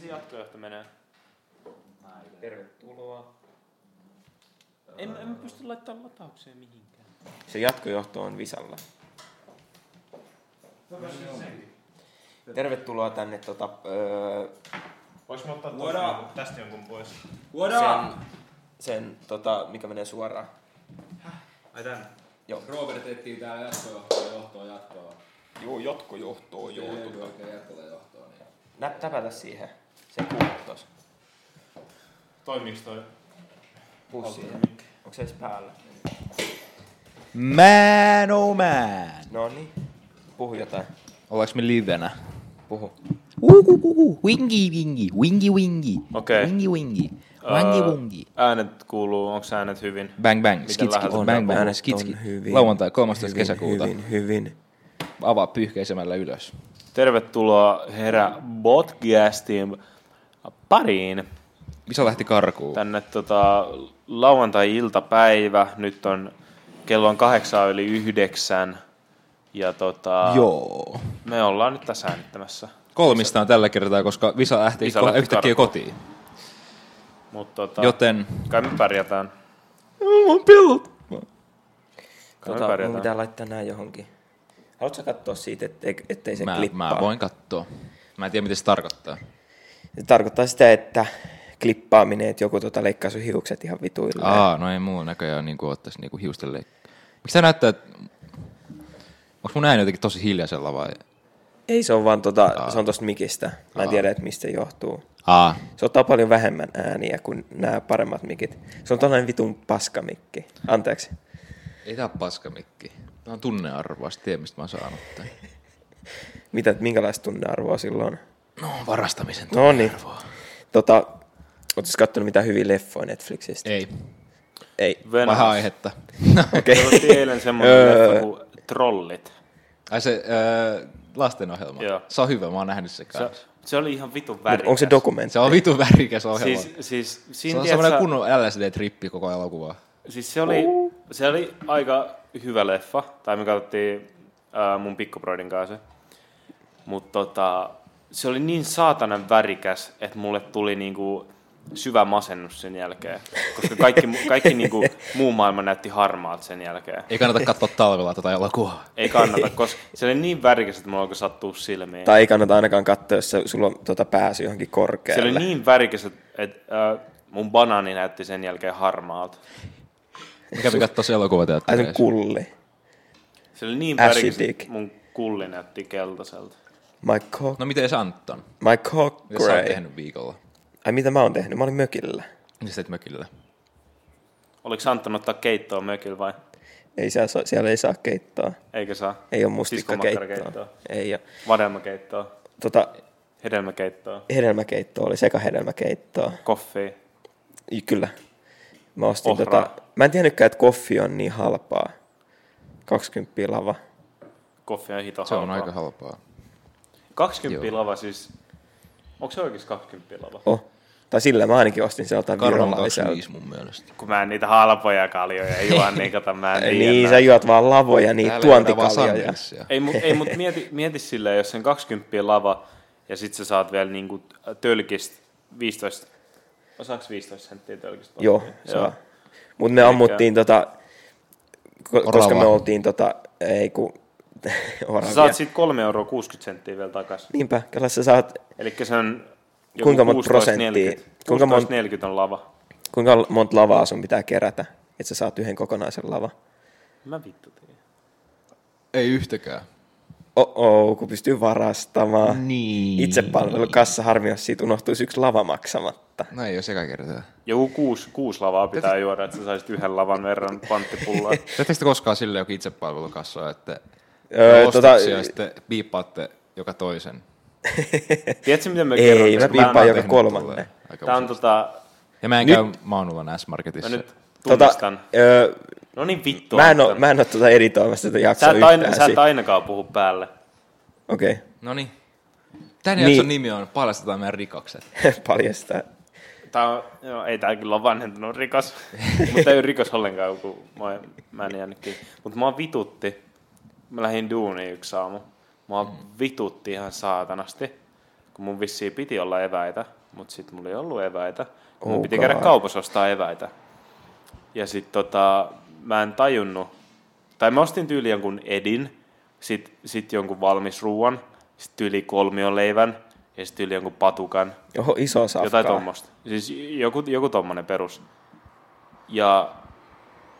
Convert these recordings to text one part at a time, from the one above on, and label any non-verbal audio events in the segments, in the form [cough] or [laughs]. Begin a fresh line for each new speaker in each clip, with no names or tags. katsojohto menee.
Tervetuloa.
En, en mä pysty laittamaan lataukseen mihinkään.
Se jatkojohto on Visalla. Tervetuloa tänne tota, öö,
Vois mä ottaa
What
tuosta jonkun- tästä jonkun pois.
What up?
sen, sen tota, mikä menee suoraan.
Ai tänne.
Robert etsii täällä jatkojohtoa, johtoa, jatkoa.
Joo, jatkojohtoa, tota.
Joo, löytyy oikein jatkoa ja johtoa. Niin.
Nä, täpätä siihen. Se kuuluu tos.
Toimiks toi?
Puus siihen. Onko se edes päällä?
Man oh man.
No niin. Puhu jotain.
Ollaanko me livenä?
Puhu.
Uukukuku. Wingi wingi. Wingi wingi.
Okei.
Wingi wingi. Wangi wungi.
Äänet kuuluu, onks äänet hyvin?
Bang bang.
Miten
Skitski.
läheltä
Bang bang.
Äänet
Skitski.
on hyvin,
Lauantai 13.
hyvin,
kesäkuuta.
Hyvin, hyvin.
Avaa pyyhkäisemällä ylös.
Tervetuloa herra Botgastin pariin.
Visa lähti karkuun.
Tänne tota, lauantai-iltapäivä, nyt on kello on kahdeksan yli yhdeksän. Ja tota,
Joo.
me ollaan nyt tässä äänittämässä.
Kolmista on tällä kertaa, koska Visa lähti,
Visa
ko-
lähti
yhtäkkiä
karkuun.
kotiin.
Mut tota,
Joten
kai me pärjätään.
Mun pillot.
Kai me
Tota, mun
pärjätään.
pitää laittaa nää johonkin. Haluatko sä katsoa siitä, ettei, ettei se
mä,
klippaa?
mä voin katsoa. Mä en tiedä, mitä se tarkoittaa.
Se tarkoittaa sitä, että klippaaminen, että joku tota leikkaa sun hiukset ihan vituille.
Aa, no ei mulla näköjään niin ottaisi niin hiusten leikkaa. Miksi tää näyttää, että... Onko mun ääni jotenkin tosi hiljaisella vai?
Ei se on vaan tota, se on tosta mikistä. Mä en tiedä, että mistä se johtuu.
Aa,
Se ottaa paljon vähemmän ääniä kuin nämä paremmat mikit. Se on tällainen vitun paskamikki. Anteeksi.
ei tää ole paskamikki. Tää on tunnearvoa, sit tiedä mistä mä oon saanut tän.
Mitä, minkälaista tunnearvoa sillä on?
No, varastamisen
No niin. Tota, ootko sä kattonut mitä hyviä leffoja Netflixistä?
Ei,
Ei.
Venäjä.
vähän [laughs] Öö. aihetta.
Okei.
Meillä oli eilen semmoinen leffa kuin Trollit.
Ai se öö, lastenohjelma.
Joo.
Se on hyvä, mä oon nähnyt sen
Se,
kanssa.
se oli ihan vitun
Mut
värikäs.
Onko se dokumentti?
Se on vitun värikäs ohjelma.
Siis,
Siis,
siis,
se
siinä,
on
tiedätkö,
semmoinen kunnon LSD-trippi koko elokuvaa.
siis se, oli, se oli aika hyvä leffa, tai me katsottiin ää, mun pikkuproidin kanssa Mutta tota, se oli niin saatanan värikäs, että mulle tuli niinku syvä masennus sen jälkeen. Koska kaikki, mu- kaikki niinku muu maailma näytti harmaat sen jälkeen.
Ei kannata katsoa talvella tätä elokuvaa.
Ei kannata, koska se oli niin värikäs, että mulla alkoi sattua silmiin.
Tai ei kannata ainakaan katsoa, jos sä- sulla on tota pääsy johonkin
Se oli
korkealle.
niin värikäs, että että, äh, mun banaani näytti sen jälkeen harmaalta.
Mä kävin katsoa se elokuva
Ai se on kulli.
Se oli niin
Acid
värikäs, että
dick.
mun kulli näytti keltaiselta.
My cock,
No miten se Anton?
my cock
Mitä sä oot
gray.
tehnyt viikolla?
Ai mitä mä oon tehnyt? Mä olin mökillä.
Mitä sä teit Niin mökillä?
Oliko Anton ottaa keittoa mökillä vai?
Ei siellä, saa- siellä ei saa keittoa.
Eikö saa?
Ei ole mustikkakeittoa.
Siskomakkarakeittoa.
Ei ole.
Vadelmakeittoa,
Tota,
hedelmäkeittoa,
hedelmäkeittoa oli, sekahedelmäkeittoa.
koffia.
I- Kyllä. Mä ostin
Ohraa.
tota, mä en tiennytkään, että koffi on niin halpaa. 20 lava.
Koffi on hito
Se on
halpaa.
aika halpaa.
20 lava siis. Onko se oikeasti 20 lava?
Oh. Tai sillä mä ainakin ostin sieltä
Karvalla
virolaiselta.
25 mun mielestä.
Kun mä en niitä halpoja kaljoja
[laughs]
juo, niin kato mä en
Niin,
tiedä.
sä juot vaan lavoja, niin tuontikaljoja.
sandwichia.
Ei, mut, ei,
[laughs]
mut mieti, mieti silleen, jos sen 20 lava ja sit sä saat vielä niinku tölkistä 15, osaaks 15 senttiä tölkistä?
Joo, saa. Mutta me ammuttiin tota, ko- koska
Oravaa.
me oltiin tota, ei [laughs] kun,
Sä
oravia.
saat sit 3 euroa 60 senttiä vielä takaisin.
Niinpä, kyllä sä saat,
Eli se on joku
Kuinka monta
16,
prosenttia?
40.
Kuinka monta-
16,40 on lava.
kuinka monta lavaa sun pitää kerätä, että sä saat yhden kokonaisen lava.
Mä vittu tiedän.
Ei yhtäkään.
Oo, kun pystyy varastamaan.
Niin.
Itsepalvelukassa harmi, jos siitä unohtuisi yksi lava maksamatta.
No ei jos eka kertaa.
Joku kuusi, kuusi lavaa pitää juoda, että sä saisit yhden lavan verran
[laughs]
panttipulloa.
Teettekö te koskaan sille jokin itsepalvelukassa, että
Öö,
öö,
tota-
tota... ja sitten piippaatte joka toisen?
Tiedätkö, mitä me kerron?
Ei, mä
koska
piippaan
oon-
joka
tehnyt
kolmannen.
tolleen aika
Tää on
usein.
tota...
Ja mä en
Nyt-
käy Maunulan S-Marketissa.
Mä nyt
Tota,
tunnistan.
öö,
No niin vittu.
mä en oo,
Anton.
mä en oo tota editoimassa tätä
Sä
jaksoa
et, aina,
yhtään.
sä et
siitä.
ainakaan puhu päälle.
Okei, [laughs]
Noniin. No niin. Tän
Niin.
niin. jakson nimi on Paljastetaan meidän rikokset.
paljastaa.
Tää on, joo, ei tää kyllä ole vanhentunut
[laughs]
rikos, mutta ei ole rikos ollenkaan, kun mä, mä en jäänyt kiinni. Mutta mua vitutti,
Mm.
mä lähdin duuniin yksi aamu, mua vitutti ihan saatanasti, kun mun vissiin piti olla eväitä, mutta sitten mulla ei ollut eväitä. Mun
Oh
piti käydä
God.
kaupassa ostaa eväitä. Ja sitten tota, mä en tajunnut, tai mä ostin tyyli jonkun edin, sitten sit jonkun valmisruuan, sitten tyyli kolmioleivän ja sitten tyyli jonkun patukan.
Oho, iso safkaa.
Jotain tuommoista. Siis joku, joku tommonen perus. Ja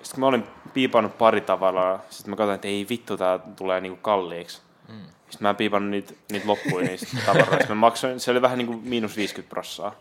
sitten mä olin piipannut pari tavallaan. Sitten mä katsoin, että ei vittu, tää tulee niinku kalliiksi. Mm. Sitten mä en piipannut niitä niit loppuun niistä [laughs] tavaroista. Mä maksoin, se oli vähän niinku miinus 50 prossaa.
[laughs]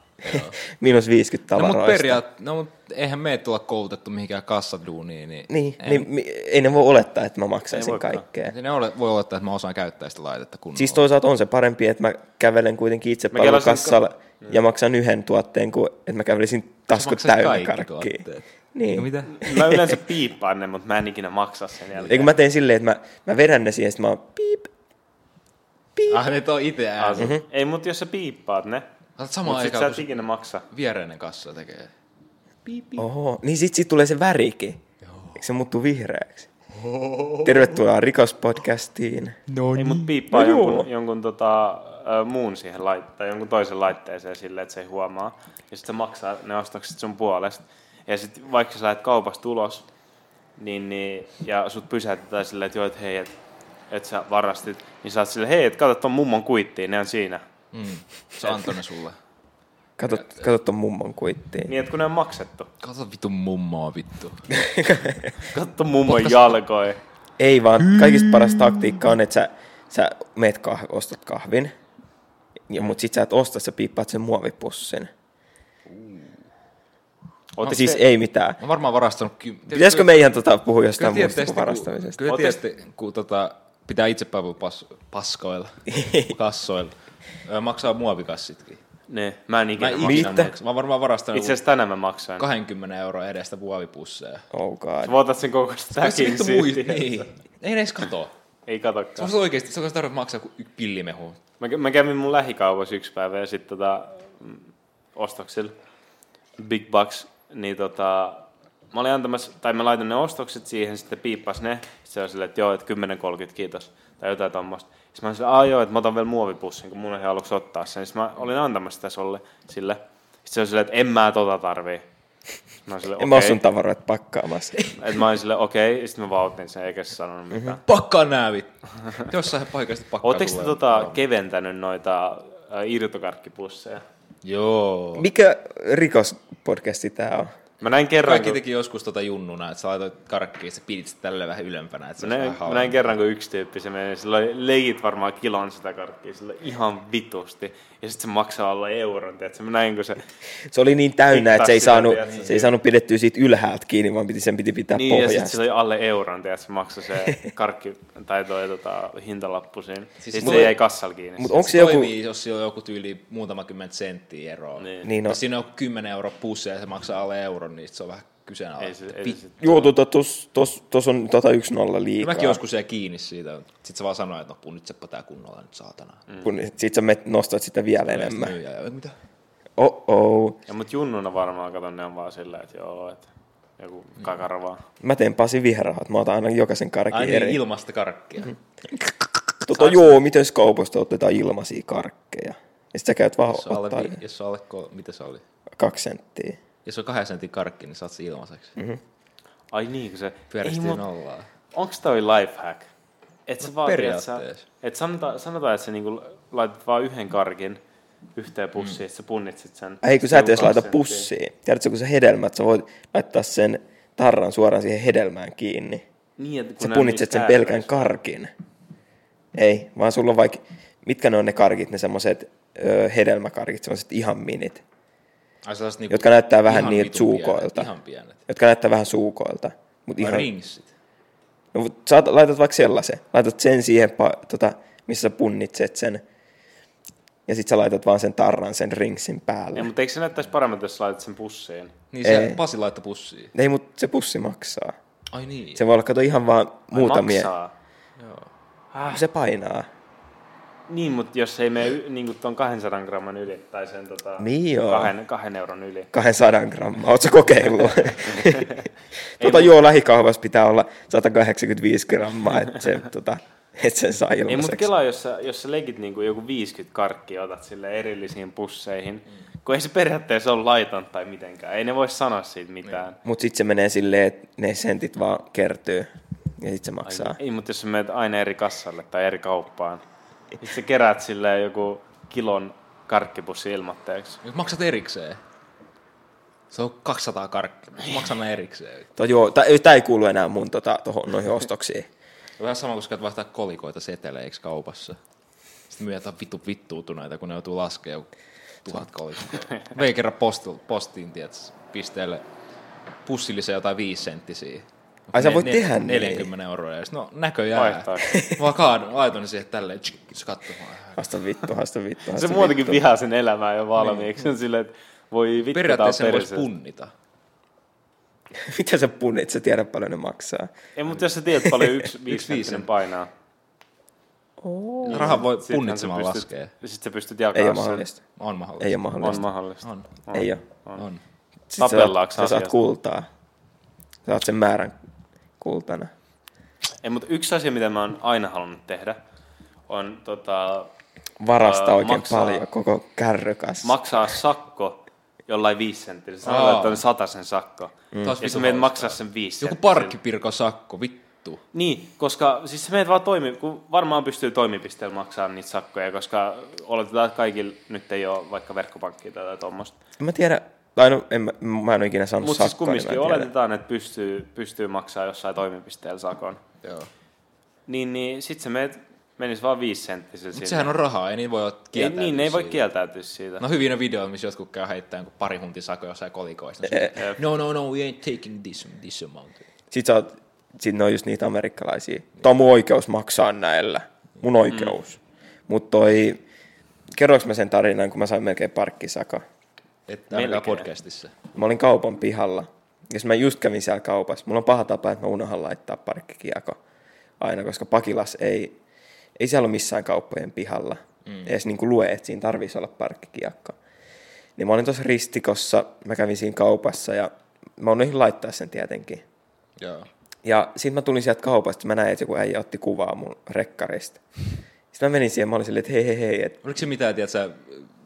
Miinus 50
No,
tavaroista.
mutta periaat, no, mut eihän me tulla koulutettu mihinkään kassaduuniin, niin,
Niin,
en-
niin, mi- ei ne voi olettaa, että mä maksaisin
voikaan.
kaikkea.
ei ne ole, voi olettaa, että mä osaan käyttää sitä laitetta kunnolla.
Siis toisaalta on se parempi, että mä kävelen kuitenkin itse
Mä kelasin
kassalla ja maksan yyhden tuotteen, kuin että mä kävelisin taskut
Niin. maksat
täynnä
kaikki
karkkiin.
tuotteet.
Niin.
Eikö mitä?
Mä yleensä piippaan ne, mutta mä en ikinä maksa sen
Ei
jälkeen.
kun mä tein silleen, että mä, mä vedän ne siihen, sit mä oon piip.
Ah, ne on itse
Ah,
ääni.
mm-hmm. Ei, mutta jos sä piippaat ne,
Otat Mhm. samaan
mutta sit
aikaan,
sä
kun
et ikinä maksa.
se viereinen kassa tekee.
Oho, niin sit, sit tulee se värikin. Eikö se muuttuu vihreäksi? Tervetuloa rikospodcastiin.
No ei, mutta piippaa
No
jonkun,
joo.
jonkun tota, ö, muun siihen laittaa, jonkun toisen laitteeseen silleen, että se ei huomaa. Ja sitten maksaa ne ostokset sun puolesta. Ja sitten vaikka sä lähdet kaupasta ulos, niin, niin, ja sut pysäytetään silleen, että joo, että hei, että et sä varastit, niin sä oot silleen, hei, että kato ton mummon kuittiin, ne on siinä.
Mm. Se antoi ne sulle.
Katot, katot ton mummon kuittiin.
Niin, että kun ne on maksettu.
Kato vitun mummoa vittu.
Katso mummon jalkoja.
Ei vaan, kaikista paras taktiikka on, että sä, sä meet kah- ostat kahvin, ja, mut sit sä et osta, sä piippaat sen muovipussin.
Ootteko
Siis
te-
ei mitään.
Mä oon varmaan varastanut ky-
Pitäisikö me ihan tota puhua
Kyllä
jostain muusta
tietysti,
kuin
kun,
varastamisesta?
kyllä
Ootte-
tietysti, kun tota, pitää itse päivä pas, paskoilla, kassoilla. Ö, Maksaa muovikassitkin.
e-
Ne, mä en
Mä,
ikinä
en
maksa.
ikinä
Mitä?
maksa. mä oon varmaan varastanut
Itse asiassa tänään mä maksoin.
20 euroa edestä muovipusseja.
Oh
Sä
god.
voitat sen koko täkin
muista.
siitä.
Niin. Ei ne edes kato.
Ei
Se
katokaan.
on oikeesti, se on tarvitse maksaa kuin y- pillimehu.
Mä, kä- mä kävin mun lähikaupassa yksi päivä ja sitten tota, mm, ostoksilla Big Bucks, niin tota, mä olin antamassa, tai mä laitoin ne ostokset siihen, sitten piippas ne. Sitten se on silleen, että joo, että 10.30, kiitos. Tai jotain tuommoista. Sitten mä olin silleen, "Aa, joo, että mä otan vielä muovipussin, kun mun ei aluksi ottaa sen. Sitten mä olin antamassa sitä solle, sille. Sitten se on silleen, että en mä tota tarvii. Sitten Mä olin silleen,
[laughs] En mä oo
okei.
sun tavaroita pakkaamassa.
Et mä olin silleen, okei. Okay. Sitten mä vaan otin sen, eikä se sanonut
Mhm.
mitään.
Pakkaa nää vittu. [laughs] Jossain paikasta pakkaa
Oletteko te tota keventänyt noita ä, irtokarkkipusseja?
Joo.
Mikä rikospodcasti tää on?
Mä näin kerran,
Kaikki
kun,
teki joskus tota junnuna, että sä laitoit karkkiin, sä pidit sitä tälle vähän ylempänä, että se
mä
olisi
näin,
vähän
mä
hauska.
näin kerran, kun yksi tyyppi se meni, sillä oli leikit varmaan kilon sitä karkkia, sillä ihan vitusti. Ja sitten se maksaa alla euron, tiedätkö? Mä näin, kun se...
Se oli niin täynnä, että se ei
Hittaa sitä,
saanut,
tiedätkö?
se ei saanut pidettyä siitä ylhäältä kiinni, vaan piti, sen piti pitää
niin, ja sitten
pohjasta.
se oli alle euron, tiedätkö? Se maksoi se karkki, [laughs] tai toi tota, hintalappu siinä. Siis sitten
mulla-
se jäi kassalla kiinni.
Mutta onko se
se
joku...
toimii, jos siinä on joku tyyli muutama kymmentä senttiä eroa.
Niin.
Niin
No.
no,
Jos siinä on 10 euro pussi ja se maksaa alle euron, niin sit se on vähän
Ei
kyseenalaista.
se, ei
Vittu,
se,
joo, tota, tos, tos, tos on tota yksi nolla liikaa.
Mäkin joskus jäi kiinni siitä. Sitten se vaan sanoi, että no kun nyt se patää kunnolla nyt saatana. Mm.
Kun sit sä met, nostat sitä vielä enemmän.
Myyjä, ja mitä?
Oh oh.
ja, mut junnuna varmaan, katon, ne on vaan sillä, että joo, että joku
Mm.
kakarvaa.
Mä teen Pasi vihrahat, mä otan aina jokaisen karkin
Ai niin,
eri.
ilmasta karkkia. Mm.
Tota, joo, miten kaupasta otetaan ilmaisia karkkeja? Ja sit sä käyt vaan
Jos, on alle,
ottaa
vi- jos on alle ko, mitä se oli?
kaksi senttiä.
Jos on kahden sentin karkki, niin saat se ilmaiseksi. Mm.
Ai niin, kun se... Ei,
Pyöristyy
mut
nollaa.
Onks toi lifehack? Et sä vaan, et sä,
periaatteessa.
et sanotaan, sanotaan, että sä niinku laitat vaan yhden karkin yhteen pussiin, mm. että sä punnitset sen.
Ai, Ei, kun sä et edes laita
Kaksi
pussiin. Tiedätkö, kun sä hedelmät, sä voit laittaa sen tarran suoraan siihen hedelmään kiinni.
Niin, että kun
Sä
ne on
punnitset
niissä
sen pelkän
ääreissä.
karkin. Ei, vaan sulla on vaikka... Mitkä ne on ne karkit, ne semmoset ö, hedelmäkarkit, semmoset ihan minit,
Ai sellaiset niinku
Jotka näyttää vähän niin
ihan
niiltä
vitun
suukoilta.
Pienet, ihan pienet.
jotka näyttää vähän suukoilta. Mut
Ihan...
ihan,
Ringsit.
no, mut sä laitat vaikka sellaisen. Laitat sen siihen, pa- tota, missä sä punnitset sen. Ja sit sä laitat vaan sen tarran sen ringsin päälle.
Ei, mutta eikö se näyttäisi paremmalta, jos sä laitat sen pussiin?
Niin se
Ei.
Pasi laittoi pussiin.
Ei, mutta se pussi maksaa.
Ai niin.
Se voi olla, kato ihan vaan
Ai,
muutamia. Ah.
Maksaa.
Se painaa.
Niin, mutta jos ei mene y- niinku ton 200 gramman yli, tai sen tota,
Niin joo.
kahden, kahden euron yli.
200 grammaa. Ootko
[laughs]
kokeillut? [laughs] Tuota,
[laughs]
tota, joo, lähikahvassa pitää olla 185 grammaa, että se tota, että sen saa
Ei, mutta
ilmaiseksi.
kelaa, jos sä, jos sä legit niinku joku 50 karkkia otat sille erillisiin pusseihin, mm. kun ei se periaatteessa ole laiton tai mitenkään. Ei ne voi sanoa siitä mitään.
Mutta sitten se menee silleen, että ne sentit vaan kertyy ja sitten se maksaa.
Ei, mutta jos sä menet aina eri kassalle tai eri kauppaan, sit sä keräät silleen joku kilon karkkipussi ilmatteeksi.
Jos maksat erikseen. Se on 200 karkkia. Maksan mä erikseen.
Toi, joo, tai, tää ei kuulu enää mun tota, tohon, noihin ostoksiin.
Se on vähän sama, koska et vaihtaa kolikoita seteleiksi kaupassa. Sitten myydään vittu vittuutuneita, kun ne joutuu laskemaan tuhat
[laughs]
kolikkoa. Vei kerran postil, postiin, tiedätkö, pisteelle pussillisen jotain viisi senttisiä.
Ai sä voit tehdä niin.
40 euroa. Ja sit, no näköjään. [laughs]
Vaihtaa.
Mä kaadun, laitoin ne siihen tälleen, tsk, se katsomaan.
Hasta vittu, hasta vittu, hasta
Se muutenkin
vittu. Niin.
vihaa sen elämää jo valmiiksi. Se on silleen, että voi vittu, tää on
Periaatteessa ne vois
perse.
punnita.
[laughs] Mitä sä punnit, sä tiedät paljon ne maksaa.
Ei, mutta jos sä tiedät paljon yksi viisi
viisen.
painaa.
Rahan voi
sittenhän
punnitsemaan
sä pystyt-
laskee.
Sitten sä pystyt
Ei ole
jakamaan sen.
mahdollista.
On mahdollista.
Ei ole
Ah,
mahdollista.
On mahdollista.
On.
On.
Ei ole.
On. on.
Sit sä,
Tapellaanko
sä saat
asiasta?
kultaa. Sä saat sen määrän kultana.
Ei, mutta yksi asia, mitä mä oon aina halunnut tehdä, on tota,
Varasta
Ää,
oikein
maksaa-
paljon koko kärrykas.
maksaa sakko jollain viisi senttiä.
Aa.
Sanotaan, että on sataisen sakko. Mm.
Taas
Ja sä
vittu
menet
hauskaa.
maksaa sen viisi
Joku
senttiä.
parkkipirko sakko, vittu.
Niin, koska siis sä menet vaan toimi, kun varmaan pystyy toimipisteellä maksamaan niitä sakkoja, koska oletetaan, että kaikilla nyt ei ole vaikka verkkopankkia tai jotain tuommoista.
En mä tiedä, tai no, en, mä, mä en ole ikinä saanut
Mutta siis
sakkoa, niin mä en
kumminkin
tiedä.
oletetaan, että pystyy, pystyy maksamaan jossain toimipisteellä sakon.
Joo.
Niin, niin sit sä meet, menis vaan viisi senttisellä
Mutta sehän on rahaa, ei niin voi olla
ei,
kieltäytyä
niin, ne ei voi
siitä.
kieltäytyä siitä.
No hyvin on videoita, missä jotkut käy heittämään joku pari huntin sakoja jossain kolikoista.
Eh,
Se- No, no, no, we ain't taking this, this amount.
Sit, sä oot, sit ne on just niitä amerikkalaisia. Tää on mun oikeus maksaa näillä. Mun oikeus.
Mm.
Mut toi, kerroks mä sen tarinan, kun mä sain melkein parkkisaka.
Että ainakaan
Melkein.
podcastissa.
Mä olin kaupan pihalla. Jos mä just kävin siellä kaupassa, mulla on paha tapa, että mä unohan laittaa parkkikiako aina, koska Pakilas ei, ei siellä ole missään kauppojen pihalla. Mm. Ei edes niin kuin lue, että siinä tarvitsisi olla parkkikiakko. Niin mä olin tuossa ristikossa, mä kävin siinä kaupassa ja mä unohdin laittaa sen tietenkin.
Joo.
Ja sitten mä tulin sieltä kaupasta, mä näin, että joku äijä otti kuvaa mun rekkarista. Sitten mä menin siihen, mä olin silleen, että hei, hei, hei, että
Oliko se mitään, tiedätkö,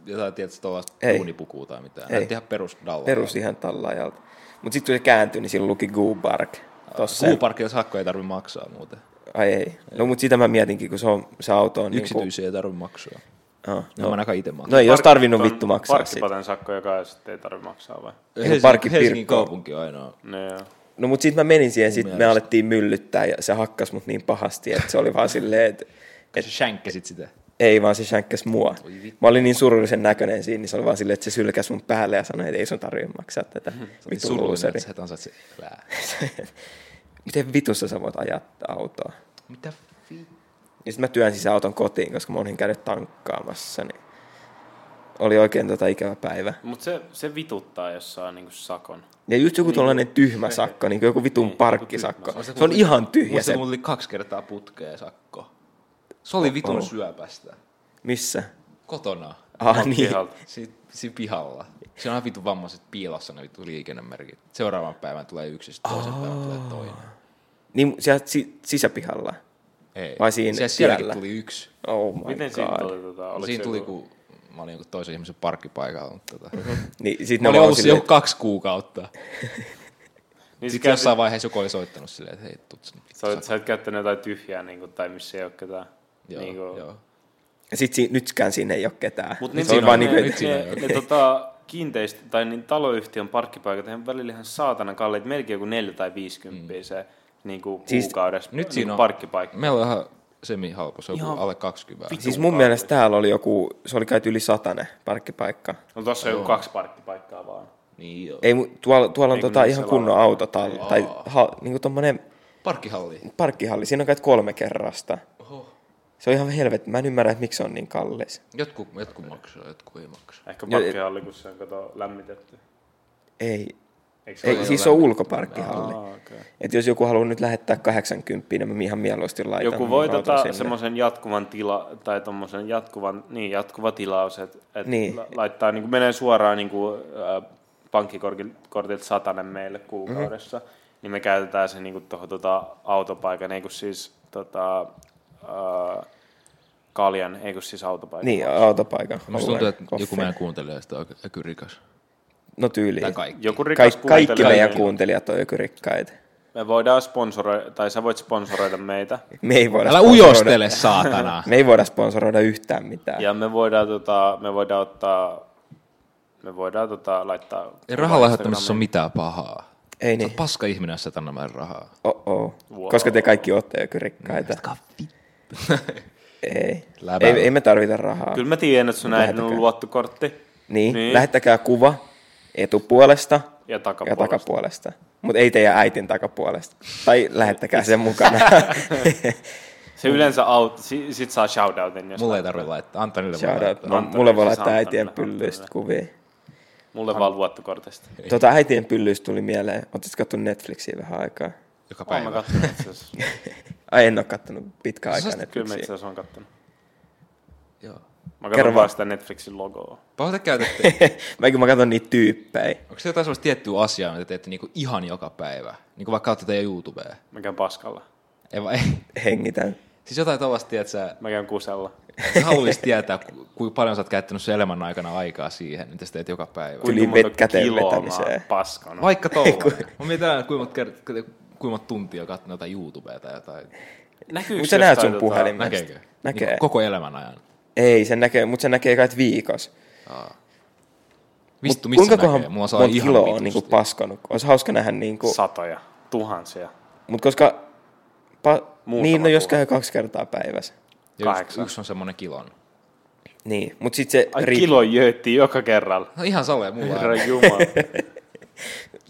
jotain, tiedätkö, tuollaista
Ei.
tuunipukua tai mitään?
Ei.
Ei. Ihan perus dalla.
perus ihan tallaajalta. Mutta sitten kun se kääntyi, niin siinä luki Goobark. Tossa.
Kuuparkilla sakko ei tarvitse maksaa muuten.
Ai ei. No mutta sitä mä mietinkin, kun se, on, se auto on...
Yksityisiä ei tarvitse maksaa.
Niin kuin,
No, mä ainakaan itse maksan.
no ei olisi tarvinnut
Ton
vittu maksaa siitä.
Parkkipaten sakko, joka sitten ei tarvitse maksaa vai?
Helsingin-
Helsingin, Helsingin
parkkipirkko.
kaupunki on ainoa.
No joo.
No mutta sitten mä menin siihen, sit me alettiin myllyttää ja se hakkas mut niin pahasti, että se oli vaan silleen, että
Kun sä shankkasit sitä.
ei vaan se shankkasi mua. Mä olin niin surullisen näköinen siinä, niin se oli vaan silleen, että se sylkäsi mun päälle ja sanoi, että ei sun tarvitse maksaa tätä.
Niin
Vittu
surullinen,
looseri.
että sä et ansaitse elää.
[laughs] Miten vitussa sä voit ajaa autoa?
Mitä
Ja sitten mä työnsin sen auton kotiin, koska mä olin käynyt tankkaamassa, niin oli oikein tota ikävä päivä.
Mutta se, se vituttaa, jos saa niinku sakon.
Ja just
Niin.
joku tuollainen tyhmä sakko, niin kuin joku vitun parkkisakko. Se on ihan tyhjä
Muista,
se.
kun tuli kaksi kertaa putkeen sakko. Se oli vitun
Oh.
syöpästä.
Missä?
Kotona.
Ah, niin.
Pihalta.
Si- Siinä pihalla. Se on ihan vitun vammaiset piilossa ne vitun liikennemerkit. Seuraavan päivän tulee yksi, sitten toisen päivän tulee toinen.
Niin siellä si- sisäpihalla.
Ei.
Vai siinä
Siellä- sielläkin
tiellä?
tuli yksi.
Oh my
Miten siinä
god.
tuli tota?
Oliko
Oliko
siinä
se
tuli,
joku-
kun mä olin joku toisen ihmisen parkkipaikalla. Mutta tota.
Niin, sit
Mä
ne
olin
vaan
ollut siellä
silleen,
joku kaksi kuukautta.
Niin sä,
Sitten
käytit,
jossain vaiheessa joku oli soittanut silleen, että hei, tuut sinne.
sä, olet, sä et käyttänyt jotain tyhjää niinku, tai missä ei ole ketään.
Joo,
niinku.
joo.
ja sit si- nytkään siinä ei ole ketään.
Mut
Mut
nyt
se on
siinä
vaan
ne,
niin kuin,
ne,
siinä ei
ne, ne tota, kiinteistö, tai niin taloyhtiön parkkipaikat, ne on välillä ihan saatana kalliit, melkein joku 4 tai 50 mm. se niinku
Siis-
kuukaudessa niinku
Nyt siinä on-
parkkipaikka.
Meillä on ihan semi-halpa, se on joku
Ihan
alle 20.
siis mun mielestä täällä oli joku, se oli käyty yli satane parkkipaikka.
No tossa on joku kaksi parkkipaikkaa vaan.
Niin joo.
Ei, mu- tuolla, tuolla on
Ei kun niin
tota
niissä
ihan
on
kunnon
lavat.
auto tai, tai ha, niin kuin tommonen
Parkkihalli.
parkkihalli. Siinä on kai kolme kerrasta. Se on ihan helvetti. Mä en ymmärrä, että miksi se on niin kallis.
Jotkut, jotkut maksaa, jotkut ei maksa.
Ehkä
Joo, ei-
parkkihalli, kun se on kato lämmitetty.
Ei,
Eikö se
ei
ole
siis se on ulkoparkkihalli.
Aa, okei.
Et jos joku haluaa nyt lähettää 80, niin mä ihan mieluusti laitan.
Joku
mun
voi
auton
tota,
sinne.
semmoisen jatkuvan tila, tai tommosen jatkuvan, niin jatkuva tilaus, että et
Niin.
niin. laittaa, niin kuin menee suoraan niin kuin, äh, pankkikortilta satanen meille niinku kuukaudessa, mm-hmm. niin me käytetään se niin kuin tuohon tota, autopaikan, ei kun siis tota, äh, kaljan, eikö siis autopaikan.
Niin, autopaikan.
Musta tuntuu,
oluen,
että joku
koffein.
meidän kuuntelijoista on ökyrikas.
No tyyliin.
Tai kaikki.
Joku rikas
Kaik- kaikki
kuuntelija,
meidän
niin
kuuntelijat on ökyrikkaita.
Me voidaan sponsoroida, tai sä voit sponsoroida meitä.
Me ei voida
Älä
sponsoroida-
ujostele, saatana.
Me ei voida sponsoroida yhtään mitään.
Ja me voidaan, tota, me voidaan ottaa, me voidaan tota, laittaa...
Ei rahalla aiheuttamisessa ole mitään pahaa.
Ei
Sä
niin.
oot paska ihminen, jos sä et anna meille rahaa.
Oh-oh. Koska te kaikki ootte ökyrikkaita. [laughs] ei.
Läpä.
ei. Ei me tarvita rahaa.
Kyllä mä tiedän, että sun äidin on
Lähetäkää.
luottokortti.
Niin,
Niin.
niin. lähettäkää kuva etupuolesta
Ja
ja
takapuolesta.
takapuolesta. Mutta ei teidän äitin takapuolesta. Tai lähettäkää sen mukana.
Se yleensä aut, si, sit saa shoutoutin. Jos
Mulle ei tarvitse laittaa. Antonille voi
Shoutout.
laittaa.
No,
Antonille,
mulle voi
siis
laittaa äitien
Antonille,
pyllyistä kuvia.
mulle vaan luottokortista.
Tota äitien pyllyistä tuli mieleen. Oletko katsonut Netflixiä vähän aikaa?
Joka
Oon mä
päivä.
kattonut itse
[laughs]
asiassa.
Ai en ole kattonut pitkään aikaa
Kyllä mä itse
Netflixiä.
asiassa oon kattonut.
Joo.
Mä
Kerro
katson
vaan.
vaan sitä Netflixin logoa.
Pahoite käytätte.
Mäkin [laughs] mä katson niitä tyyppejä.
Onko se jotain sellaista tiettyä asiaa, mitä teette niinku ihan joka päivä? Niinku vaikka katsotte teidän YouTubea.
Mä käyn paskalla.
[laughs] Ei vai? ei.
Hengitän.
Siis jotain tollaista, tiedät sä,
Mä käyn kusella.
sä haluaisit tietää, ku- kuinka paljon sä oot käyttänyt sun elämän aikana aikaa siihen, mitä sä teet joka päivä.
Yli
Kuinka monta
vet- käteen
kiloa mä oon
vetämiseen.
Paskana.
Vaikka tollainen. Mä mietin kuinka monta kert- kuinka monta tuntia katsonut jotain YouTubea tai jotain.
Näkyykö
Mutta sä näet
jostain
sun
tota-
puhelimesta.
Näkeekö?
Näkee.
Niinku koko elämän ajan.
Ei, sen näkee, mutta sen näkee kai viikossa.
Vittu,
Mut
missä
kuinkakohan
näkee? Mua saa
monta
ihan
kiloa on
vitusti.
niinku paskonut? Olisi hauska nähdä, niinku,
Satoja, tuhansia.
mutta koska... Pa,
Muutama
niin, no jos
tuhat.
käy kaksi kertaa päivässä.
Ja yksi,
Kahdeksan.
yksi on semmoinen kilon.
Niin, mutta sitten se...
Ai
riip-
kilo jöötti joka kerralla.
No ihan salee mulla.
Herra
[laughs]
Jumala.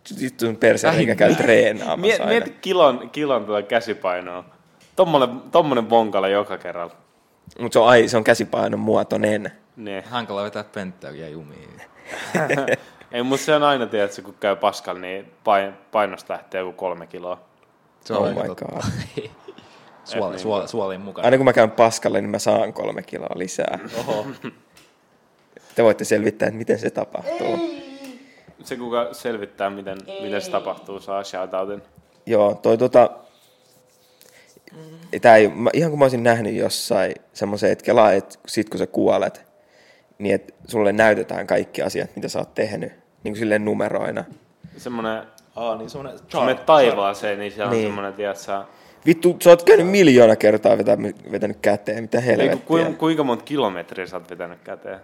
Sitten sun perse eikä käy treenaamassa
Miet,
aina.
mieti kilon, kilon tuota käsipainoa. Tommonen, tommonen vonkala joka kerralla.
Mutta se on, ai, se on käsipainon muotoinen.
Ne.
Hankala vetää penttää ja jumiin.
Ei, mutta se on aina, tiedätkö, kun käy paskal, niin pain, painosta lähtee joku kolme kiloa.
Se
Oh
aika
my
totta.
god.
Suole,
Niin.
suole, suoliin mukana.
Aina kun mä käyn paskalle, niin mä saan kolme kiloa lisää.
Oho.
Te voitte selvittää, että miten se tapahtuu.
Se, kuka selvittää, miten, miten se tapahtuu, saa shoutoutin.
Joo, toi tota... Tää ei, mä, ihan kun mä olisin nähnyt jossain semmoisen, että kelaa, että sit kun sä kuolet, niin että sulle näytetään kaikki asiat, mitä sä oot tehnyt, niin kuin silleen numeroina.
Semmonen... Aa, niin semmonen... Kun menet taivaaseen, niin siellä on
Niin.
semmonen, tiedätkö,
Vittu, sä oot käynyt miljoona kertaa vetä, vetänyt käteen, mitä
ei, ku,
helvettiä.
ku, Niin kuinka monta kilometriä sä oot vetänyt käteen?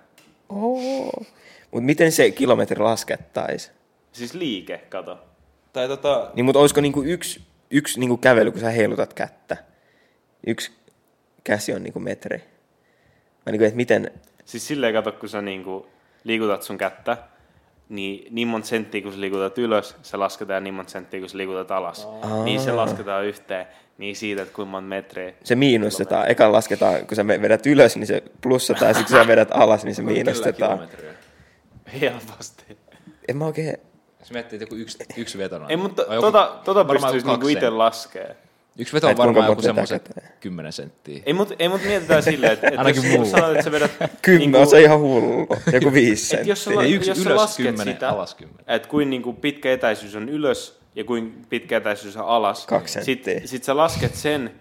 Mutta miten se kilometri laskettaisi?
Siis liike, kato.
Tai tota,
Niin, mutta olisiko niinku yksi, yksi niinku kävely, kun sä heilutat kättä? Yksi käsi on niinku metri. Mä niinku, että miten...
Siis silleen kato, kun sä niinku liikutat sun kättä, niin niin monta senttiä, kun sä liikutat ylös, se lasketaan ja niin monta senttiä, kun sä liikutat alas. Niin se lasketaan yhteen, niin siitä, että kuinka monta metriä.
se miinustetaan. Ekan lasketaan, kun sä vedät ylös, niin se plussataan, ja sitten kun sä vedät alas, niin se miinustetaan.
Helposti.
En mä oikein...
Jos miettii, että joku yksi, yksi vetona.
Ei, mutta
Vai joku-
tota, tota
varmaan
pystyisi niinku
joku kaksi
itse
senttiä.
laskee.
Yksi veto on
Et kuinka
varmaan joku
monta vetää
semmoiset
käteen?
10 senttiä.
Ei, mut, ei, mut mietitään silleen, että, että
Ainakin
jos sä
mulla.
sanoit, että sä vedät...
Kymmenen, on se ihan hullu. Joku viisi
Niinku- Et jos
senttiä.
sä, la-
Yksi
jos sä
ylös
lasket
kymmenen,
sitä,
alas kymmenen.
että kuinka niinku pitkä etäisyys on ylös ja kuinka pitkä etäisyys on alas,
Kaksi
sitten
senttiä.
sit sä lasket sen,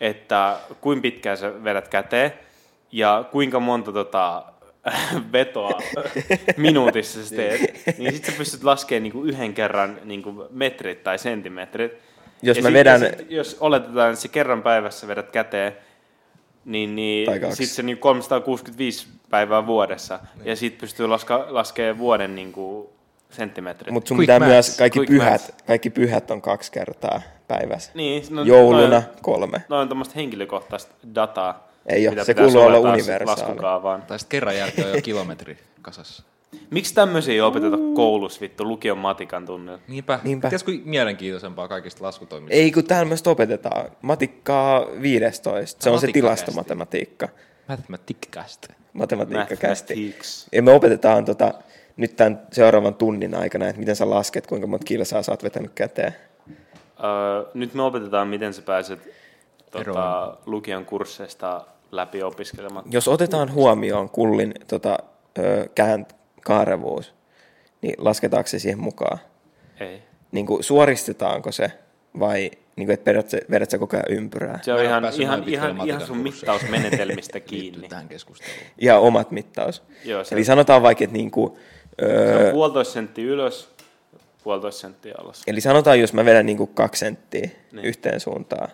että kuinka pitkään sä vedät käteen ja kuinka monta tota, [laughs]
[laughs]
vetoa minuutissa sä teet, niin sitten sä pystyt laskemaan niinku yhden kerran niinku metrit tai sentimetrit.
Jos
ja
mä
sit-
vedän-
ja Sit, jos oletetaan, että se kerran päivässä vedät käteen, niin, niin
Tai kaksi.
sit se niin 365 päivää vuodessa. Niin. Ja sit pystyy laska, laskemaan vuoden niin kuin senttimetrit.
Mutta
Mut.
sun
Quick
pitää
maths,
myös kaikki
quick
pyhät, kaikki pyhät on kaksi kertaa päivässä.
Niin,
Jouluna
Noin,
kolme.
noin on tämmöistä henkilökohtaista dataa.
Ei oo,
mitä
se
pitää
kuuluu olla
soveltaa
universaali.
Laskukaavaan.
Tai sitten kerran jälkeen on jo kilometri kasassa.
Miksi tämmöisiä ei opeteta koulussa vittu lukion matikan tunnilla?
Niinpä.
Niinpä.
Ties kuin mielenkiintoisempaa kaikista laskutoimista.
Ei, kun tämmöistä opetetaan. Matikkaa 15. Se on se
Matikkakästi.
tilastomatematiikka.
Mathematikkästä.
Matematiikka kästi.
Mathematics.
Ja me opetetaan tota, nyt tämän seuraavan tunnin aikana, että miten sä lasket, kuinka monta kilsaa sä oot vetänyt käteen.
Öö, nyt me opetetaan, miten sä pääset
Eroon.
tota, lukion kursseista läpi opiskelemaan.
Jos otetaan huomioon kullin tota, ö, kään kaarevuus, niin lasketaanko se siihen mukaan?
Ei.
Niin kuin suoristetaanko se vai niin kuin, että vedät, sä- vedät sä koko ajan ympyrää?
Se
Mä
on
en ole
ihan,
päässyt
ihan,
noin pitkälle
ihan, ihan
matikan
sun
kurssilla.
mittausmenetelmistä
Liittyy
kiinni.
tähän keskusteluun.
Ihan omat mittaus.
Joo, se-
Eli sanotaan vaikka, että niin kuin,
Se
öö,
on puolitoista senttiä ylös, puolitoista senttiä alas.
Eli sanotaan, jos mä vedän niin kuin kaksi senttiä niin. yhteen suuntaan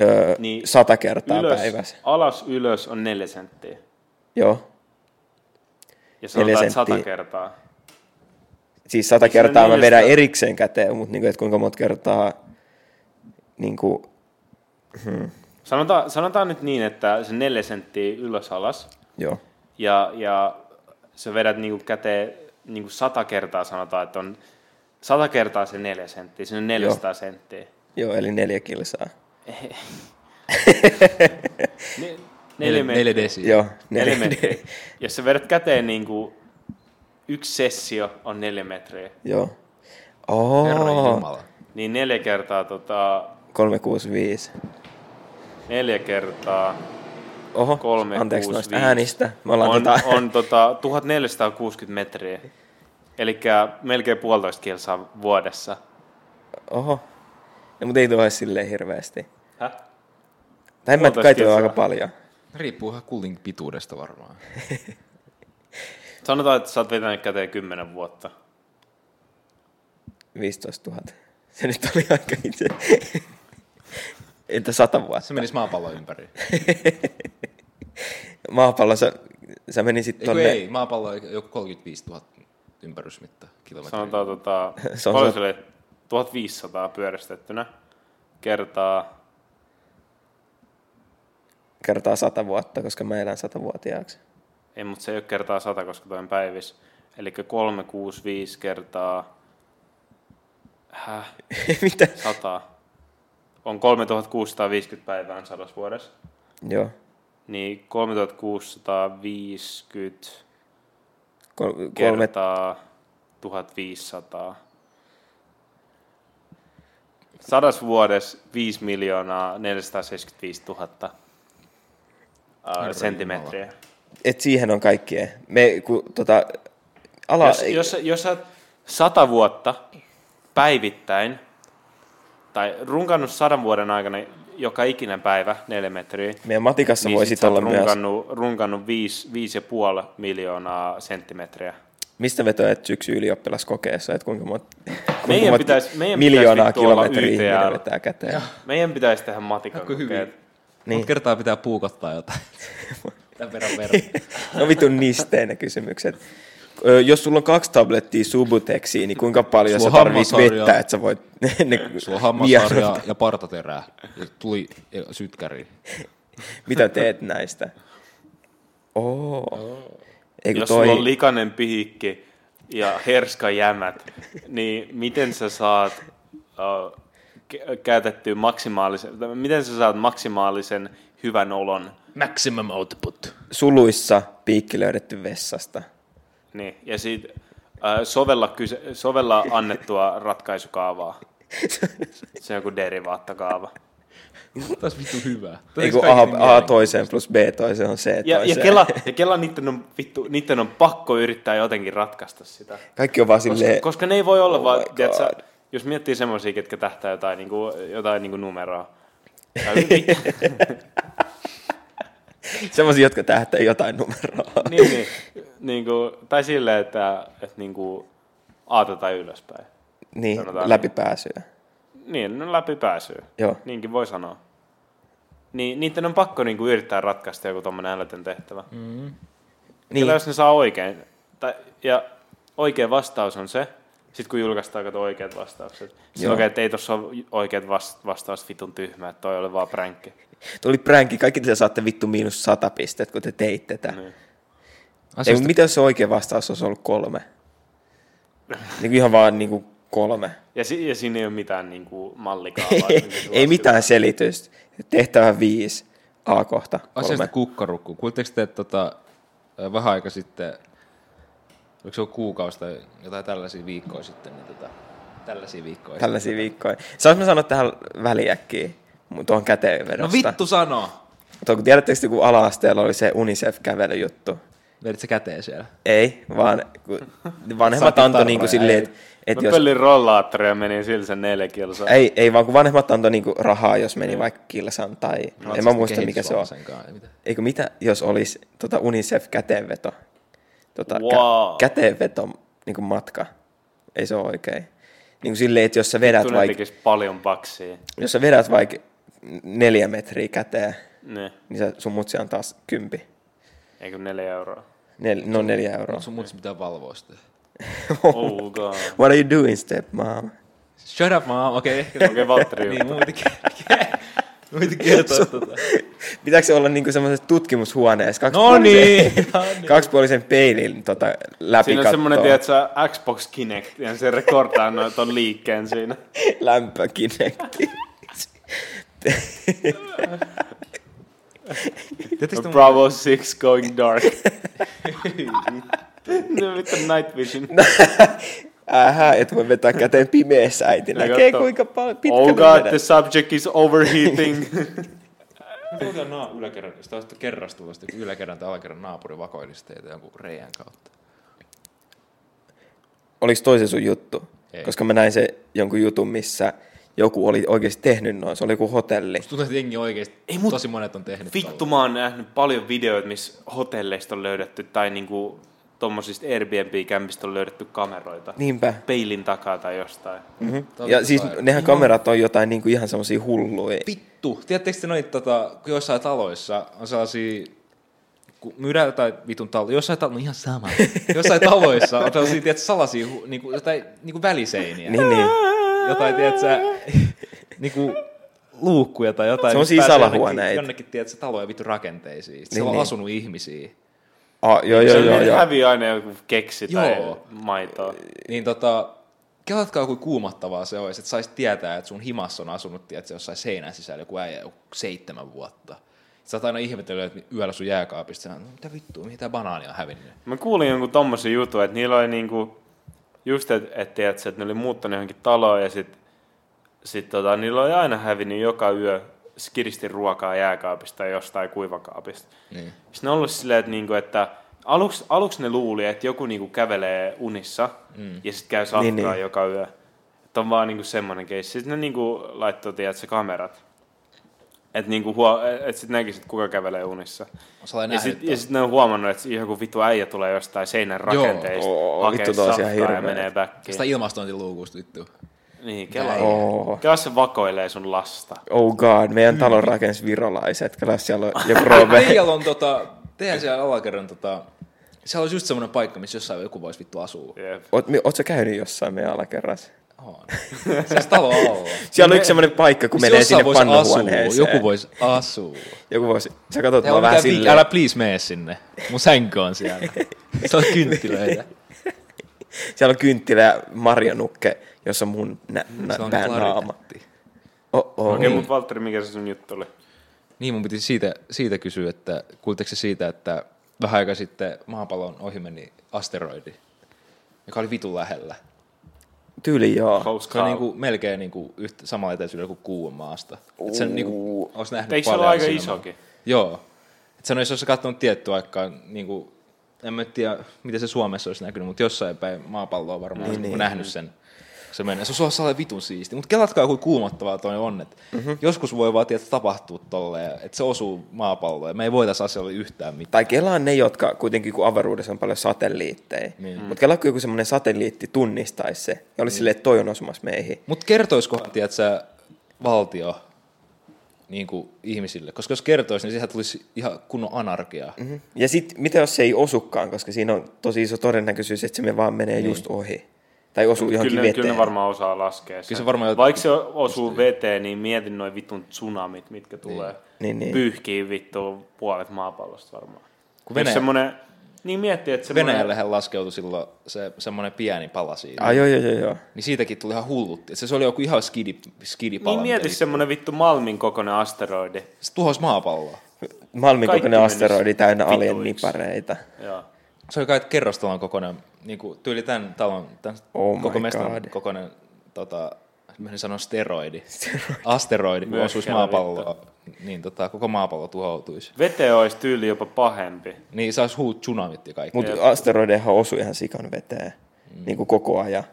öö, niin
Niin
sata kertaa
Ylös,
päivässä.
alas ylös on neljä senttiä.
Joo.
Ja sanotaan, että sata
senttiä.
kertaa.
Siis sata
Eikö Niin se ole
kertaa mä vedän
neljästä-
erikseen käteen, mutta niin kuin, että kuinka monta kertaa niin kuin,
Sanotaan, sanotaan nyt niin, että se neljä senttiä ylös alas
joo.
ja, ja sä vedät niinku käteen niinku sata kertaa sanotaan, että on sata kertaa se neljä senttiä, se on 400 Joo. senttiä.
Joo, eli neljä kilsaa.
Ne,
Neljä, neljä
metriä.
desiä.
Joo,
neljä
neljä.
metriä. Jos sä vedät käteen niinku yksi sessio on neljä metriä,
[laughs] joo. Oh,
Herra Jumala.
niin neljä kertaa tota,
365.
neljä kertaa
Oho,
kolme,
anteeksi
kuusi,
noista
viisi.
äänistä. Me ollaan
on,
tota,
on tota 1460 metriä, eli melkein puolitoista kilsaa vuodessa.
[laughs] Oho. No, mutta ei tuo ole silleen hirveästi.
Häh?
Tai en mä
Puolitoista
kai tuo on
kilsaa.
aika paljon.
Riippuu ihan kullin pituudesta varmaan.
Sanotaan, että sä oot vetänyt käteen 10 vuotta.
15 000. Se nyt oli aika itse. [laughs] Entä sata vuotta?
Se menisi maapallon ympäri.
Maapallo, sä, sä menisit
Eiku
tonne.
ei, maapallo on joku 35 000 ympärysmitta kilometriä.
Sanotaan, tota,
Se on
paljon
se-
se oli? 1500 pyöristettynä kertaa.
Kertaa sata vuotta, koska mä elän satavuotiaaksi.
Ei, mutta se ei ole kertaa 100, koska toi on päivis. Eli 365 kertaa häh,
[laughs] Mitä?
100 on 3650 päivää sadassa vuodessa.
Joo.
Niin 3650
Kol- kolme,
kertaa 1500. Sadas vuodessa 5 miljoonaa 475 000 ää, senttimetriä.
et siihen on kaikkea. Me, ku, tota, ala,
Jos, jos, sä- jos sä oot sata vuotta päivittäin, tai runkannut sadan vuoden aikana joka ikinen päivä neljä metriä,
meidän matikassa niin voi sit
sä oot
olla myös.
runkannut, runkannut viisi, viisi ja puoli miljoonaa senttimetriä.
Mistä vetoa, että syksy ylioppilaskokeessa, että kuinka monta, kuinka
Meidän
monta
pitäis- meidän pitäis
miljoonaa
vittu olla
kilometriä ihminen
YTL.
vetää käteen.
Meidän pitäisi tehdä matikan
Aika hyvin.
kokeet.
Niin.
Niin. Mut kertaa pitää puukottaa
[laughs]
jotain. Tämän verran verran.
[laughs] No vitun nisteinen kysymykset. Ö, Jos sulla on kaksi tablettia Subutexiin, niin kuinka paljon
Sulla
sä tarvit
hammasharjaa.
vettä, että sä voit... [laughs] Ne,
Sulla
mia-
on hammasharja ja partaterää. Ja tuli ja sytkäri.
Mitä teet
[laughs]
näistä? Oo. Eikö
Jos
toi...
sulla on likainen piikki ja herskajämät, niin miten sä saat uh, käytettyä maksimaalisen, tai miten sä saat maksimaalisen hyvän olon?
Maximum output.
suluissa piikki löydetty vessasta.
Niin, ja sit uh, sovella, kyse, sovella annettua ratkaisukaavaa. Se on joku derivaattakaava.
Taas vittu hyvää. Tää
Ei
olisi
kun
kaikki
A,
niin
A
mielenkiintoista.
toiseen plus B toiseen on C toiseen.
Ja, ja, kela, ja kela niiden, on, vittu, niiden on pakko yrittää jotenkin ratkaista sitä.
Kaikki on vaan
Koska,
silleen...
koska ne ei voi olla oh vaan,
my
tiedätkö,
God.
jos miettii semmoisia, ketkä tähtää jotain, niin kuin, jotain niin kuin numeroa.
[laughs]
Tai niin, vi-
Semmoisia, jotka tähtää jotain numeroa.
niin, niin, niin kuin, tai silleen, että, että niin kuin aata tai ylöspäin.
Niin,
sanotaan
läpipääsyä.
Niin, no läpi pääsyy.
Joo.
Niinkin voi sanoa. Niin, niiden on pakko niin kuin, yrittää ratkaista joku tommonen älytön tehtävä. Mm.
Niin,
Kyllä jos ne saa oikein. Tai, ja oikea vastaus on se, sitten kun julkaistaan kato oikeat vastaukset.
Joo.
Sitten lukee, että ei tuossa ole oikeat vas- vastaus vitun tyhmä, että toi oli vaan pränkki.
tuli pränkki. Kaikki te saatte vittu miinus sata pistettä, kun te teitte tätä.
Niin.
Ei,
Asiasta
mutta mitä jos se oikea vastaus olisi ollut
[laughs]
kolme? Niin kuin ihan vaan niin kuin kolme.
Ja, si- ja siinä ei ole mitään niin kuin, mallikaavaa.
[laughs] Ei mitään selitystä. Tehtävä viisi. A-kohta.
Asiasta
Kolme.
kukkarukku. Kuulitteko te tota, ö, vähän aika sitten, oliko se ollut kuukausi tai jotain tällaisia viikkoja sitten, niin tota, tällaisia viikkoja.
Tällaisia viikkoja. Saanko mä sanoa tähän väliäkkiin? Mun tuohon käteenvedosta.
No vittu sanoo!
Tuo, kun tiedättekö, te, kun ala-asteella oli se UNICEF-kävelyjuttu,
Vedit sä käteen siellä?
Ei, vaan
[laughs]
kun vanhemmat
Saatiin
antoi niin kuin
tarraa,
silleen,
ei.
että et
Mä
jos...
No pöllin rollaattoria ja menin sillä sen neljä kilsaa.
Ei, ei vaan kun vanhemmat antoi niinku rahaa, jos meni vaikka kilsan tai... en mä muista, mikä se on.
Kehitysvammaisen kanssa, mitä?
Eikö mitä, jos olisi tota UNICEF käteenveto? Tota,
Wow.
kä- käteenveto niin matka. Ei se ole oikein. Niin kuin silleen, että jos sä vedät,
Tunne
vaik,
tekis paljon paksia.
jos sä vedät vaikka neljä metriä käteen,
Ne,
niin sä, sun mutsi on taas kympi.
eikö neljä euroa?
Nel, no neljä euroa.
Sun muutsi pitää valvoa sitä.
Oh god. Okei,
[laughs] What are you doing, stepmom?
Shut up, mom. Okei, ehkä [laughs]
okay, Valtteri.
Niin, mun piti ke- mun piti kertoa tota.
[laughs] Pitääkö se olla niinku semmoisessa tutkimushuoneessa?
No niin!
Kaksipuolisen peilin tota, läpi
Siinä on semmonen, tiedätkö, Xbox Kinect, ja se rekordaa noin ton liikkeen siinä.
lämpökinekti. No
Tietysti mun-
No Bravo 6 going dark. [laughs] no vittu night vision.
Ähä, et voi vetää käteen pimeässä äiti.
Ja
Näkee
katso.
kuinka paljon pitkälle
No Oh god,
vedät.
the subject is overheating.
[laughs]
Puhutaan naa yläkerran, jos taas kerrastuvasti yläkerran tai alakerran naapuri vakoilisi teitä jonkun reijän kautta.
Oliks toi se sun juttu?
Ei.
Koska mä näin se jonkun jutun, missä joku oli oikeasti tehnyt noin. Se oli joku hotelli.
Musta tuntuu, että jengi oikeesti,
Ei mut-
tosi monet on tehnyt
Vittu, mä oon nähnyt paljon videoita, missä hotelleista on löydetty, tai niinku tommosista Airbnb-kämpistä on löydetty kameroita.
Niinpä.
Peilin takaa tai jostain.
Mm-hmm.
Tää oli
Ja
tosi
siis
sairas.
nehän kamerat on jotain niinku ihan semmosia hulluja.
Vittu. Tiedättekö te noita, tota, kun joissain taloissa on sellaisia, kun myydään jotain vitun talo, jossain talo, no ihan
[laughs]
sama. Jossain taloissa on sellaisia, tiedätkö, salaisia, hu- niinku, jotain niinku väliseiniä.
Niin, niin.
Jotain, tiedätkö, niinku luukkuja tai jotain.
Semmosia
missä pääsee
salahuoneita.
Jonnekin, jonnekin tiedätkö, taloja vittu rakenteisiin. Sitten
Niin,
siellä on
niin.
asunut ihmisiä.
Ah, joo, joo,
Se
joo, joo.
hävii aina joku keksi tai
Joo.
maitoa.
Niin tota, kelatkaa kuin kuumattavaa se olisi, että saisi tietää, että sun himassa on asunut, tiedätkö, jossain seinän sisällä joku äijä joku seitsemän vuotta. Sä oot aina ihmetellyt, että yöllä sun jääkaapista, sä oot, no, mitä vittua, mihin tää banaani on hävinnyt.
Mä kuulin jonkun tommosen jutun, että niillä oli niinku, just et, et tiedätkö, että ne oli muuttanut johonkin taloon ja sit, sit tota, niillä oli aina hävinnyt joka yö skiristi ruokaa jääkaapista tai jostain kuivakaapista.
Niin.
Sitten ne on ollut silleen, että, niinku, että aluksi, aluksi ne luuli, että joku niinku kävelee unissa mm. ja sitten käy safkaa niin,
Niin,
niin.
niin.
joka yö. Että on vaan niinku semmoinen keissi. Sitten ne niinku laittoi, tiedätkö, kamerat. Että niinku huo, et sit näkisit, kuka kävelee unissa.
On sellainen
Ja
nähnyt
sitten
ton.
ja sit ne on huomannut, että joku vittu äijä tulee jostain seinän
Joo.
rakenteista,
Oo,
hakee
vittu, toi on
safkaa
ihan
ja
hirveä.
menee backiin.
Sitä ilmastointiluukusta vittu.
Niin, kela,
Näin.
Oo.
kela se vakoilee sun lasta.
Oh god, meidän talon
Mm.
rakensi virolaiset. Kato,
[laughs]
siellä on joku rove.
Teijällä on tota, tehdään siellä alakerran tota, siellä olisi just semmoinen paikka, missä jossain joku voisi vittu asua.
Jep.
Oot, mi- oot sä käynyt jossain meidän alakerrassa?
On. niin. Se olisi talo alla.
Siellä on yksi semmoinen paikka, kun menee
Jossain
sinne
voisi asua,
pannuhuoneeseen.
joku voisi asua.
Joku voisi. Sä katsot
Ei ole
mua vähän
mitään vi-
silleen.
Älä please mene sinne. Mun sänky
[laughs]
on siellä. Se on kynttilöitä.
Siellä on kynttilä ja marjanukke, jossa on mun nä- nä-
Se on
pään naama.
klarinetti.
Oh, oh.
Okei, mutta Valtteri, mikä se sun juttu oli?
Niin, mun piti siitä, siitä kysyä, että kuulitteko se siitä, että vähän aika sitten maapallon ohi meni asteroidi, joka oli vitun lähellä.
Tyyli joo.
Close
Se on
call.
niinku melkein niinku yhtä, samalla etäisyydellä kuin kuun maasta. Et sen niinku, olisi nähnyt
Eikö se
paljon
ole aika
siinä.
isokin?
Joo. Et sen olisi, jos olisi katsonut tiettyä aikaa, niinku, en mä tiedä, miten se Suomessa olisi näkynyt, mutta jossain päin maapalloa varmaan niin, niin, nähnyt sen. kun Se menee. Se on sellainen vitun siisti. Mutta kelatkaa, kuin kuumottavaa toi on. Et mm-hmm. Joskus voi vaan tietää tapahtua tolleen, että se osuu maapalloon. Me ei voitaisi asialle yhtään mitään.
Tai kelaa ne, jotka kuitenkin, kun avaruudessa on paljon satelliitteja.
Niin.
Niin. Mutta kelaa, kun joku semmoinen satelliitti tunnistaisi se. Ja olisi silleen, että toi on osumassa meihin.
Mutta kertoisikohan, tiedätkö, valtio niin kuin ihmisille? Koska jos kertoisi, niin siihen tulisi ihan kunnon anarkiaa. Mm-hmm.
Mhm. Ja sitten, mitä jos se ei osukaan, koska siinä on tosi iso todennäköisyys, että se me vaan menee niin. just ohi. Tai osuu johonkin
Kyllä, ne-
veteen.
kyllä ne varmaan osaa laskea sen.
Kyllä se varmaan jot-
Vaikka se osuu veteen, niin mietin noin vitun tsunamit, mitkä tulee.
Niin, niin.
Pyyhkii vittu puolet maapallosta varmaan. Kun
Venäjä-
Jos semmonen, niin miettii, että semmonen...
Venäjällähän laskeutui silloin se, semmoinen pieni pala siitä.
Ah, joo, joo, joo, joo.
Niin siitäkin tuli ihan hullutti. Se, se oli joku ihan skidi, skidipala.
Niin mieti semmonen vittu Malmin kokoinen asteroidi.
Se tuhosi maapalloa.
Malmin
Kaikki
kokoinen
menis
asteroidi täynnä alien
vituiksi.
nipareita.
Joo.
Se oli kai kerrostalon kokoinen, niin kuin tyyli tämän talon, tämän
Oh my
koko mestan
God.
kokoinen tota, mä en sano steroidi, asteroidi, kun osuisi maapalloa, niin tota, koko maapallo tuhoutuisi.
Vete olisi tyyli jopa pahempi.
Niin se olisi huu tsunamit ja kaikki.
Mutta asteroideihan osui ihan sikan veteen mm. niin kuin koko ajan.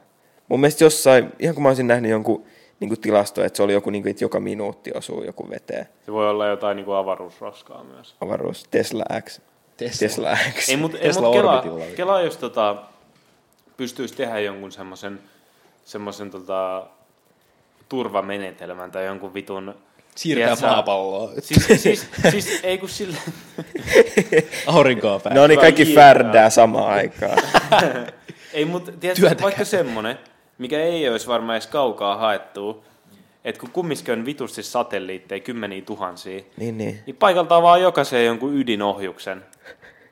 Mun mielestä jossain, ihan kun mä olisin nähnyt jonkun niin kuin tilasto, että se oli joku, niin kuin, että joka minuutti osuu joku veteen.
Se voi olla jotain niin kuin avaruusroskaa myös.
Avaruus, Tesla X.
Tesla.
Tesla X.
Ei, mutta
Tesla
mut kela,
Orbitilla oli.
kela, jos tota, pystyisi tehdä jonkun semmoisen semmosen, tota, turvamenetelmän tai jonkun vitun...
Siirtää
tiedätkö,
maapalloa, [laughs]
Siis, siis, siis, ei kun sille...
aurinkoa päin.
No niin, kaikki
Hyvä
färdää samaan aikaan.
Ei, mutta tiedätkö,
Työntäkää.
vaikka semmonen, mikä ei olisi varmaan edes kaukaa haettu, että kun kumminkin on vitusti satelliitteja, kymmeniä tuhansia, [laughs]
niin, niin.
niin paikaltaan vaan jokaisen jonkun ydinohjuksen.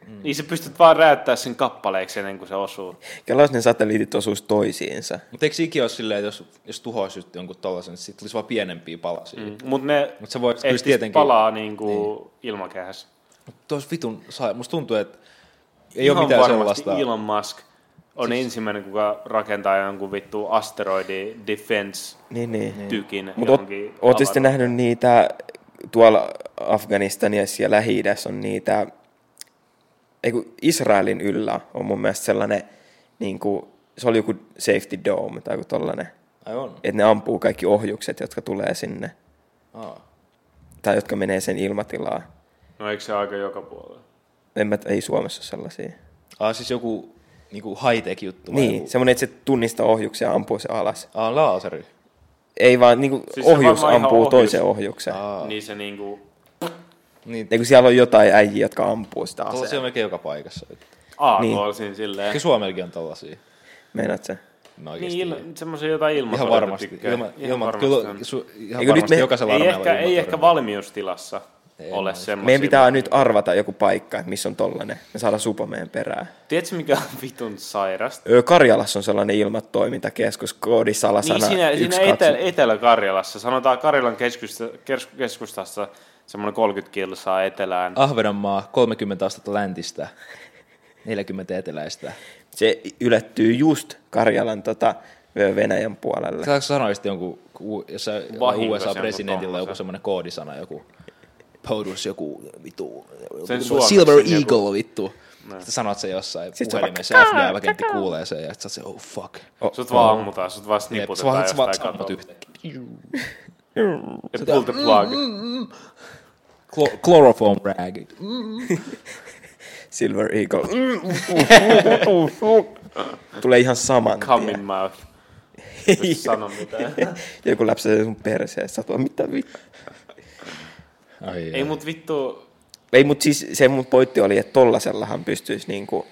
Mm. Niin sä pystyt vaan rääyttää sen kappaleeksi ennen kuin se osuu.
Kela jos ne satelliitit osuisi toisiinsa.
Mutta eikö ikinä ole silleen, että jos, jos tuhoisi jonkun tollasen, niin sitten tulisi vaan pienempiä palasia. Mm.
Mm. Mutta ne
Mut se voi kyllä
ehtis
tietenkin-
palaa niinku niin. ilmakehässä.
Tuossa vitun saa, musta tuntuu, että ei
Ihan
ole mitään
varmasti
sellaista.
Elon Musk on siis... ensimmäinen, kuka rakentaa jonkun vittu asteroidi defense
Niin, niin.
tykin
Mutta oot,
johonkin
ootte sitten
avaruuteen.
nähnyt niitä, tuolla Afganistanissa ja lähi on niitä, ei kun Israelin yllä on mun mielestä sellainen, niin kuin, se oli joku safety dome tai joku tollanen,
Ai on.
että ne ampuu kaikki ohjukset, jotka tulee sinne,
Aa.
tai jotka menee sen ilmatilaan.
No eikö se aika joka puolella?
En mä, ei Suomessa ole sellaisia.
Aa, siis joku niinku high-tech juttu. vai joku-
Niin, semmoinen, että se tunnistaa ohjuksia ja ampuu se alas.
Aa, laaseri.
Ei vaan, niin kuin
Siis
siis
se
ohjus
varmaan ihan
ampuu
ohjus.
toisen ohjuksen.
Aa.
Niin se niinku...
Niin,
Niin kun siellä on jotain äijiä, jotka ampuu sitä
tollasia on
aseella.
melkein joka paikassa.
Aa,
Niin.
niin. siinä silleen.
Ehkä Suomellakin on tollasia.
Meinaat sä?
No
Niin,
oikeesti.
il, semmoisen jotain
ihan
ilmatorjunta
varmasti.
tykkää.
Ilma,
Ihan
ilma,
varmasti
kyllä,
on.
su, ihan
Eikö nyt
varmasti
me-
jokaisella
Ei
armeijalla
ehkä,
on
ei ehkä
ilmatorjunta.
valmiustilassa
Ei
ole
varmasti.
semmoisia.
Meidän pitää nyt arvata joku paikka, että missä on tollanen. Me saadaan supo meidän perään.
Tiedätkö mikä on vitun sairasta?
Öö, Karjalassa on sellainen ilmatoimintakeskus, koodisalasana
Niin siinä,
yksi,
siinä
kaksi.
etelä, Etelä-Karjalassa, sanotaan Karjalan keskusta, kes- keskustassa semmoinen 30 kilsaa etelään.
Ah, Ahvenanmaa 30 astetta läntistä, 40 eteläistä.
Se ylettyy just Karjalan tota, ö, Venäjän puolelle.
Saatko sanoa sitten jonkun, ku- jos sä-
Vahinko
USA-presidentillä
semmoisen.
joku semmoinen koodisana, joku POTUS, joku vittu,
Sen
joku,
suomeksi
Silver
joku- Niin.
Eagle vittu. Sitten sanot se jossain
Sit se
puhelimessa, ja FBI-agentti kuulee sen, ja sit sä oot se, oh fuck.
O-
Sut vaan ammutaan, sut vaan
oh. Jep, sä
sniputetaan
vaan, sä vaan
Niin jostain
sammut
katolta.
yhtäkkiä.
Ja pull the plug.
Mm-hmm. Chlor- Chloroform rag.
Silver Eagle.
Mm, uh,
Tulee ihan saman
Come in
tien.
[laughs]
mouth. Pysty sanoa mitään.
[laughs] Joku läpsäsee sun perseen. Sä oot vaan, mitä vittu?
Ai,
Ei mut vittu,
Ei, mutta siis se mun pointti oli, että tollasellahan pystyisi niinku,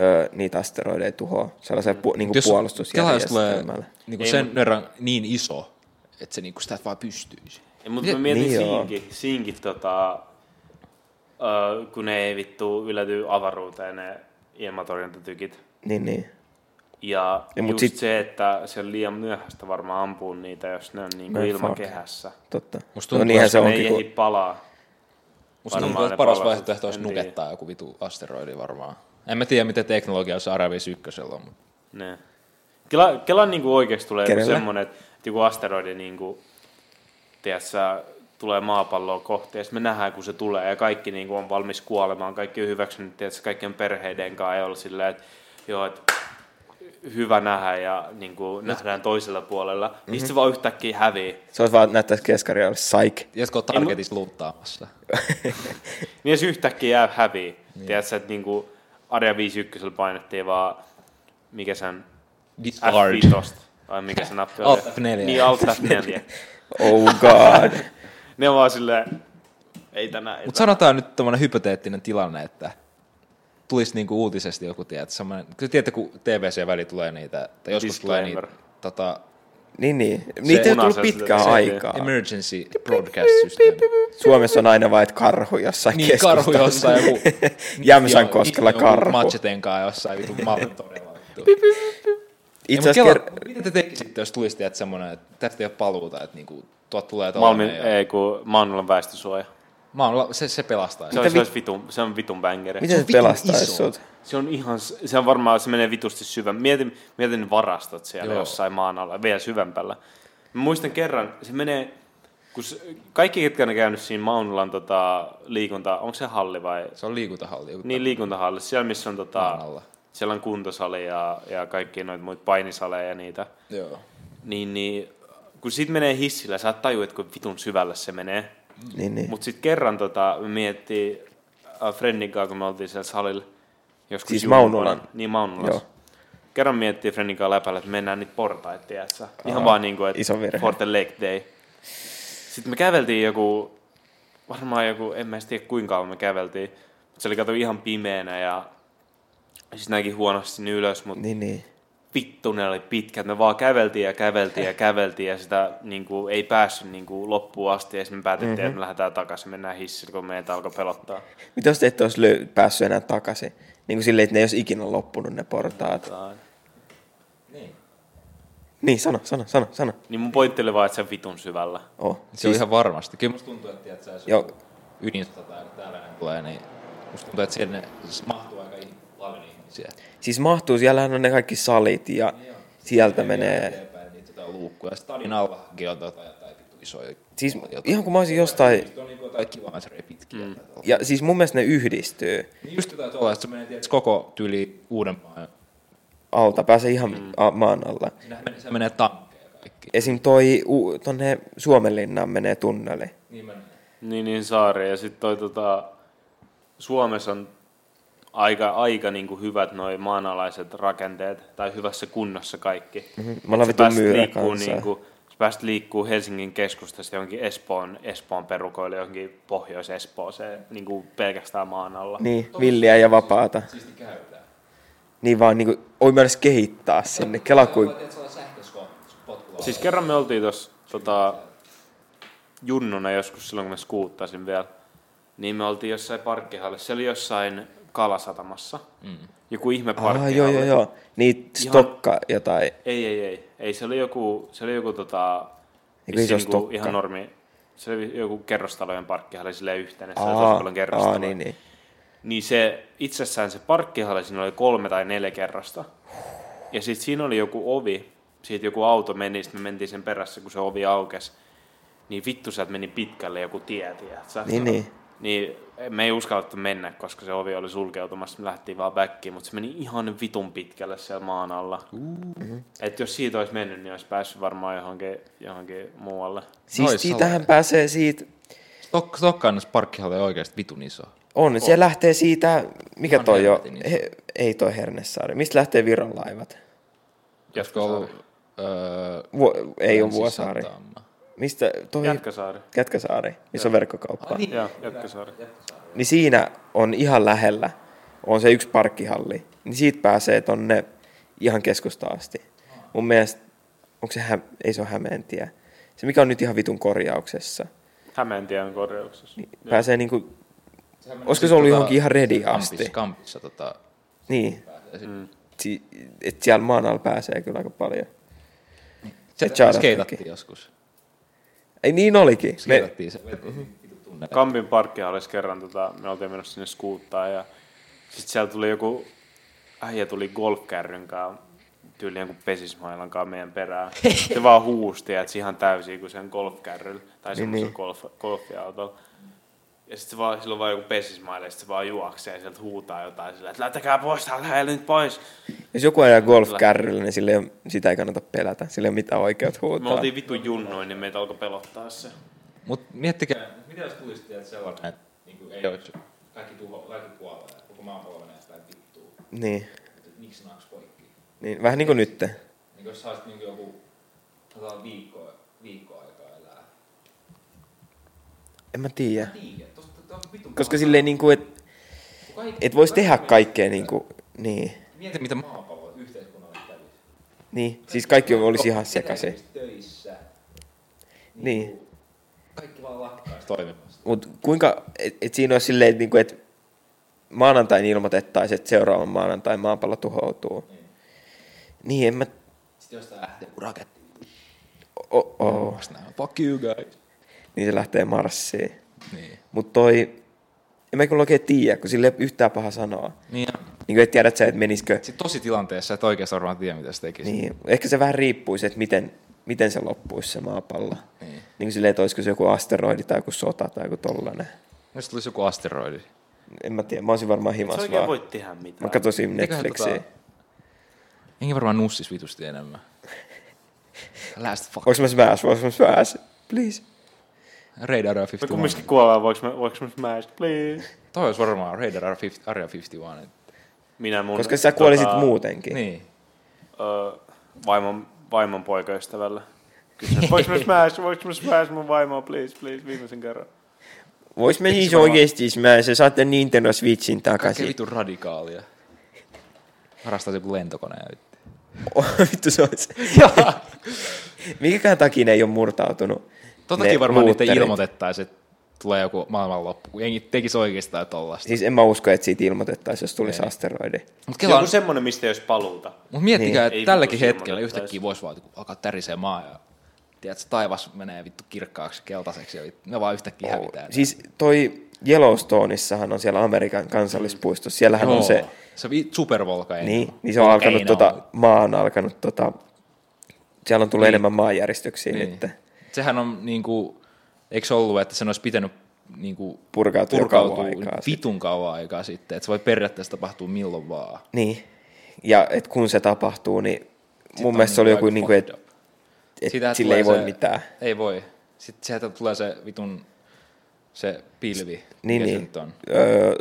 ö, niitä asteroideja tuhoa sellaisella pu, niinku
tulee
puolustusjärjestelmällä.
niinku sen verran niin iso, että se niinku sitä vaan pystyisi.
Ei, mutta mä mietin
Niin
niin
joo.
siinkin, siinkin tota, ö, kun ne ei vittu ylety avaruuteen ne ilmatorjuntatykit.
Niin, niin.
Ja,
Ja
ja
mut
just
sit-
sit... se, että se on liian myöhäistä varmaan ampuu niitä, jos ne on niinku
No
no,
fuck.
ilmakehässä.
Totta.
Musta
no
tuntuu,
niinhän se
ne
onkin,
ei
kun
ehdi palaa.
Musta
Varmaan
tuntuu, että
ne
paras
palaset,
vaihtoehto olisi
en tiedä.
nukettaa joku vitu asteroidi varmaan. En mä tiedä, mitä teknologia olisi Arabias ykkösellä, on, mutta
Ne. Kela, Kela niinku oikeesti tulee joku
Kenelle?
semmonen, että joku asteroidi niinku, tiedätkö, tulee maapalloa kohti ja sitten me nähdään, kun se tulee ja kaikki niinku on valmis kuolemaan, kaikki on hyväksynyt, tiedätkö, kaikkien perheiden kanssa ei ole silleen, että joo, että hyvä nähdä ja niinku, nähdään toisella puolella. Mm-hmm.
Mhm.
Niin sit se vaan yhtäkkiä hävii.
se olisi vaan näyttäisi keskarjalle psych.
jotkut on targetissa luuttaamassa.
Niin se yhtäkkiä jää häviin. Niin. Tiedätkö, että niinku Area 51 painettiin vaan, mikä sen
Discard.
F5, vai mikä se nappi oli?
Alt F4.
Niin, Alt F4.
Oh
[laughs]
god.
ne on vaan silleen, ei tänään. ei
Mutta sanotaan nyt tämmöinen hypoteettinen tilanne, että tulisi niinku uutisesti joku, tiedät, semmoinen, kyllä tiedätte, kun TVC väli tulee niitä, tai joskus tulee
Disclaimer.
niitä, tota,
niin, niin. Niitä ei ole tullut
punaiset-
pitkään
se-
aikaa.
emergency broadcast system.
Suomessa on aina vain, että karhu jossain
Niin,
keskustassa.
karhu
[laughs]
jossain joku...
[laughs]
Jämsänkoskella
joku
karhu.
Matcheten kanssa jossain vitu maltorilla.
Itse asiassa ker-
Mitä te tekisitte, jos tulisi tiedät semmoinen, että tästä ei ole paluuta, että niinku, tuot tulee
Malmin,
tuollainen. Ja...
ei kun Maanolan väestösuoja.
Mä oon, la- se, se pelastaa.
Se, on, se, olisi vitun, se on vitun bängeri.
miten
se
se
on vitun
pelastaisi
iso.
sut?
Se on ihan, se on varmaan, se menee vitusti syvän. Mietin, mietin ne varastot siellä
Joo.
Joo. jossain maan alla, vielä syvempällä. Mä muistan kerran, se menee, kun se, kaikki ketkä on käynyt siinä Maunulan tota, liikunta, onko se halli vai?
Se on liikuntahalli. joku
Niin liikuntahalli, siellä missä on, tota,
maan alla.
siellä on kuntosali ja, ja kaikki noita muita painisaleja ja niitä.
Joo.
Niin, niin kun sit menee hissillä, sä tajuu, että kun vitun syvälle se menee.
Niin, niin.
Mutta sitten kerran tota, me miettii äh, Friendin kanssa, kun me oltiin siellä salilla. Joskus
Siis
juhlana.
Maunulan?
Niin Maunulan.
Joo.
Kerran miettii Friendin kanssa läpällä, että mennään niitä portaita, tiedätkö? Ihan vaan niin kuin, että
iso virhe.
Forte Lake Day. Sitten me käveltiin joku, varmaan joku, en mä edes tiedä kuinka kauan me käveltiin. Mutta se oli kato ihan pimeänä ja siis näinkin huonosti sinne ylös, mutta
Niin, niin.
vittu ne oli pitkät. Me vaan käveltiin ja käveltiin ja käveltiin ja sitä niin kuin, ei päässyt niin kuin, loppuun asti. Ja sitten me päätettiin, mm-hmm. että me lähdetään takaisin, mennään hissille, kun meitä alkoi pelottaa.
Mitä jos te ette olisi löy- päässyt enää takaisin? Niin kuin silleen, että ne ei olisi ikinä loppunut ne portaat. Niin, sano, sano, sano, sano.
Niin mun pointti oli vaan, että se vitun syvällä.
Oh.
Se siis... on ihan varmasti. Kyllä musta tuntuu, että tiedätkö, jos
Joo.
Joo. ydinsota tai tällainen tulee, niin musta tuntuu, että sinne mahtuu aika ih- paljon ihmisiä.
Siis mahtuu, siellähän on ne kaikki salit ja sieltä menee...
Eteenpäin niitä jotain luukkuja. Ja Stadin alla on tota jotain vittu isoja.
Siis
jotain.
ihan kun mä olisin jostain...
Niistä on niinku jotain kilometriä pitkiä. Mm.
Ja siis mun mielestä ne yhdistyy
Niin just jotain tuolla, että se menee tiedätkö, koko tyyli Uudenmaan.
alta, pääsee ihan mm. a- maan alla.
Sinähän menee, se menee tankkeja kaikki.
Esim. toi u- tonne Suomenlinnaan menee tunneli.
Niin menee.
Niin, niin saari. Ja sitten toi tota, Suomessa on aika, aika niin kuin hyvät noi maanalaiset rakenteet, tai hyvässä kunnossa kaikki. Mm-hmm.
Mhm. Mä olen vitun myyrä kanssa.
niin kuin, sä pääset liikkuu Helsingin keskustasta johonkin Espoon, Espoon perukoille, johonkin Pohjois-Espooseen, niin kuin pelkästään maan alla.
Niin, villiä ja vapaata.
Siisti käydään.
Niin vaan niinku, oi mä edes kehittää sinne. Kela
Voi
kuin...
tiedätkö, sellainen sähköpotkulauta.
Siis kerran me oltiin tuossa tota, junnuna joskus silloin, kun mä skuuttasin vielä, niin me oltiin jossain parkkihallissa. Se oli jossain Kalasatamassa. Mm. Joku ihme
Ah,
parkkihalli.
joo, joo, joo. Niitä
Ihan-
stokka jotain.
Ei, ei, ei. ei se oli joku, se oli joku tota,
Eikö Niin iso
vissiin niinku
stokka?
ihan normi. Se oli joku kerrostalojen parkkihalli silleen yhtenä. Se oli tosi
Aa,
paljon
aa,
kerrostaloja.
niin, niin.
niin se itsessään se parkkihalli, siinä oli kolme tai neljä kerrosta. Ja sitten siinä oli joku ovi, siitä joku auto meni, sitten me mentiin sen perässä, kun se ovi aukesi. Niin vittu sieltä meni pitkälle joku tie, tiedätkö?
Niin, niin.
Niin me ei uskallettu mennä, koska se ovi oli sulkeutumassa, me lähtiin vaan backiin, mutta se meni ihan vitun pitkälle siellä maan alla. Mm-hmm. Että jos siitä olisi mennyt, niin olisi päässyt varmaan johonkin, johonkin muualle.
Siis
Nois
siitähän pääsee siitä...
Stok- Stokkaannassa parkkihalli on oikeasti vitun iso.
On, se lähtee siitä... Mikä
Ihan
toi on?
helvetin iso.
He, ei toi Hernesaari. Mistä lähtee Viron laivat?
Jatko ollut... Öö,
Vu, ei ole
Länsi-
Vuosaari.
Satama.
Mistä toi...
Jatkasaari.
Kätkäsaari, missä on verkkokauppa.
Ai niin.
Joo, Jatkasaari.
Niin siinä on ihan lähellä, on se yksi parkkihalli. Niin siitä pääsee tonne ihan keskusta asti. Mun mielestä, onko se Häm, ei se ole Hämeentie. Se mikä on nyt ihan vitun korjauksessa.
Hämeentien korjauksessa.
Niin pääsee niinku, olisiko se
tota
ollut johonkin ihan redi asti.
Kampissa, tota kampissa tota,
Niin,
pääsee sit.
si, et siellä maan alla pääsee kyllä aika paljon.
Se
chaadattiin.
skeitattiin joskus.
Ei niin olikin. Me,
Skeitattiin se. Tunne.
Kampin parkkihallissa kerran tota, me oltiin menossa sinne skuuttaan ja sitten siellä tuli joku äijä tuli golfkärryn kanssa tyyli jonkun pesismailan kanssa meidän
[laughs]
perään. Se vaan huusti, että se ihan täysin kuin sen golfkärryllä tai
Niin,
semmoisella
niin.
golf, golfiautolla. Ja sitten vaan, silloin vaan joku pesismaille ja sitten se vaan juoksee ja sieltä huutaa jotain sillä, että lähtekää pois, täältä heillä nyt pois.
jos joku ajaa golfkärryllä, niin sille ei, oo- sitä ei kannata pelätä. Sille ei ole mitään oikeutta
Me
huutaa.
oltiin vittu junnoin, niin meitä alkoi pelottaa se.
Mut miettikää, mitä jos tulisi tiedät sellainen, että niinku ei olisi kaikki tuho, kaikki kuolee, koko maapallo menee sitä vittuun.
Niin.
Et Miksi naaks poikki?
niin, vähän niin kuin nytte.
Niinku jos saisit niinku joku sanotaan viikko, viikko aikaa elää.
En mä tiedä.
Tiiä, tosta tää on vitun
Koska silleen niin kuin, että
paha. Kun kaikki-
et voisi tehdä kaikkea niin kuin, niin.
Mieti mitä maapallo yhteiskunnalle kävisi.
Niin, siis kaikki olisi ihan sekaisin.
Ketä ei olisi töissä.
Niin.
Kaikki vaan lakkaisi toimimasta.
Mutta kuinka, et, et siinä olisi silleen, että et maanantain ilmoitettaisiin, että seuraavan maanantain maapallo tuhoutuu. Niin, en mä...
Sitten jostain lähtee joku raketti.
Oh, oh.
Vastaan. Fuck you guys.
Niin se lähtee Marsiin.
Niin.
Mutta toi... En mä kyllä oikein tiedä, kun sille ei ole yhtään paha sanoa.
Niin.
Niin kuin et tiedä, että, sä, että menisikö...
Sitten tosi tilanteessa, että oikeasti varmaan tiedä, mitä se tekisi.
Niin, ehkä se vähän riippuisi, että miten miten se loppuisi se maapallo.
Niin.
Niin kuin silleen, että olisiko se joku asteroidi tai joku sota tai joku tollanen.
Jos tulisi joku asteroidi.
En mä tiedä, mä olisin varmaan
Se
himas
oikein
vaan.
voi tehdä mitään.
Mä katsoisin
Eiköhän
Netflixiä.
tota- Enkä varmaan nussis vitusti enemmän. Last fuck.
Voinko mä smash, voinko mä smash? Please.
Radar Area
Me
51.
kumminkin kuollaan, voiko me, voiko me smash, please?
Toi olisi varmaan Radar Area 50 Area 51. et-
Minä mun... tota-
Koska sä kuolisit muutenkin.
Niin.
Ö, vaimon, vaimon poikaystävällä. Kysyn, voiko [laughs] me smash, voiko me smash mun vaimoa, please, please, viimeisen kerran.
Vois me siis oikeesti smash, ja saatte Nintendo Switchin
Kaikkea
takaisin.
vitun radikaalia. Harrastaisi joku lentokone ja vittu.
[laughs] Oh, vittu se olisi.
[laughs]
Mikäkään takia ne ei ole murtautunut.
Totakin
ne
varmaan niitä
luutterit.
ilmoitettaisiin, että tulee joku maailmanloppu, kun jengi tekisi oikeastaan tollasta.
Siis en mä usko, että siitä ilmoitettaisiin, jos tulisi asteroidi.
Mut
Kela
Kela
Joku
on,
semmonen, mistä ei olisi paluuta.
mut miettikää,
Niin.
että
Ei
tälläkin
vittu
hetkellä
ilmoitettaisi.
yhtäkkiä voisi vaan joku alkaa tärisee maa ja tiedätkö, taivas menee vittu kirkkaaksi, keltaiseksi ja vittu, me vaan yhtäkkiä oh. hävitään.
Siis toi Yellowstoneissahan on siellä Amerikan kansallispuistossa. Siellähän on se,
se vi- supervolkaino.
niin, niin se on alkanut
Volcano.
tota, maa on alkanut tota, siellä on tullut niin. enemmän maanjäristyksiä niin. nyt.
Niin. Sehän on niinku, eikö se ollut, että sen olisi pitänyt niinku
Purkautua
purkautua
kauan aikaa
vitun kauan aikaa sitten, että se voi periaatteessa tapahtua milloin vaan.
Niin. Ja et kun se tapahtuu, niin mun
on
mielestä se oli
niinku
joku, niinku,
aika
että
fucked up.
et
Siitähän
sille ei
tulee
voi mitään.
Ei voi. Sitten sieltä tulee se vitun se pilvi.
Niin,
mikä se
niin.
nyt on.
Öö,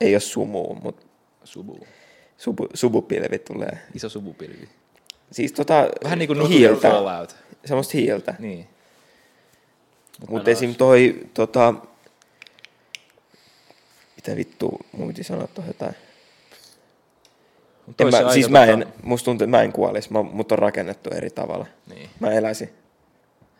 ei ole sumu, mutta
Subu.
subu, subupilvi tulee.
Iso subupilvi.
Siis tota
Vähän niin kuin
hiiltä,
Fallout.
semmoista hiiltä. Niin.
Niin.
Mutta esim. toi, tota, mitä vittu, mun piti sanoa tuohon jotain. En
Toissa
mä,
aika
siis mä en,
tota-
musta tuntuu, että mä en kuolisi, mä, mut on rakennettu eri tavalla.
Niin.
Mä eläisin.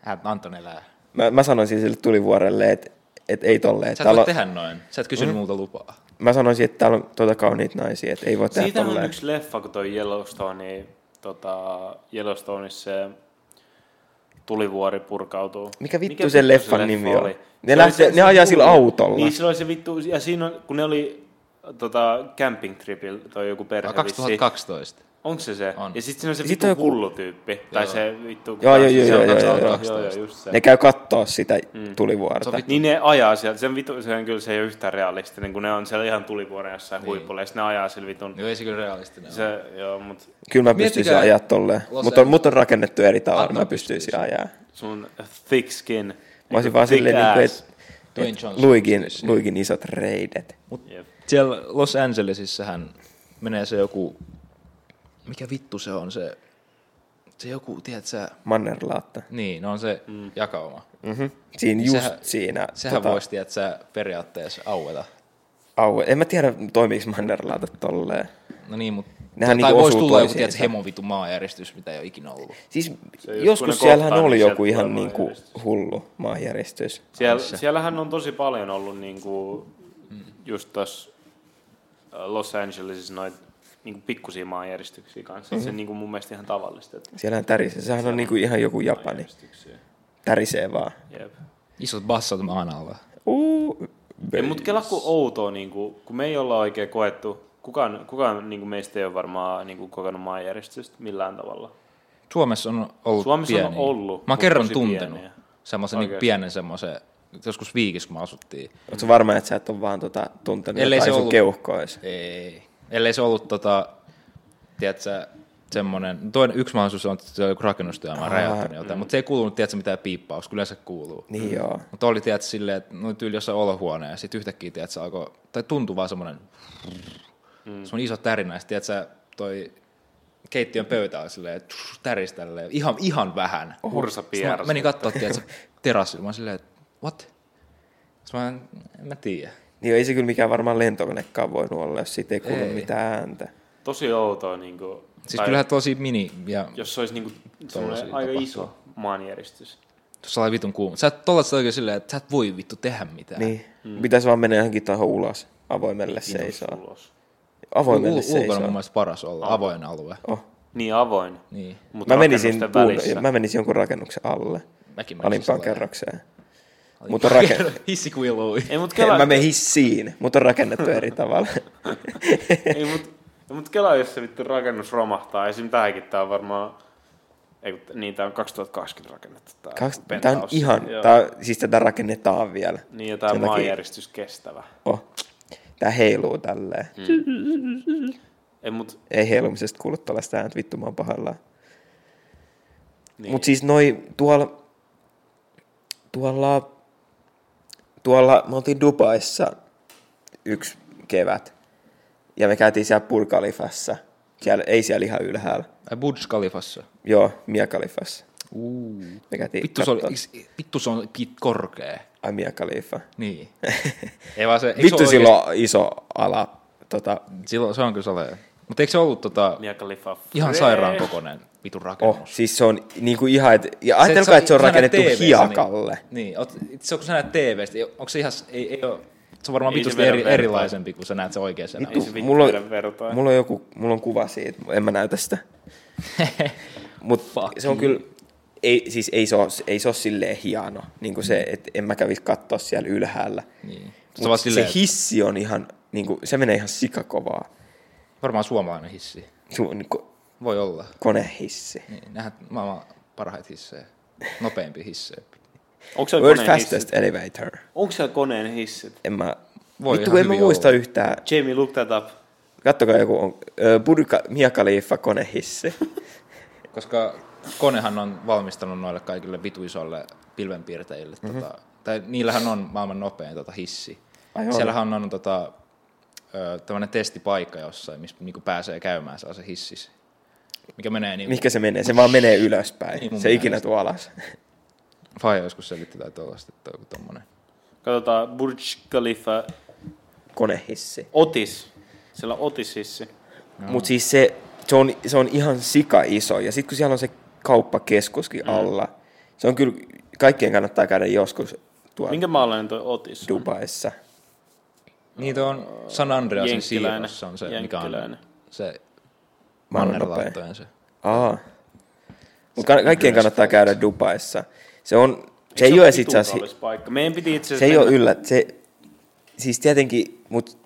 Äh, Anton elää.
Mä, mä sanoisin sille tulivuorelle, että et ei tolleen.
Sä et
Täällä
voi
on-
tehdä noin. Sä et kysynyt mm. multa lupaa.
Mä sanoisin, että täällä on tuota kauniita naisia, että ei voi tehdä
Siitä on
tolleen.
yksi leffa, kun toi Yellowstone, tota, Yellowstoneissa se tulivuori purkautuu.
Mikä vittu sen leffan nimi on?
oli?
Ne
Se oli
lähtee-
se-
ne
se
ajaa sillä
tuli-
autolla.
Niin, silloin se vittu, ja siinä on, kun ne oli tota, camping tripillä, toi joku perhe
Ah,
vissiin.
2012.
Onko se se?
On.
Ja sitten siinä on se
Sit
vittu
on
on
joku-
joku... hullu tyyppi. Joo. Tai se vittu...
Joo, joo, joo,
se
joo,
on
joo,
kaksi-
joo,
joo, joo,
12.
just se.
Ne käy kattoo sitä mm. tulivuorta.
Se on vittu-
Niin ne ajaa siellä. Sen vittu, se on kyllä se ei ole yhtään realistinen, kun ne on siellä ihan tulivuoren jossain niin. huipulla. Ja sit ne ajaa sillä vitun...
Joo, ei se kyllä realistinen ole.
Se, joo, mut
Kyllä mä pystyisin
Miettikää-
ajaa tolleen.
Los
Mutta on,
Angeles-
mut on rakennettu eri tavalla,
Anton
mä pystyisin
pystyisi.
ajaa.
sun thick skin. Niinku
Mä olisin vaan silleen, niin kuin, että
Dwayne
et
Johnson
Luigin,
pystyisi.
Luigin isot reidet.
Jep.
Siellä Los Angelesissähän menee se joku, mikä vittu se on se, se joku, tiedät sä,
Mannerlaatta.
niin, no on se mm. jakauma.
Mm-hmm. Siinä just
Niin Sehän-
siinä.
Sehän tota... voisi, tiedät sä, periaatteessa aueta.
Aue. En mä tiedä, toimiiko Mannerlaatat tolleen.
No niin, mutta
Nehän
tai
niinku
voisi
osuu
tulla joku
toisiinsa.
tiedät, sä, hemon vitu maanjäristys, mitä ei ole ikinä ollut.
Siis
jos kun ne
joskus siellähän
kohtaa,
oli
niin
joku
sieltä
ihan
tulee
niinku
maanjäristys.
hullu maanjäristys.
Siellä, siellähän on tosi paljon ollut niinku, just tuossa Los Angelesissa noita niinku pikkusia maanjäristyksiä kanssa.
Niin.
Mm-hmm. Se on niinku mun mielestä ihan tavallista, että
Siellähän tärisee. Sehän on niinku ihan joku Japani.
maanjäristyksiä.
Tärisee vaan.
Jep.
Isot bassat maan alla.
Uu,
Ei, mut kela kun outoa, niinku, kun me ei olla oikein koettu, kukaan, kukaan niinku meistä ei ole varmaan niinku, kokenut maanjäristystä millään tavalla.
Suomessa on ollut
Suomessa on
pieniä.
ollut,
Mä oon
mut
kerran
tosi
tuntenut
pieniä.
semmoisen niin
Oikeesti.
pienen semmoisen, joskus viikissä kun me asuttiin.
Oletko varma, että sä et ole vaan tota, tuntenut
Ellei
Ellei jotain
se
sun
ollut-
ollut... keuhkois?
Ei. Ellei se ollut tota, tiedätkö, semmoinen, toinen yksi mahdollisuus on, että se on joku rakennustyömaa räjäyttänyt
Mm.
jotain, mutta se ei kuulunut, tiedätkö, mitään piippausta, kyllä se kuuluu.
Niin joo.
Mutta oli, tiedätkö, silleen, että noin tyyli jossain olohuoneen, ja sitten yhtäkkiä, tiedätkö, alkoi, tai tuntui vaan semmoinen, mm. semmoinen iso tärinä, ja sit, tiedätkö, toi keittiön pöytä oli silleen, tss, täris tälleen, ihan, ihan vähän.
Hursa
Sitten mä
pieras.
menin katsoa, tiedätkö, terassilla, mä olin silleen, että what? Sitten mä, en, en mä tiedä.
Niin joo, ei se kyllä mikään varmaan lentokonekaan voinut olla, jos siitä ei kuulu
Ei.
ei. mitään ääntä.
Tosi outoa. Niinku,
Siis
tai
kyllähän tosi mini ja
Jos se olisi niinku, semmoinen
Tollasia
aika
tapahtuu.
iso maanjäristys.
Tuossa oli vitun kuuma. Sä tollaista oikein silleen, että sä et voi vittu tehdä mitään.
Niin. Mm. Pitäisi vaan mennä johonkin tahoon ulos. Avoimelle seisoo.
Ulos.
Avoimelle
U- ulkona mun
seisoo.
mielestä paras olla, avoin alue.
Oh.
Niin avoin.
Niin.
Mutta
Mä, menisin
rakennusten
puun,
välissä.
mä menisin jonkun rakennuksen alle.
Mäkin menisin
Alimpaan
sellainen.
kerrokseen.
[laughs]
[laughs]
Mutta raken...
Hissi kuilui.
Ei mut
Kela...
kela,
[laughs] Mä menen hissiin, mutta on rakennettu eri
[laughs]
tavalla.
ei, mut, ei, mut kela, jos se vittu rakennus romahtaa. Esim. tähänkin tää on varmaan Ei, kun- niin, tämä on 2020 rakennettu. Tämä,
Kaks, tää on ihan, tää, on- siis tätä rakennetaan vielä.
Niin, ja tämä
sen takia-
maanjäristys kestävä.
Oh. Tää heiluu tälleen. Mm.
Ei, mut,
Ei heilumisesta kuulu tuollaista ääntä, vittu mä oon pahoillaan.
niin.
Niin. Mutta siis noi tuolla, tuolla, tuolla me oltiin Dubaissa yksi kevät. Ja me käytiin siellä Purkalifassa. Siellä, ei siellä ihan ylhäällä.
Ai Burj Khalifassa.
Joo, Miekalifassa.
Uu.
Me käytiin
Vittu se, oli,
kattoo-
is- vittu se on ki- korkea.
Ai Miekalifa. [laughs]
Niin. Ei vaan se, eikö
Vittu
se
sillä on iso ala. Tota,
oikeesti- silloin. Se on kyllä salea. Mutta eikö se ollut tota,
Mia Khalifa.
ihan sairaan kokoinen vitun
oh,
rakennus?
siis se on niinku ihan, et, ja ajatelkaa, että se on
kun sä näet
rakennettu
TV-ssä,
hiekalle.
Niin, niin oot, se on kun sä näet TVstä, ei- onko se ihan, ei, ei ole, se on varmaan
Ei se
vitusti
vedä
eri,
vertaa.
erilaisempi, kun sä näet se oikeassa.
Ei se
Vittu,
vittu
mulla on-
pidä vertaa.
Mulla on joku, mulla on kuva siitä, en mä näytä sitä. Mut se on kyllä, ei, siis ei se, ole, ei se ole silleen hieno, niin kuin se, että en mä kävis katsoa siellä ylhäällä.
Niin. Se, on
Mut
vaan
se,
silleen, että
hissi on ihan, niin kuin, se menee ihan sikakovaa.
varmaan suomalainen hissi.
Se on niin kuin
Voi olla.
konehissi.
Niin, nähdään maailman parhaita hissejä. Nopeampi hissejä.
Onko siellä
World
koneen
fastest
hissit?
elevator.
Onko siellä koneen hissit?
En mä,
Voi
vittu
ihan
en mä
hyvin
muista
olla.
yhtään.
Jamie, look that up.
Kattokaa joku, on, ö, Burka, Mia Khalifa, konehissi.
Koska konehan on valmistanut noille kaikille vituisoille pilvenpiirtäjille.
Mhm.
Mm-hmm. Tota, tai niillähän on maailman nopein tota, hissi.
Ai on.
Siellähän on, on tota, ö, tämmöinen testipaikka jossain, missä niinku pääsee käymään se hissis. Mikä menee niin
Mikä se menee? Se vaan menee ylöspäin.
Niin mun
se ei ikinä
mielestä.
tuo alas.
Faija joskus selitti tai tuollaista, että joku tommonen.
Katsotaan Burj Khalifa
Konehissi.
Otis. Siellä on Otis hissi.
No. Mutta siis se, se, on, se on ihan sika iso. Ja sitten kun siellä on se kauppakeskuskin mm. alla, se on kyllä, kaikkien kannattaa käydä joskus tuolla
Minkä maalainen toi Otis on?
Dubaissa.
Niitä Niin, on San Andreasin
Jenkkiläinen.
siirrossa on se, mikä on
Jenkkiläinen.
se
Maailman
mannerlaattojen se.
Aa. Mutta ka- kaikkien kannattaa käydä Dubaissa. Se on, se ei
Eikö
ole niin
vitun
itse asiassa,
kallis paikka. Meidän piti itse
se
asiassa
ei ole
mennä-
yllä, se, siis tietenkin, mut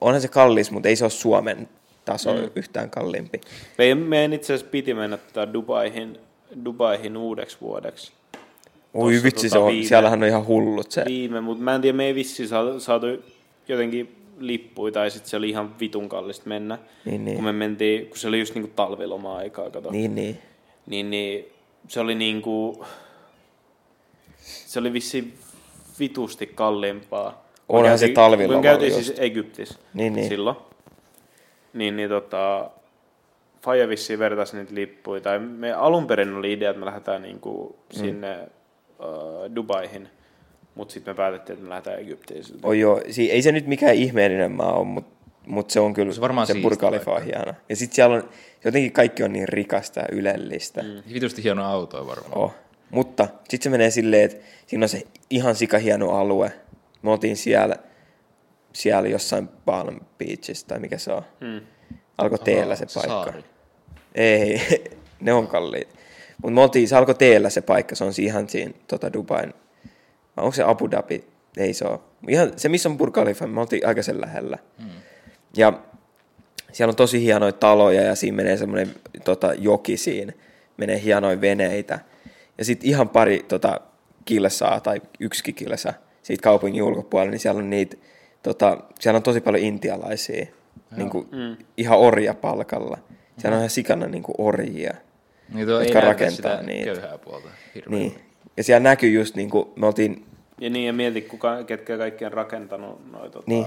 onhan se kallis, mutta ei se ole Suomen taso mm. yhtään kalliimpi.
Meidän, meidän itse asiassa piti mennä tota Dubaihin, Dubaihin uudeksi vuodeksi
Oi
Tossa
vitsi,
tota
se on,
viime-
siellähän on ihan hullut se.
viime, mutta mä en tiedä, me ei vissiin saatu, saatu jotenkin lippuja tai sitten se oli ihan vitun kallista mennä.
Niin, niin.
Kun me mentiin, kun se oli just niinku talviloma-aikaa, kato.
Niin, niin.
niin, niin se oli niinku, se oli vissiin vitusti kalliimpaa.
Onhan
Me
se
käytiin-
talviloma
Me käytiin
oli
siis Egyptissä
Niin, niin.
silloin. Niin, niin tota, Faija vissiin vertasi niitä lippuja. Tai me alun perin oli idea, että me lähdetään niinku
Mm.
sinne uh, Dubaihin. Mutta sitten me päätettiin, että me lähdetään Egyptiin silti.
Oi joo, si- ei se nyt mikään ihmeellinen maa ole, mutta mut se on kyllä,
Se varmaan
se
siisti
purkalifa on hieno. Ja sitten siellä on, jotenkin kaikki on niin rikasta ja ylellistä. Mm.
Vitusti hieno auto varmaan.
Oh. Mutta sitten se menee silleen, että siinä on se ihan sikahieno alue. Me oltiin siellä, siellä jossain Palm Beachissa, tai mikä se on. Mm. Alkoi teellä se
Hmm. se
paikka.
saari.
Ei, [laughs] ne on kalliit. Mutta me oltiin, se alkoi teellä se paikka, se on si- ihan siinä tota Dubain. Vai onko se Abu Dhabi? Ei se ole. Ihan se, missä on Burj Khalifa, me oltiin aika sen lähellä. Hmm. Ja siellä on tosi hienoja taloja ja siinä menee semmoinen tota, joki siinä. Menee hienoja veneitä. Ja sitten ihan pari tota, kilsaa tai yksikin kilsa siitä kaupungin ulkopuolella, niin siellä on niitä, tota, siellä on tosi paljon intialaisia. Niin kuin, mm. Ihan orja palkalla. Siellä on ihan sikana niin kuin orjia.
Niitä Niin ei
jotka
näytä
rakentaa
sitä
niitä.
köyhää puolta hirveän.
Niin. Ja siellä näkyy just niin kuin, me oltiin
Ja niin, ja mieti, kuka, ketkä kaikki on rakentanut noita. Tota,
Niin.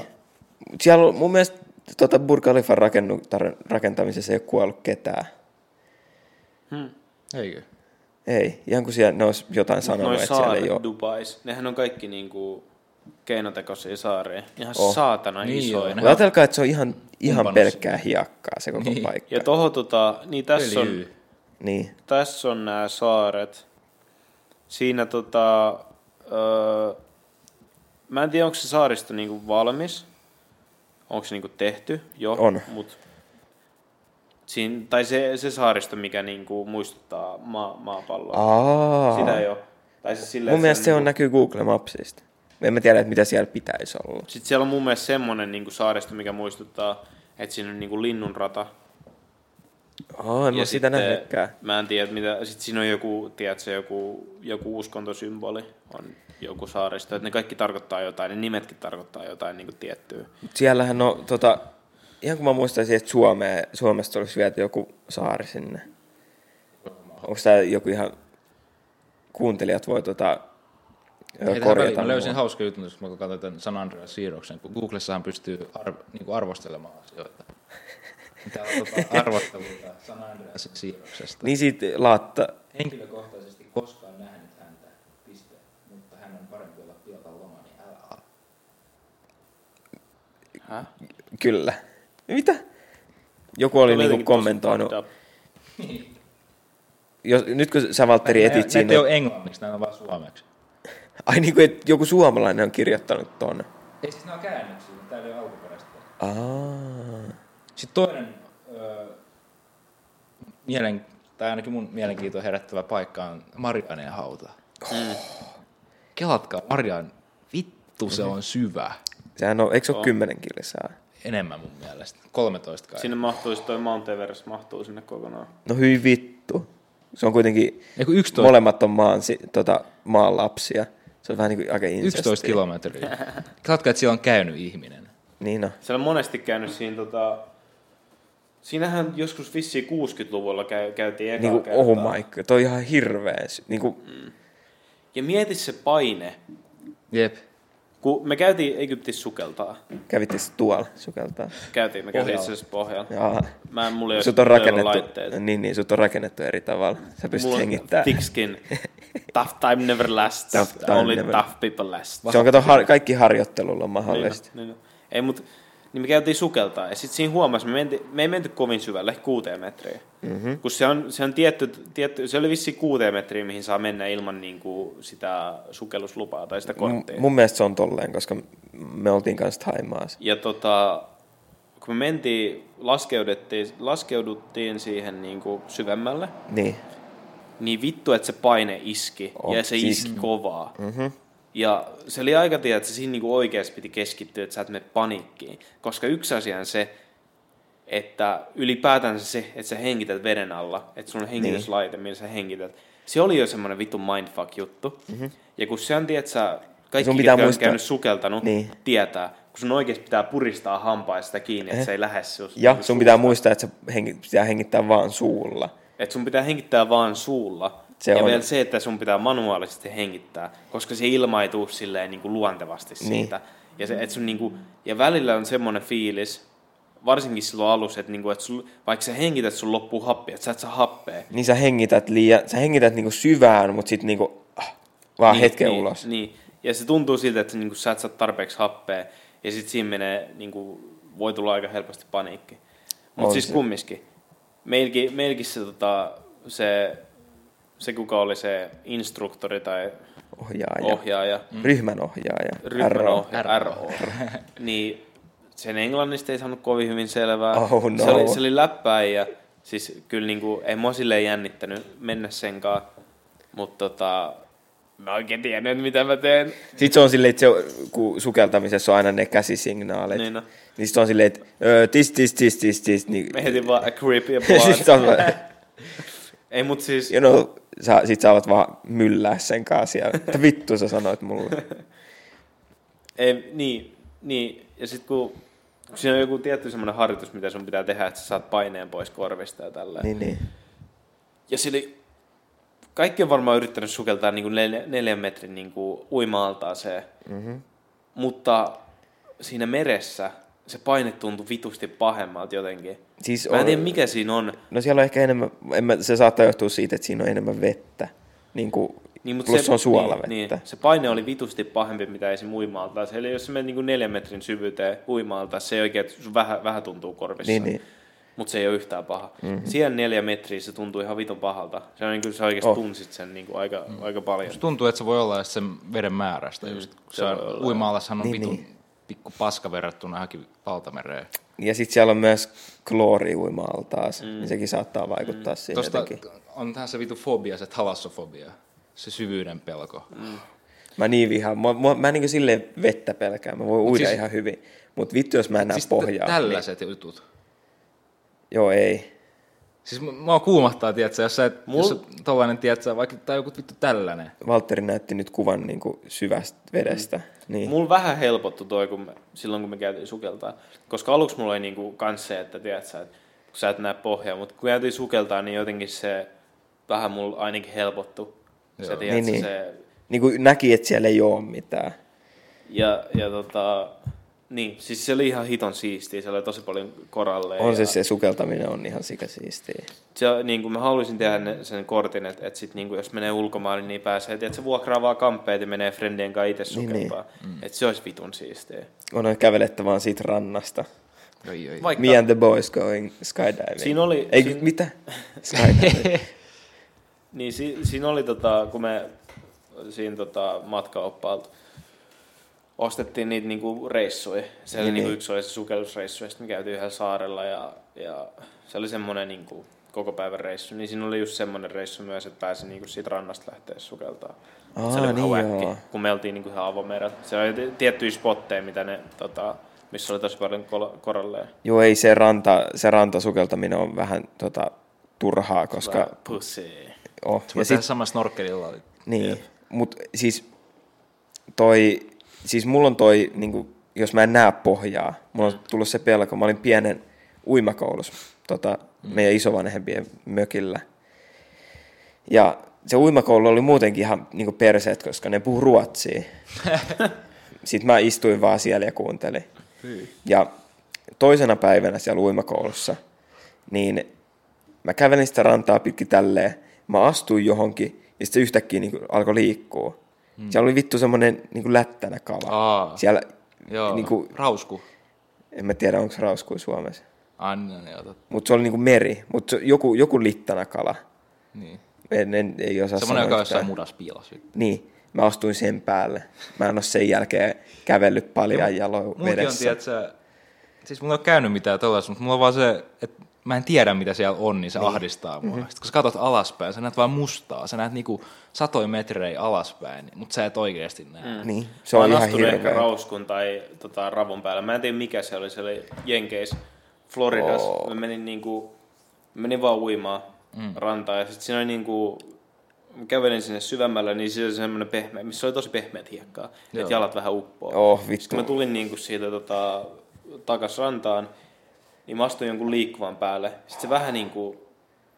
Mut Siellä on mun mielestä tuota Burj Khalifan rakennu, tar- rakentamisessa ei ole kuollut ketään. Niin.
Eikö?
Ei, ihan kuin siellä ne olisi jotain sanonut,
Noi
että siellä
saaret
ei ole.
Dubais, nehän on kaikki niinku keinotekoisia saaria. Ihan
Oh.
oh. saatana
Niin
niin isoja.
on.
Mutta ajatelkaa, että se on ihan, ihan
Kumpannus.
pelkkää hiekkaa se koko niin. paikka.
Ja toho tota, niin tässä on,
Öljyy.
Niin.
tässä on nämä saaret. Siinä tota, öö, mä en tiedä onko se saaristo niinku valmis, onko se niinku tehty jo,
On.
mut siinä, tai se, se saaristo, mikä niinku muistuttaa maa, maapalloa,
Aa.
sitä ei ole. Tai se silleen,
Mun
että
mielestä se
on
on
niinku-
näkyy Google Mapsista. En mä tiedä, että mitä siellä pitäisi olla.
Sitten siellä on mun mielestä niinku semmoinen niin saaristo, mikä muistuttaa, että siinä on niin kuin linnunrata.
Oh, en mä
Ja
ole sitä
sitten-
nähnytkään.
Mä en tiedä, mitä... Sitten siinä on joku, tiedätkö, joku, joku uskontosymboli, on joku saaristo, että ne kaikki tarkoittaa jotain, ne nimetkin tarkoittaa jotain niin kuin tiettyä.
Mut siellähän on, tota, ihan kun mä muistaisin, että Suomeen, Suomesta olisi viety joku saari sinne. Onko tää joku ihan, kuuntelijat voi tota, ö,
Heitähän väliin,
korjata
mä löysin
mua.
hauskan jutun, tuossa, kun mä katsoin tämän San Andreas siirroksen, kun Googlessahan pystyy arv, niin kuin arvostelemaan asioita. Täällä on tota arvosteluita San Andreas siirroksesta.
Niin siitä laatta,
Henkilökohtaisesti koskaan nähnyt häntä, piste, mutta hän on parempi olla pilotan loma, niin älä ala.
kyllä. Mitä? Joku oli niinku
jotenkin
kommentoinut.
tosi fucked up.
Jos, nyt kun sä Valtteri etit siinä,
Näitä ei ole englanniksi, näitä on vaan suomeksi.
ai niinku, että joku suomalainen on kirjoittanut ton.
Ei siis ne on käännöksiä, mutta täällä ei ole alkuperäistä.
Aa.
Sitten toinen öö, mielen, tai ainakin mun mielenkiintoa herättävä paikka on Marianen hauta. Oh. Kelatkaa, Marian, vittu se on syvä.
Sehän on, eikö se ole kymmenen kilsaa?
Enemmän mun mielestä. 13 kai.
Sinne mahtuisi toi Mount Everest, mahtuu sinne kokonaan.
No hyi vittu. Se on kuitenkin,
Eiku 11,
molemmat on maan, si- tota, maan lapsia. Se on vähän niin kuin aika insesti.
11 kilometriä. Kelatkaa, että siellä on käynyt ihminen.
Niin no.
Siellä on monesti käynyt siinä tota... Siinähän joskus vissiin 60-luvulla käy, käytiin ekaa
Niin kuin,
kertaa.
oh my god, toi on ihan hirveä. sy- Niin kuin,
Mm. Ja mieti se paine,
Jep.
kun me käytiin Egyptissä sukeltaa.
kävitte sit tuolla sukeltaa.
Käytiin, me käytiin itse asiassa pohjalla.
Jaa.
Mä en, mulla ei
Sut
ole
on rakennettu,
laitteet.
niin, niin, sut on rakennettu eri tavalla. Sä pystyt
Mulla on
hengittämään.
thick skin. tough time never lasts.
Tough
Tough
time
Only
never-
tough people last.
Se on kato, har- kaikki harjoittelulla on mahdollista.
Niin, niin. Ei, mut, niin me käytiin sukeltaa. Ja sitten siinä huomasi, me, menti, me ei menty kovin syvälle, ehkä kuuteen metriin.
Mhm.
Mm-hmm. Kun se on, se on tietty, tietty, se oli vissi kuuteen metriin, mihin saa mennä ilman niin kuin, sitä sukelluslupaa tai sitä korttia.
M- mun mielestä se on tolleen, koska me oltiin kanssa Taimaassa.
Ja tota, kun me mentiin, laskeuduttiin, laskeuduttiin siihen niin kuin syvemmälle,
Niin.
niin vittu, että se paine iski.
Oh,
ja se
siis- Mhm.
iski kovaa. Mm-hmm. Ja se oli aika tiedä, että se siinä niinku oikeasti piti keskittyä, että sä et mene paniikkiin. Koska yksi asia on se, että ylipäätänsä se, että sä hengität veden alla, että sun on
Niin.
hengityslaite, millä sä hengität, se oli jo semmoinen vittu mindfuck-juttu. Mm-hmm. Ja kun se on, tiedät sä, kaikki,
Mhm. Sun
sun pitää
pitää
ketkä
muistaa-
on käynyt sukeltanut,
Niin.
niin. tietää, kun sun oikeasti pitää puristaa hampaista kiinni, että se ei lähde sus,
Eh. Ja
niinku
sun pitää muistaa, että sä hengi- pitää hengittää vaan suulla.
et sun pitää hengittää vaan suulla.
Se
Se ja
on.
on. vielä se, että sun pitää manuaalisesti hengittää, koska se ilma ei tuu silleen niin kuin luontevasti
Niin.
siitä. Ja, se, et sun niin kuin, ja välillä on semmoinen fiilis, varsinkin silloin alussa, että, niin kuin, että sul, vaikka sä hengität, sun loppuu happea, että sä et saa happea.
Niin sä hengität liian, sä hengität niinku syvään, mutta sit niinku ah, vaan niin, hetken
niin,
ulos.
Niin. Ja se tuntuu siltä, että niin kuin, sä et saa tarpeeksi happea. Ja sitten siinä menee, niin kuin, voi tulla aika helposti paniikki.
On
Mutta siis
se.
kumminkin. Meilläkin, meilläkin se, tota, se, se, kuka oli se instruktori tai
Ohjaaja. Ohja.
ohjaaja,
Ryhmän ohjaaja.
mm. ryhmän
RO.
ohjaaja, RO, niin sen englannista ei saanut kovin hyvin selvää.
Oh, no.
se, oli, se oli läppäijä. Siis kyllä niin kuin, ei mua silleen jännittänyt mennä senkaan, mutta tota, mä oikein tiedän, että mitä mä teen.
Sitten se on silleen, että se, on- kun sukeltamisessa on aina ne käsisignaalit. Niin,
Niin
no.
no.
niin sit on silleen, että ö, tis, tis, tis, tis, tis. Niin, [laughs]
Mä heitin vaan a creep ja
sit, Siis on,
blood.
vaan-
Ei mut siis,
you know, sä, sit sä alat vaan myllää sen kanssa siellä. Että vittu sä sanoit
[laughs]
mulle.
ei, niin, niin, ja sit kun, kun siinä on joku tietty semmoinen harjoitus, mitä sun pitää tehdä, että sä saat paineen pois korvista ja tälleen.
niin, niin.
Ja se oli, kaikki on varmaan yrittänyt sukeltaa niin kuin neljä, neljän metrin niin kuin uima-altaaseen,
Mhm.
mm-hmm. mutta siinä meressä se paine tuntui vitusti pahemmalta jotenkin.
Siis
Mä en
on-
tiedä mikä siinä on,
No siellä on ehkä enemmän, en mä, se saattaa johtua siitä, että siinä on enemmän vettä. Niin kuin,
Niin, mut
plus se, on suolavettä.
Niin, niin, se paine oli vitusti pahempi, mitä esim. uimaalta. Eli jos sä menet niin neljän metrin syvyyteen uimaalta, se ei oikein, sun vähän, vähän tuntuu korvissa.
Niin, Mhm. niin.
Mutta se ei ole yhtään paha. Mm-hmm. Siellä neljä metriä se tuntuu ihan vitun pahalta. Se on niin kuin sä oikeasti
Oh.
oh. tunsit sen niin kuin aika, mm. aika paljon.
Musta tuntuu, että se voi olla edes sen veden määrästä. Just, kun
se
se
voi
on,
olla.
uimaalassahan on
Niin,
niin, vitun
niin.
niin. pikku paska verrattuna johonkin valtamereen.
Ja sitten siellä on myös klooriuimaalla taas, mm. niin sekin saattaa vaikuttaa mm. siihen
Tuosta
jotenkin.
on tähän se vitu fobia, se thalassofobia. Se syvyyden pelko. Mm.
Mä niin vihaan, mä, mä, mä en niin silleen vettä pelkää, mä voin uida siis,
siis-
ihan hyvin. Mutta vittu, jos mä en näe
Siis
pohjaa.
pohjaa, tällaiset niin. jutut.
Niin, joo, ei.
Siis mu- mua kuumahtaa, tiedätkö, jos sä et, Mul... jos sä tollainen, tiedätkö, vaikka tai joku vittu tällainen.
Valtteri näytti nyt kuvan niin kuin syvästä vedestä. Niin.
Mulla vähän helpottu toi, kun me, silloin kun me käytiin sukeltaa. Koska aluksi mulla oli niinku kans se, että tiedät sä, että kun sä et näe pohjaa, mutta kun käytiin sukeltaa, niin jotenkin se vähän mulla ainakin helpottu. Se, tiedät,
Niin,
niin,
niin.
se,
niin kuin näki, että siellä ei ole mitään.
ja, ja tota, niin, siis se oli ihan hiton siistiä, siellä oli tosi paljon koralleja.
On siis- se
ja
se sukeltaminen on ihan sikasiistiä.
se niin kuin mä haluaisin tehdä ne, sen kortin, että, että sit, niin kuin, jos menee ulkomaille, niin pääsee, että se vuokraa vaan kamppeet ja menee frendien kanssa itse
Niin, niin.
sukeltaa. Niin, niin. Että se olisi vitun siistiä.
On kävelettä vaan siitä rannasta.
Oi, oi.
Vaikka
Me and the boys going skydiving.
Siinä oli-
Ei,
siinä-
mitä? Skydiving.
Niin si- siinä oli, tota, kun me siinä tota, matkaoppaalta ostettiin niitä niinku reissuja. Se oli
Niin,
niinku
niin.
yksi oli se sukellusreissu ja sitten me käytiin yhdellä saarella ja, ja se oli semmoinen niinku koko päivän reissu. Niin siinä oli just semmoinen reissu myös, että pääsi niinku siitä rannasta lähteä sukeltaa. Mut se oli
Aa,
vähän
niin
wacki,
joo.
kun me oltiin niinku ihan avomerellä. Se oli t- tiettyjä spotteja, mitä ne, tota, missä oli tosi paljon kol- koralleja.
Joo, ei se, ranta, se rantasukeltaminen on vähän tota, turhaa, koska...
Vähän Pussy.
Oh.
Sä
Ja
voit
sit,
tehdä sama snorkelilla.
niin, mut siis toi, siis mulla on toi, niinku, jos mä en näe pohjaa, mulla on tullut se pelko. Mä olin pienen uimakoulussa tota, meidän isovanhempien mökillä. Ja se uimakoulu oli muutenkin ihan niinku perseet, koska ne puhuu
[laughs]
ruotsia. Sitten mä istuin vaan siellä ja kuuntelin. Ja toisena päivänä siellä uimakoulussa, niin mä kävelin sitä rantaa pitkin tälleen, mä astuin johonkin, ja sitten se yhtäkkiä niin alkoi liikkua. Hmm. Siellä oli vittu semmoinen niin lättänä kala.
Aa.
Siellä,
Joo,
niin kuin,
rausku.
en mä tiedä, onko rauskui Suomessa.
Anna ne otat.
Mutta se oli niin kuin meri, mutta joku, joku littana kala.
Niin.
En, en, ei osaa sanoa
Semmoinen, joka on
yhtään.
jossain mudas piilas.
Niin, mä astuin sen päälle. Mä en ole sen jälkeen kävellyt paljon jaloin
Mulki
vedessä.
on, tiedätkö, siis mulla ei ole käynyt mitään tuollaista, mutta mulla on vaan se, että mä en tiedä mitä siellä on, niin se niin. ahdistaa mua. Mm-hmm. Sitten kun sä katsot alaspäin, sä näet vaan mustaa, sä näet niinku satoja metrejä alaspäin, mutta sä et oikeasti näe. Mm.
Niin, se on
mä oon
ihan
astunut
hirveä.
ehkä rauskun tai tota, ravon päällä. Mä en tiedä mikä se oli, se oli Jenkeis Floridas.
Oo.
Oh. Mä menin, niinku, menin vaan uimaan mm. rantaan ja sitten siinä oli niinku, mä kävelin sinne syvemmälle, niin siinä oli semmoinen pehmeä, missä oli tosi pehmeät hiekkaa,
Joo.
että jalat vähän uppoo.
Oh, vittu.
Sitten kun mä tulin niinku siitä tota, takas rantaan, niin mä astuin jonkun liikkuvan päälle. Sitten se vähän niinku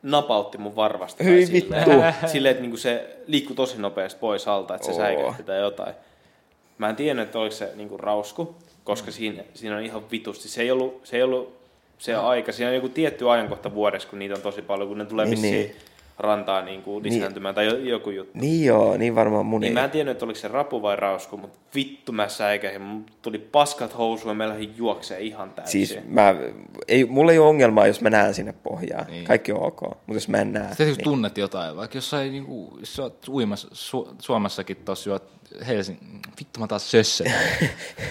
napautti mun varvasta. tai
Hyi
silleen, [laughs] silleen että niinku se liikkui tosi nopeasti pois alta, että se
Oo.
säikähti tai jotain. Mä en tiennyt, että oliko se niinku rausku,
Mm.
koska siinä, siinä on ihan vitusti. Se ei ollut se, ei ollut se
Mm.
aika. Siinä on joku tietty ajankohta vuodessa, kun niitä on tosi paljon, kun ne tulee
Niin,
niin, vissiin
niin.
niin. rantaan niinku lisääntymään tai jo- joku juttu.
Niin joo, niin varmaan mun
Niin
ei.
mä en tiennyt, että oliko se rapu vai rausku, mutta vittu mä säikähin. Mun tuli paskat housuun ja mä lähdin juokseen ihan täysin.
Siis mä, ei, mulla ei ole ongelmaa, jos mä näen sinne pohjaa. Niin. Kaikki on ok, mutta jos mä en näe.
Sitten kun tunnet jotain, vaikka jossain niinku, jos sä oot uimassa Su- Suomessakin tossa, juot Helsingin, vittu mä taas sösselin.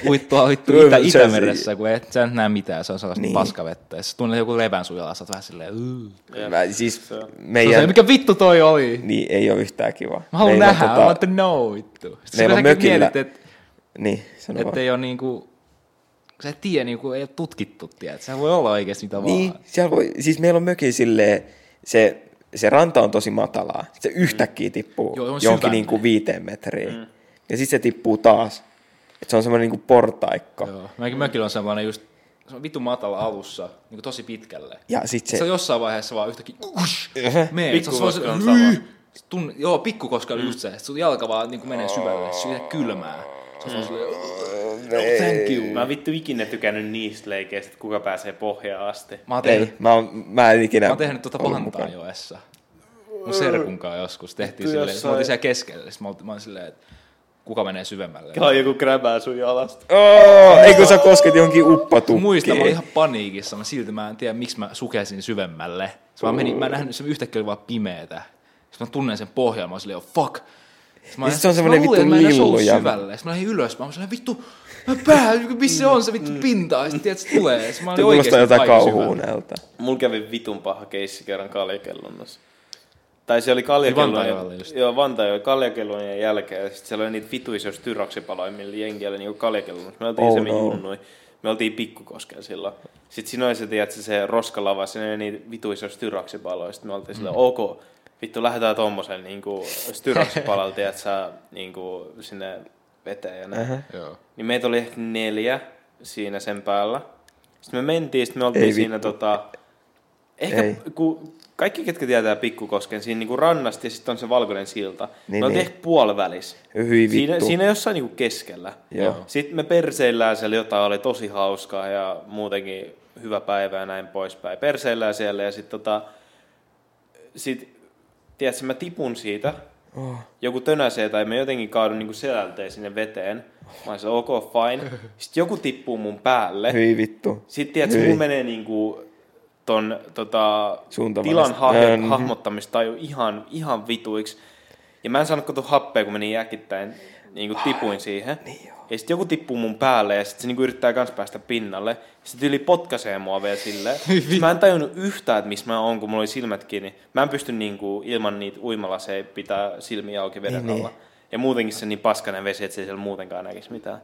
Uit tuolla vittu
Joo,
Itä-
se- se-
Itämeressä, kun et, sä et näe mitään, se on sellaista
Niin.
niin. paskavettä. Ja sä tunnet joku levän sujalla, sä oot vähän silleen, "Ugh."
niin. mä, siis
Sä oot silleen,
meidän,
mikä vittu toi oli?
niin ei ole yhtään kiva.
Mä haluan
Meillä
nähdä, tota... I want to know, vittu.
meillä on mökillä,
Mietit, et,
niin sano
et
vaan.
ei ole niinku, sä et tiedä, niinku, ei ole tutkittu, tiedät. Sehän voi olla oikeasti mitä
Niin,
vaan.
siellä voi, siis meillä on möki silleen, se, se ranta on tosi matalaa. Sitten Se yhtäkkiä tippuu
Mm. Joo, se on
johonkin
syvänne.
niin kuin viiteen metriin. Mm. Ja sitten se tippuu taas. Et se on semmoinen niin kuin portaikko. Joo.
Joo. Mäkin mökillä on sellainen just, se on vitun matala alussa, niinku tosi pitkälle.
Ja sitten
Se,
se,
se on jossain vaiheessa vaan yhtäkkiä, ush, mee. Se on
Pikkukoski
se,
on
hyy, tunne, joo, pikkukoska oli just se, että sun jalka vaan niinku menee syvälle, siitä kylmää. Se on vaan silleen, thank you.
Mä en vittu ikinä tykännyt niistä leikeistä, että kuka pääsee pohjaan asti.
Mä oon tehnyt,
ei, mä, oon, mä en ikinä
mä oon tehnyt tuota
ollut mukana.
Pantaanjoessa. Mun serkunkaan joskus tehtiin
Vittu
silleen, että mä
jossain-
oltiin siellä keskellä. Sitten mä oltiin- mä olin silleen, että kuka menee syvemmälle.
Tää on joku kräbää sun jalasta.
Oh, ei kun sä kosket johonkin uppatukkiin.
Muistan, mä olin ihan paniikissa, mä silti mä en tiedä, miksi mä sukelsin syvemmälle. Sitten mä menin, mä en nähnyt sen yhtäkkiä oli vaan pimeetä. Sitten mä tunnen sen pohjan, mä oon silleen, oh fuck. Sitten mä-
Ja sit se on
sitten mä
semmonen
luulin,
vittu
että mä en edes ollut
lilluja.
syvälle. Sitten mä lähdin ylös, mä oon silleen, vittu, mä päähän, missä se on se vittu pinta? Ja sitten tiedät, se tulee. Sitten mä olin
Tuo kuulostaa
oikeesti
jotain
aivan syvällä.
kauhuunelta.
Mulla kävi vitun paha keissi kerran kaljakellonnassa. Tai se oli kaljakellon,
Vantaajalla just.
joo, Vantaajalla kaljakellon jälkeen. Ja sitten siellä oli niitä vituisia jos tyroksipaloja, millä jenkiä oli niinku kaljakellonnassa. Me oltiin
Oh
oh, se,
no.
no. Me oltiin pikkukoskella silloin. Sitten siinä oli se, tiedätkö, se roskalava, siinä oli niitä vituisia styroksipaloja. Sitten me oltiin sillä, ok, vittu lähdetään tommoselle niin styroksipalalle, tiedätkö, niin kuin sinne veteen ja näin. Uh-huh.
Joo.
Niin meitä oli ehkä neljä siinä sen päällä. Sitten me mentiin, sitten me oltiin
Ei
Ei siinä tota... Ehkä
Ei.
Kun kaikki, ketkä tietää Pikkukosken, siinä niinku rannasta ja sitten on se valkoinen silta. Niin,
Niin,
me oltiin
niin.
ehkä puolivälissä.
Hyi
Siinä,
vittu.
siinä jossain niinku keskellä.
Joo.
Sitten me perseillään siellä jotain, oli tosi hauskaa ja muutenkin hyvä päivä ja näin poispäin. Perseillään siellä ja sitten tota, sit, tiedätkö, mä tipun siitä, oh. joku tönäsee tai mä jotenkin kaadun niin selälteen sinne veteen. Mä oon sillä, ok, fine. Sitten joku tippuu mun päälle.
Hyi vittu.
Sitten tiedätkö,
Hyi.
mun menee niin kuin ton tota,
Suuntavallista.
tilan hahmo-
Mm.
hahmottamistaju ihan, ihan vituiksi. Ja mä en saanut kotu happea, kun menin äkittäin, niin kuin tipuin siihen.
niin joo.
ja sitten joku tippuu mun päälle ja sitten se niinku yrittää kans päästä pinnalle. Sitten yli potkaisee mua vielä
[laughs]
silleen. Sit mä en tajunnut yhtään, että missä mä oon, kun mulla oli silmät kiinni. Mä en pysty niinku ilman niitä uimalaseja pitää silmiä auki veden
Niin,
niin, alla. Ja muutenkin se on niin paskainen vesi, että se ei siellä muutenkaan näkisi mitään.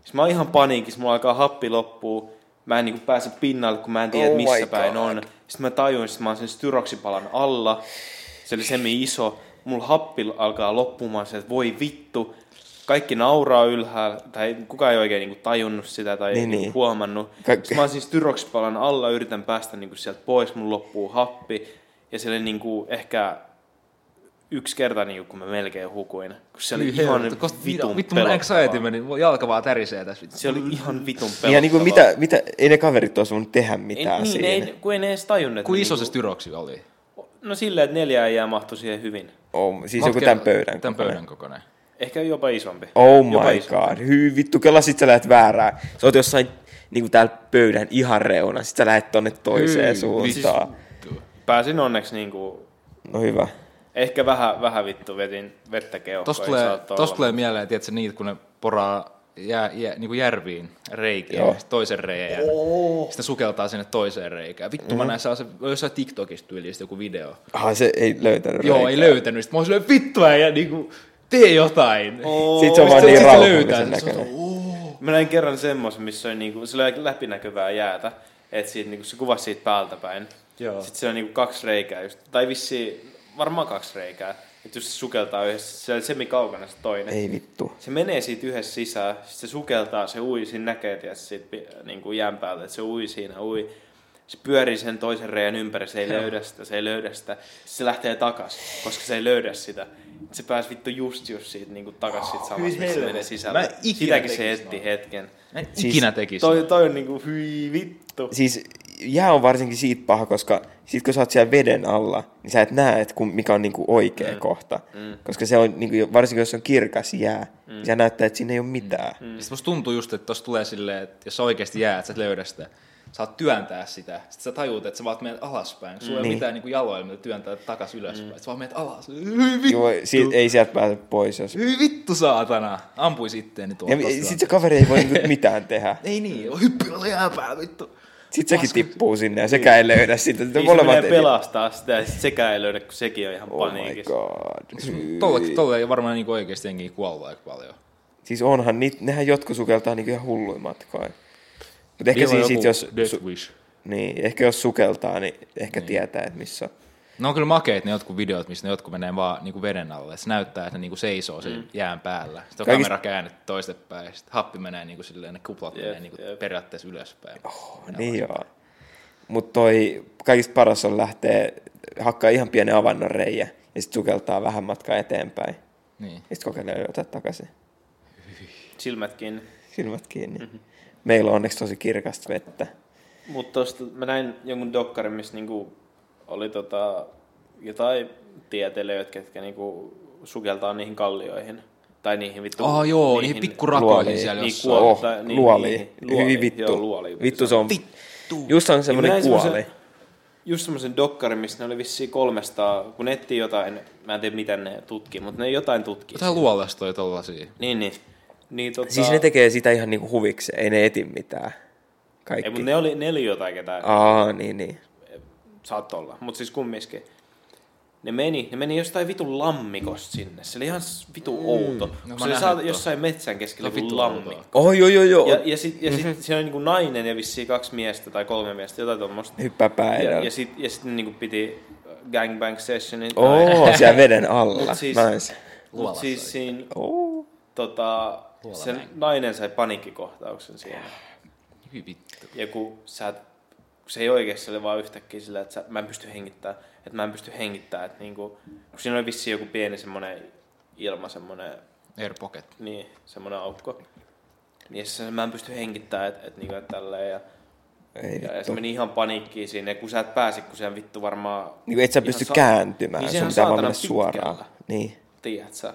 Siis mä oon ihan paniikissa, mulla alkaa happi loppuu. Mä en niinku pääse pinnalle, kun mä en tiedä,
Oh
oh missä
my
päin
God.
on. Sitten mä tajuin, että mä oon sen styroksipalan alla. Se oli semmi iso. Mulla happi alkaa loppumaan se, että voi vittu. Kaikki nauraa ylhäällä, tai kukaan ei oikein niinku tajunnut sitä tai
Niin,
niin, niinku
niin.
huomannut.
Kaikki-
Sitten mä oon siis tyroksipalan alla, yritän päästä niinku sieltä pois, mun loppuu happi. Ja se oli niinku ehkä yksi kerta, niinku, kun mä melkein hukuin. Kun se
Niin,
oli ihan vitun
Vittu, mun anxiety
pelottavaa.
meni. Mun jalka vaan tärisee tässä. vittu.
Se oli ihan vitun pelottavaa.
Ja niinku mitä, mitä, ei ne kaverit olisi voinut tehdä mitään
ei, niin,
siinä.
ei, kun ei ne edes tajunnut. että
Kuin iso se
niinku-
styroksi oli?
Niin
No silleen, että neljä äijää mahtui siihen hyvin.
Oh, siis
Mä
joku
oot
tämän
ker-
pöydän.
Tämän
kokoinen.
pöydän kokoinen.
Ehkä jopa isompi.
Oh
jopa
my god, hyi vittu, kela sit sä lähet väärään. Sä oot jossain niinku täällä pöydän ihan reuna, sit sä lähet tonne toiseen
Hyi
suuntaan.
Pääsin onneksi niinku,
Siis-
No hyvä.
ehkä vähän, vähän vittu vetin vettä keuhkoon.
Tuossa
ei
tulee,
saattoi
tossa
olla.
tulee mieleen, tiedätkö, niitä, kun ne poraa jää, jää, niin kuin järviin reikiä,
Joo.
Joo. toisen reijän jää. Sitten sukeltaa sinne toiseen reikään. Vittu, mm.
Mm-hmm.
mä näin sellaisen, jossain TikTokista tyyliin sit joku video.
Ah, se ei löytänyt
Joo,
reikää.
ei löytänyt. Sitten mä oon silleen, vittu äijä, niin kuin, tee jotain.
Sit se on vaan
Sitten
niin
se
rauhallisen
löytää, se on-
näköinen.
Mä näin kerran semmoisen, missä oli niinku, sillä oli läpinäkyvää jäätä, että siitä, niinku, se kuvasi siitä päältä päin.
Joo.
Sitten siellä on niinku kaksi reikää just, tai vissi varmaan kaksi reikää. Että jos se sukeltaa yhdessä, se oli semi kaukana se toinen.
Ei vittu.
Se menee siitä yhdessä sisään, sit se sukeltaa, se ui, siinä näkee tietysti siitä pi- niin kuin jään päältä, että se ui siinä, ui. Se pyörii sen toisen reijän ympäri, se ei löydä sitä, se ei löydä sitä. Sit se lähtee takas, koska se ei löydä sitä. Sit se pääsi vittu just just siitä niin kuin takas sit samassa, missä se menee
Mä
sisälle.
en ikinä
Sitäkin se
tekis
etti hetken.
Mä en
Siis-
ikinä tekisi.
Toi, toi on niinku hyi vittu.
Siis jää on varsinkin siitä paha, koska sit kun sä oot siellä veden alla, niin sä et näe, että kun, mikä on niinku oikea mm. kohta. Mm. Koska se on, niinku, jo- varsinkin jos se on kirkas jää, mm. niin sä näyttää, että siinä ei ole mitään. Mm.
Mm. Sitten musta tuntuu just, että tuossa tulee silleen, että jos sä oikeasti jää, että sä et löydä sitä, saat työntää sitä. Sitten sä tajuut, että sä vaan menet alaspäin. Sulla
Niin.
ei
Mm.
ole mitään niin jaloja, mitä työntää takas ylöspäin. Sä vaan menet alas. Hyi Mm. vittu,
Joo, siitä, ei sieltä pääse pois. Jos...
hyi vittu saatana. Ampuisi itteeni tuolta.
Ja
tosta.
sit se kaveri ei voi
[laughs]
niinku mitään tehdä.
Ei niin, hyppyllä jääpää vittu.
Sitten sekin tippuu sinne ja sekään ei löydä sitä. Sitten
Niin se
molemmat
menee
ei-
pelastaa sitä ja sit sekään ei löydä, kun sekin on ihan
Oh my
paniikissa.
god. Hyi.
Tolle, tolle ei varmaan niin oikeasti jengi kuollut aika paljon.
Siis onhan, niit, nehän jotkut sukeltaa niinku ihan hulluin matkoin. Mutta ehkä
Vielä
siis sit,
joku
jos,
Death
su,
Wish.
niin, ehkä jos sukeltaa, niin ehkä niin. tietää, että missä on.
Ne on kyllä makeet ne jotkut videot, missä ne jotkut menee vaan niinku veden alle. Se näyttää, että ne niinku seisoo sen mm. jään päällä. Sitten
Kaikista-
on Kaikist... kamera käännetty toistepäin. Sitten happi menee niinku silleen, ne kuplat
Jep,
menee niinku
jep.
periaatteessa ylöspäin. Oh,
Niin joo. Mutta toi kaikista paras on lähteä, hakkaa ihan pienen avannon reijä ja sitten sukeltaa vähän matkaa eteenpäin.
Niin.
Ja sitten kokeilee löytää takaisin.
Silmätkin.
Silmät kiinni.
Mhm.
Mm-hmm. Meillä on onneksi tosi kirkasta vettä.
Mutta tosta mä näin jonkun dokkarin, missä niinku oli tota, jotain tieteilijöitä, ketkä niinku sukeltaa niihin kallioihin. Tai niihin vittu...
Oh, joo, niihin pikkurakoihin
luoliin.
siellä
Niin
jossain.
kuoli.
Oh,
tai niin-
luoli.
niin, luoli.
Hyvin vittu.
Joo, luoli.
vittu se on. Vittu. Just on
Mä
semmoinen
näin
kuoli.
semmosen- Just semmoisen dokkarin, missä ne oli vissiin 300, kun ne etsii jotain, mä en tiedä miten ne tutkii, mutta ne jotain tutkii.
Jotain luolasta toi tollasia.
Niin, niin. niin tota,
Siis ne tekee sitä ihan niinku huvikseen, ei ne eti mitään. Kaikki.
Ei, mutta ne oli, ne oli jotain ketään.
Aa, niin, niin.
Saat olla, mutta siis kumminkin. ne meni, ne meni jostain vitun lammikosta sinne. Se oli ihan s- vitun mm. outo. No,
mä
se oli
nähnyt
saa
tuon.
jossain metsän keskellä
Se on
joku
vitun
lammi.
outoa. Mm-hmm.
Oh, joo, joo, joo.
Ja, ja sitten ja sit siinä oli niinku nainen ja vissiin kaksi miestä tai kolme miestä, jotain tuommoista.
Hyppää pää
Ja,
edellä.
ja sitten ja sit ne niinku piti gangbang sessionin. [laughs]
Oo, siellä veden alla.
Mut siis-
Nice.
Mutta siis siinä
Oh.
Oo.
tota, se nainen sai paniikkikohtauksen siinä.
Hyvin vittu.
Ja kun sä, et- kun se ei oikeasti ole vaan yhtäkkiä sillä, että sä, mä en pysty hengittämään, että mä en pysty hengittämään, että niinku, kun siinä oli vissiin joku pieni semmonen ilma, semmonen,
Air pocket.
niin, semmonen aukko. Niin se sanoi, että mä en pysty hengittämään, että, että niinku, että tälleen ja,
Ei
ja, ja se
vittu.
meni ihan paniikkiin siinä, ja kun sä et pääse, kun sen vittu varmaan,
Niin et sä
ihan
pysty
sa-
kääntymään,
Niin
sun
sehän
pitää vaan
saatana
mennä suoraan.
pitkällä.
Niin.
tiedät sä.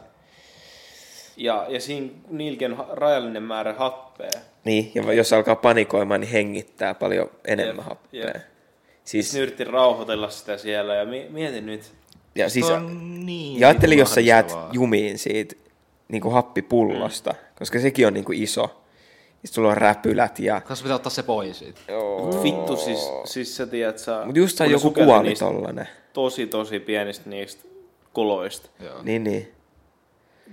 Ja, ja siinä niilläkin on ha- rajallinen määrä happea.
Niin, ja jos alkaa panikoimaan, niin hengittää paljon enemmän
Jep,
happea.
jep.
Siis,
Ne niin yritti rauhoitella sitä siellä ja mi- mietin nyt,
ja siis,
on niin
ja ajattelin, jos sä jäät
ahdistavaa.
jumiin siitä niin kuin happipullosta,
Mm.
koska sekin on niin kuin iso. Ja sit sulla on räpylät ja...
Kas pitää ottaa se pois siitä.
Vittu siis, siis sä tiedät sä...
Mutta just sai
kun ne
joku
sukeli
kuoli
niistä
tollanen.
Tosi tosi pienistä niistä koloista.
Joo.
Niin, niin.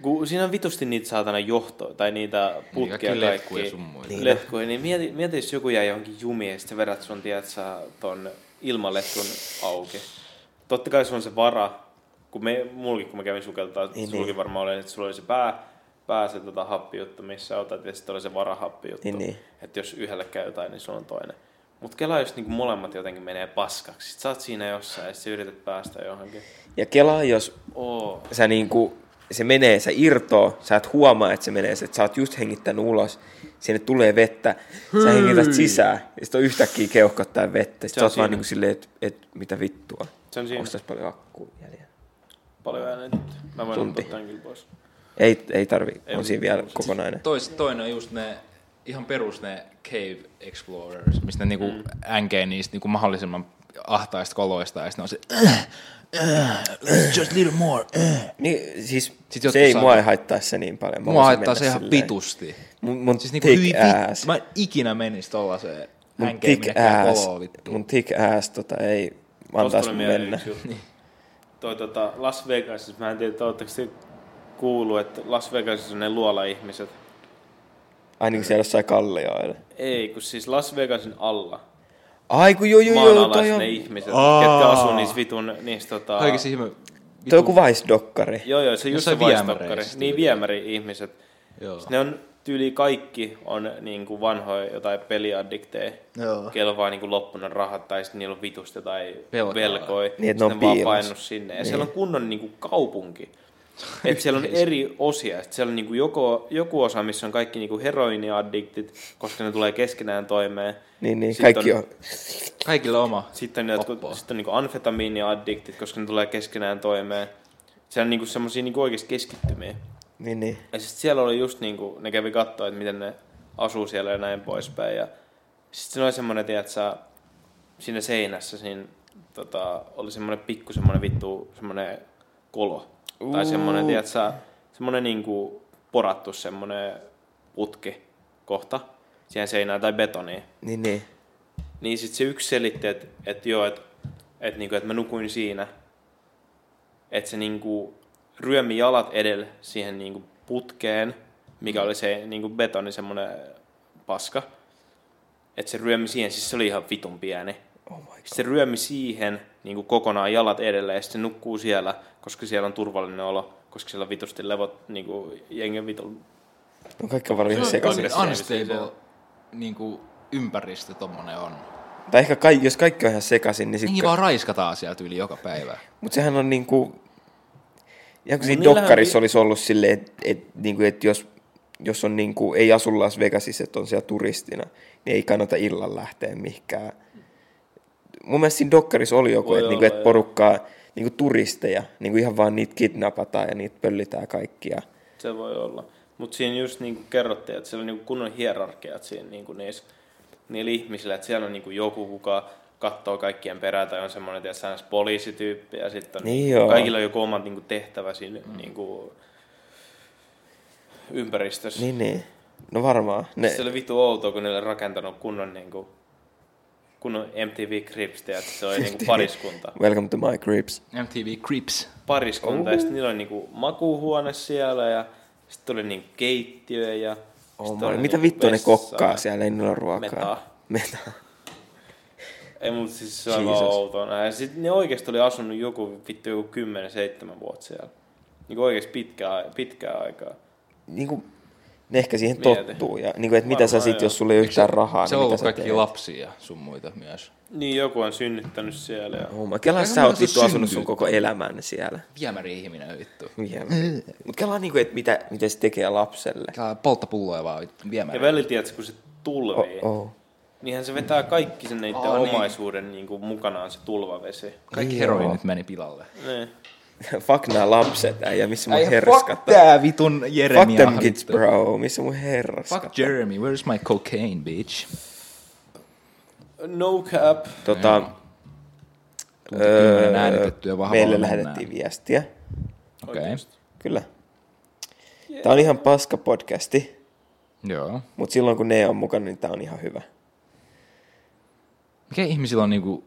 Kun siinä on vitusti niitä saatana johtoja tai niitä putkia
kaikki
niin,
letkuja
kaikki
sun muita.
Niin. Letkuja, niin mieti, mieti, jos joku jää johonkin jumiin ja sitten vedät sun, tiedät sä, ton ilmaletkun auki. Totta kai se on se vara, kun me, mulki, kun mä kävin sukeltaa, niin,
Niin,
sulki
niin.
varmaan oli, että sulla oli se pää, pää se tota, happijuttu, missä otat, ja sitten oli se varahappijuttu.
Niin, niin.
Että jos yhdellä käy jotain, niin sulla on toinen. Mutta kela, jos niinku molemmat jotenkin menee paskaksi. Sit sä oot siinä jossain ja sit sä yrität päästä johonkin.
Ja kelaa, jos
Oo.
sä niinku, se menee, se irtoo, sä et huomaa, että se menee, sä, että sä oot just hengittänyt ulos, sinne tulee vettä, sä hengität sisään, ja sit on yhtäkkiä keuhkottaa vettä, sit
Se on
sä oot vaan
siinä.
niinku silleen, että et, mitä vittua,
Se on siinä.
onko tässä paljon akkuu jäljellä?
Paljon ääneitä. Mä voin
Tunti.
ottaa tän kyllä pois.
Ei, ei tarvi,
Ei,
on siinä vielä kokonainen.
Tois, toinen on just ne ihan perus ne cave explorers, mistä ne niinku mm. änkee niistä niinku mahdollisimman ahtaista koloista ja sitten on se just little more.
Niin, siis
jotkut
se ei
saa-
mua ei haittais se niin paljon. Mä
Mua
voisin
haittaa
mennä
se ihan
silleen.
vitusti.
Mun, mun
Siis
siis
niinku
niinku
hyvin
thick
vittu.
ass.
Mä en ikinä menis tollaiseen
mun
änkeen
thick
minnekään
ass.
koloon vittu.
Mun thick ass tota ei
Tosta
antaisi
tuli
mun
mieleen
mennä. Niin.
yksi juttu. Toi tota, Las Vegasissa, mä en tiedä, ootteko te kuullut, että Las Vegasissa on ne luola-ihmiset.
Ainakin siellä jossain kallioilla.
Ei, kun siis Las Vegasin alla.
Ai kun joo joo joo, toi
Maanalaiset
on...
ne ihmiset, ketkä asuu niissä vitun, niissä tota...
Kaikissa ihme...
Toi on joku Vice-dokkari.
Joo, joo, se just
Jossain
se vaistokkari.
viemäreissä
Niin, viemäri-ihmiset.
Joo.
Ne on tyyli kaikki on niin kuin vanhoja jotain peliaddikteja,
Joo.
kello on vaan niin kuin loppunut rahat tai sitten niillä on vitusta tai
Velkaa.
velkoja. velkoja.
Niin, et ne
Sitten
on
vaan
piilossa.
painunut sinne. Ja niin. siellä on kunnon niin kuin
[laughs]
kaupunki. Et siellä on eri osia. Et siellä on niin kuin joko, joku osa, missä on kaikki niin kuin heroiniaddiktit, koska ne tulee keskenään toimeen.
Niin, niin,
Sitten
kaikki
on-
on...
Kaikilla oma.
Sitten on, ne jotkut,
Loppua.
sitten on niinku amfetamiiniaddiktit, koska ne tulee keskenään toimeen. Siellä on niinku semmoisia niinku oikeasti keskittymiä.
Niin, niin.
Ja sitten siellä oli just niinku, ne kävi katsoa, että miten ne asuu siellä ja näin poispäin. Ja sitten siinä oli semmoinen, tiedät sä, siinä seinässä siinä, tota, oli semmoinen pikku semmoinen vittu, semmoinen kolo. Uh. Tai semmoinen, tiedät sä, semmoinen niinku porattu semmoinen putki kohta siihen seinään tai betoniin.
Niin, niin.
Niin sit se yksi selitti, että et joo, että et niinku, et mä nukuin siinä. Että se niinku ryömi jalat edellä siihen niinku putkeen, mikä
Mm.
oli se niinku betoni semmonen paska. Että se ryömi siihen, siis se oli ihan vitun pieni.
Oh my god.
Sit Se ryömi siihen niinku kokonaan jalat edellä ja sit se nukkuu siellä, koska siellä on turvallinen olo. Koska siellä on vitusti levot, niinku jengen vitun
No kaikki on varmaan ihan
Se on
sekaisin.
unstable niinku ympäristö tommonen on.
Tai ehkä kai, jos kaikki on ihan sekaisin, niin
Jengi
sitten...
vaan raiskataan sieltä yli joka päivä.
Mutta sehän on niinku... Ja kun siinä
No niillähän
dokkarissa
vi-
olisi ollut silleen, että et, niinku, et jos, jos on niinku, ei asu Las Vegasissa, että on siellä turistina, niin ei kannata illan lähteä mihinkään. Mun mielestä siinä dokkarissa oli joku,
Voi
että niinku,
olla,
et
joo.
porukkaa, niinku turisteja, niinku ihan vaan niitä kidnapataan ja niitä pöllitään kaikkia.
Se voi olla. Mutta siinä just niinku kerrottiin, että siellä on niinku kunnon hierarkiat siinä niinku niissä, niillä ihmisillä, että siellä on niinku joku, kuka katsoo kaikkien perään tai on semmoinen tietysti poliisityyppi ja sitten on,
Niin joo.
kaikilla on joku oma niinku tehtävä siinä mm. niinku ympäristössä. Niin,
Niin, niin. No varmaan. Ne,
se oli vitu outoa, kun niille rakentanut kunnon niinku kun on MTV Crips, tiedät, se oli niinku pariskunta.
Welcome to my grips.
MTV Crips.
Pariskunta, ja sitten niillä oli niinku makuuhuone siellä, ja sitten tuli niinku keittiö, ja
Oh
sit
my.
oli
Mitä
niinku
vittua ne
vessa
kokkaa
ja-
siellä, ei niillä ole ruokaa.
Metaa.
Meta.
Ei, mutta siis se on vaan
Jesus.
outoa nähdä. Ja Sitten ne oikeasti oli asunut joku, vittu joku 10-7 vuotta siellä. Niin oikeasti pitkää, pitkää aikaa.
Niin kuin, ne ehkä siihen
Mieti.
tottuu. Ja, niin kuin, että mitä sä
Varmaan
sit,
joo.
jos sulla ei ole yhtään rahaa,
Se
niin
on
mitä
ollut
sä
kaikki
teet?
lapsia ja sun muita myös.
Niin, joku on synnyttänyt siellä. Ja...
Oh my. Kela,
Eikä
sä
mä
oot
osaa
vittu asunut
synnyttää.
sun koko elämän siellä.
Viemäri ihminen vittu.
Mutta kela niinku, että mitä, mitä se tekee lapselle.
Tää Poltta pulloja vaan
Ja
viemäri.
välillä, tiedätkö, kun se tulvii, oh, oh.
Oh. [laughs]
niinhän se vetää kaikki sen niiden
Aa,
oh,
niin.
omaisuuden niin. kuin mukanaan se tulvavesi.
Kaikki heroinit meni pilalle.
Niin.
Fuck nää lapset, äijä, missä mun herskat? on?
tää vitun
Fuck
Jeremia.
them kids,
Ah, vittu.
bro. Missä mun herskat?
Fuck Jeremy, where's my cocaine, bitch?
No cap.
Tota,
Tunti kymmenen äänitetty ja
öö,
vahvaa
meille
mennään.
lähetettiin viestiä.
Okei.
Kyllä. Tää on ihan paska podcasti,
Joo.
mutta silloin kun ne on mukana, niin tää on ihan hyvä.
Mikä ihmisillä on niinku...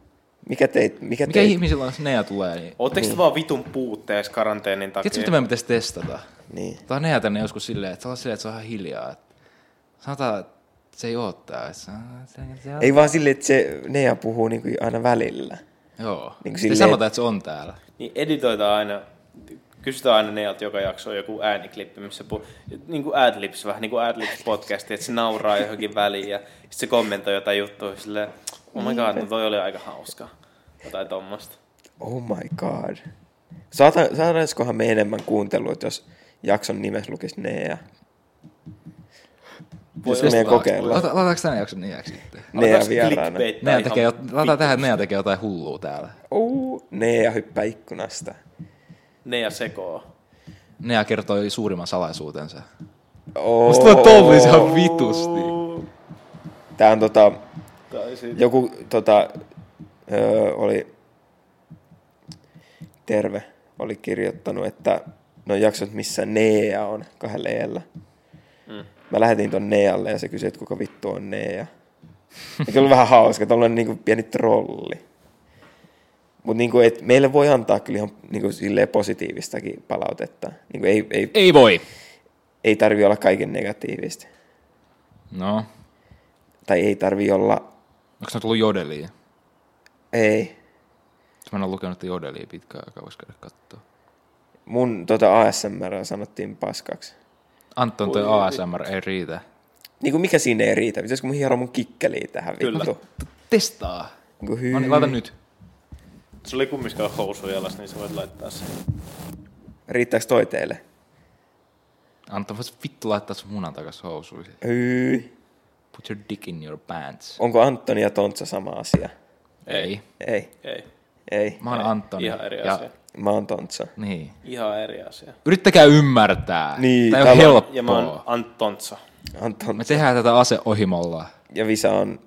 Mikä teit? Mikä,
Mikä
teit?
ihmisillä on, jos nea tulee, niin...
Ootteko te vaan vitun puutteessa karanteenin takia?
Tiedätkö, mitä meidän pitäisi testata?
Niin.
Tää nea tänne joskus silleen, että se on silleen, että se on ihan hiljaa. että Sanotaan, että se ei oottaa. että se- se- se-
Ei vaan silleen, että se Nea puhuu niinku aina välillä.
Joo.
Niin kuin
Niin
silleen-
silleen... sanotaan, että se on täällä.
Niin editoidaan aina, kysytään aina neiltä joka jakso joku ääniklippi, missä puhuu, niin kuin adlibs vähän, niin kuin adlibs podcasti, että se nauraa johonkin väliin ja sitten se kommentoi jotain juttua silleen, oh my god, no toi oli aika hauska. Jotain tuommoista.
Oh my god. Saata- Saataiskohan me enemmän kuuntelua, että jos jakson nimessä lukisi Nea. Voisi Siis meidän kokeilla. Niin.
Laita- Laitetaanko tänne jakson niäksi sitten?
Nea vieraana.
Nea tekee, jot- laitetaan tähän, että Nea tekee jotain hullua täällä.
Ouh, Nea hyppää ikkunasta.
Nea sekoo.
Nea kertoi suurimman salaisuutensa.
Oh,
Musta on tollis ihan vitusti.
Tää on tota,
Tai sit-
joku tota, öö, oli terve, oli kirjoittanut, että ne on jaksot, missä Nea on kahdella eellä. Mä lähetin ton Nealle ja se kysyi, että kuka vittu on Nea. Eikä ollut vähän hauska, tuollainen niinku pieni trolli. Mutta niinku, et meille voi antaa kyllä ihan niinku, silleen positiivistakin palautetta. Niinku, ei, ei,
Ei voi!
ei tarvi olla kaiken negatiivista.
No,
Tai ei tarvi olla...
onko ne tullut jodeliin?
Ei.
Mä en ole lukenut jodeliin pitkään aikaa, voisi käydä katsoa.
Mun tota ASMR sanottiin paskaksi.
Anton toi ASMR ei riitä.
Niin kuin mikä siinä ei riitä? Pitäisikö mun hieroa mun kikkeliä tähän vittu? Kyllä.
Testaa!
Niin kuin
No
hyy.
niin, laita nyt.
Sulla ei kumminkaan housu jalas, niin sä voit laittaa sen.
Riittääkö toi teille?
Anton, vois vittu laittaa sun munan takas housuihin.
Hyy.
Put your dick in your pants.
Onko Antoni ja Tontsa sama asia?
Ei.
Ei.
Ei,
Ei.
Mä oon Antoni.
ihan eri asia.
Mä oon Tontsa.
Niin.
Ihan eri asia.
Yrittäkää ymmärtää.
Niin,
Tää ei ole
täällä on-
helppoa.
Ja mä oon Antontsa.
Anton
Me tehdään tätä ase ohimolla.
ja Visa on,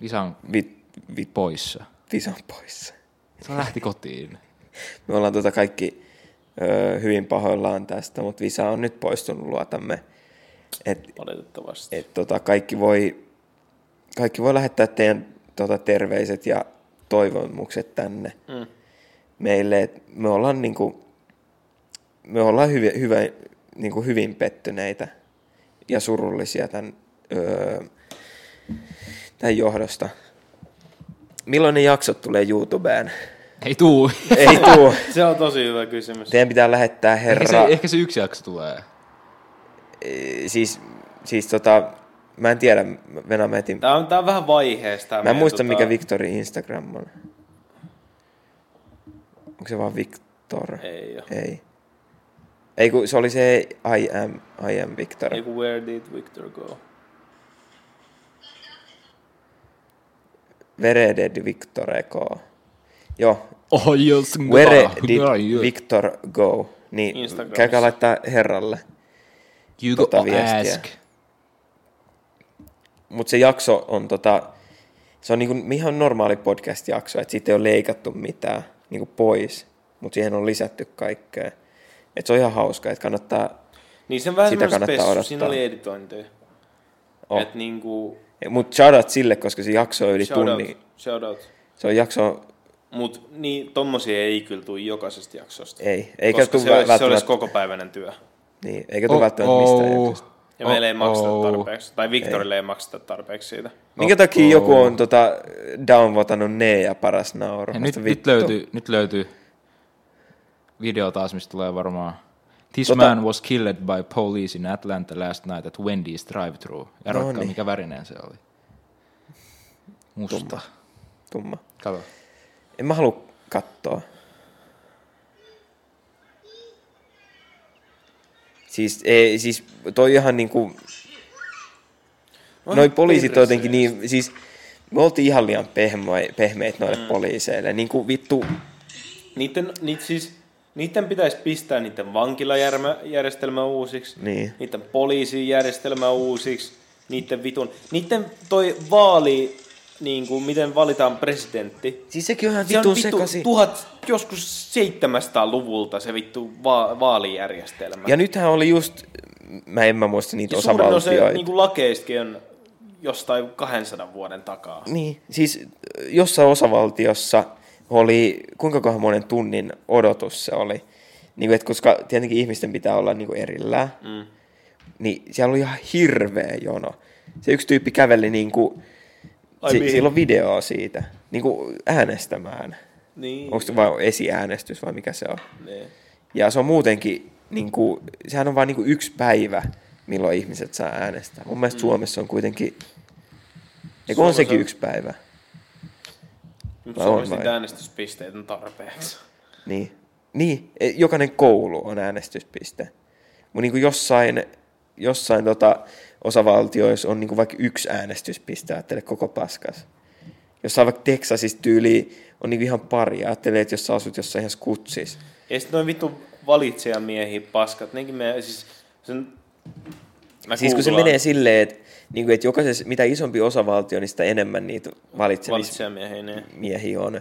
Isä on
vi, vi,
poissa.
Visa on poissa.
Se lähti kotiin.
Me ollaan tota kaikki ö, hyvin pahoillaan tästä, mutta Visa on nyt poistunut luotamme. Et,
Valitettavasti.
et tota, kaikki, voi, kaikki voi lähettää teidän tota, terveiset ja toivomukset tänne mm. meille. Et me ollaan, niinku, me ollaan hyvi, hyvä, niinku, hyvin pettyneitä ja surullisia tämän, öö, tämän johdosta. Milloin ne jaksot tulee
[laughs]
YouTubeen?
Ei tuu.
Ei tuu.
Se on tosi hyvä kysymys.
Teidän pitää lähettää
Ehkä
herra.
se, ehkä se yksi jakso tulee.
Siis, siis tota, mä en tiedä, Venä mä etin
Tää on, tää on vähän vaiheesta.
Mä en
tota-
muista, mikä Victorin Instagram on. Onko se vaan Victor?
Ei oo.
Ei. Ei kun se oli se I am, I am Victor.
Eiku, where did Victor go?
Vere did Victor go. Joo.
Oh, yes,
Where did Victor go? Niin,
Instagramissa.
käykää laittaa herralle.
You
tota
tota
viestiä.
ask.
Mutta se jakso on tota, se on niinku ihan normaali podcast-jakso, että siitä ei ole leikattu mitään niinku pois, mutta siihen on lisätty kaikkea. Et se on ihan hauska, että kannattaa
Niin sen vähän
Sitä
semmoinen
kannattaa Oh.
spessu,
odottaa.
siinä oli editointeja.
On.
Et niinku,
Mutta shoutout sille, koska se jakso on yli tunnin.
Shoutout. Shoutout.
Se on jakso,
Mut niin, tommosia ei kyllä tule jokaisesta jaksosta.
ei, eikä
koska
tule
se, olisi, se
välttämättä,
olisi kokopäiväinen työ.
niin, eikä
Oh,
tule välttämättä mistään jaksosta.
Ja oh, meillä ei makseta
Oh-oh.
tarpeeksi. Tai Victorille ei, makseta tarpeeksi siitä.
Minkä takia joku on tota, downvotannut ne ja paras nauru?
Ja
Mä
nyt,
sitä
nyt,
vittu.
löytyy, nyt löytyy video taas, mistä tulee varmaan. This
Tota-
tota... man was killed by police in Atlanta last night at Wendy's drive-thru. Ja no
Noniin.
niin. mikä värinen se oli. Musta. Tumma.
Tumma.
Kato.
En mä halua katsoa. Siis, ei, siis toi ihan niinku... Noi poliisit on jotenkin niin... Siis me oltiin ihan liian pehmoja, pehmeitä noille mm. poliiseille. Niinku vittu...
Niiden, niit siis, niiden pitäisi pistää niiden vankilajärjestelmä uusiksi,
Niin.
niiden poliisijärjestelmä uusiksi, niiden vitun, niiden toi vaali, niin kuin miten valitaan presidentti.
Siis sekin on ihan
Se on
vittu
vittu
sekasi.
tuhat, joskus 700-luvulta se vittu va- vaalijärjestelmä.
Ja nythän oli just... Mä en mä muista niitä
ja suurin osa
osavaltioita.
niin kuin lakeistakin on jostain 200 vuoden takaa.
Niin, siis äh, jossain osavaltiossa oli, kuinka kohan monen tunnin odotus se oli. Niin kuin, että koska tietenkin ihmisten pitää olla niin kuin erillään, mm. niin siellä oli ihan hirveä jono. Se yksi tyyppi käveli niin kuin,
Ai
si-
mihin?
sillä on videoa siitä, niin kuin äänestämään.
Niin.
Onko se vaan esiäänestys vai mikä se on?
Niin.
Ja se on muutenkin, niin kuin, sehän on vain niin kuin yksi päivä, milloin ihmiset saa äänestää. Mun mielestä mm. Suomessa on kuitenkin, eikö on
Suomessa
sekin
on-
yksi päivä?
Mutta
Vai on
Suomessa
vai?
niitä äänestyspisteitä on tarpeeksi.
Niin. niin, e- jokainen koulu on äänestyspiste. Mutta niin jossain, jossain tota osavaltioissa on niin kuin vaikka yksi äänestyspiste, ajattele koko paskas. Jossain vaikka Texasissa tyyli on niin kuin ihan pari, ajattele, että jos sä asut jossain ihan skutsissa.
Ja sitten noin vittu valitsijamiehiä paskat, nekin me siis sen... Mä
Siis kun se
googlaan
menee silleen, että, niin kuin, että jokaisessa, mitä isompi osavaltio, niin sitä enemmän niitä valitsemismiehiä
valitsijamiehiä, niin...
on.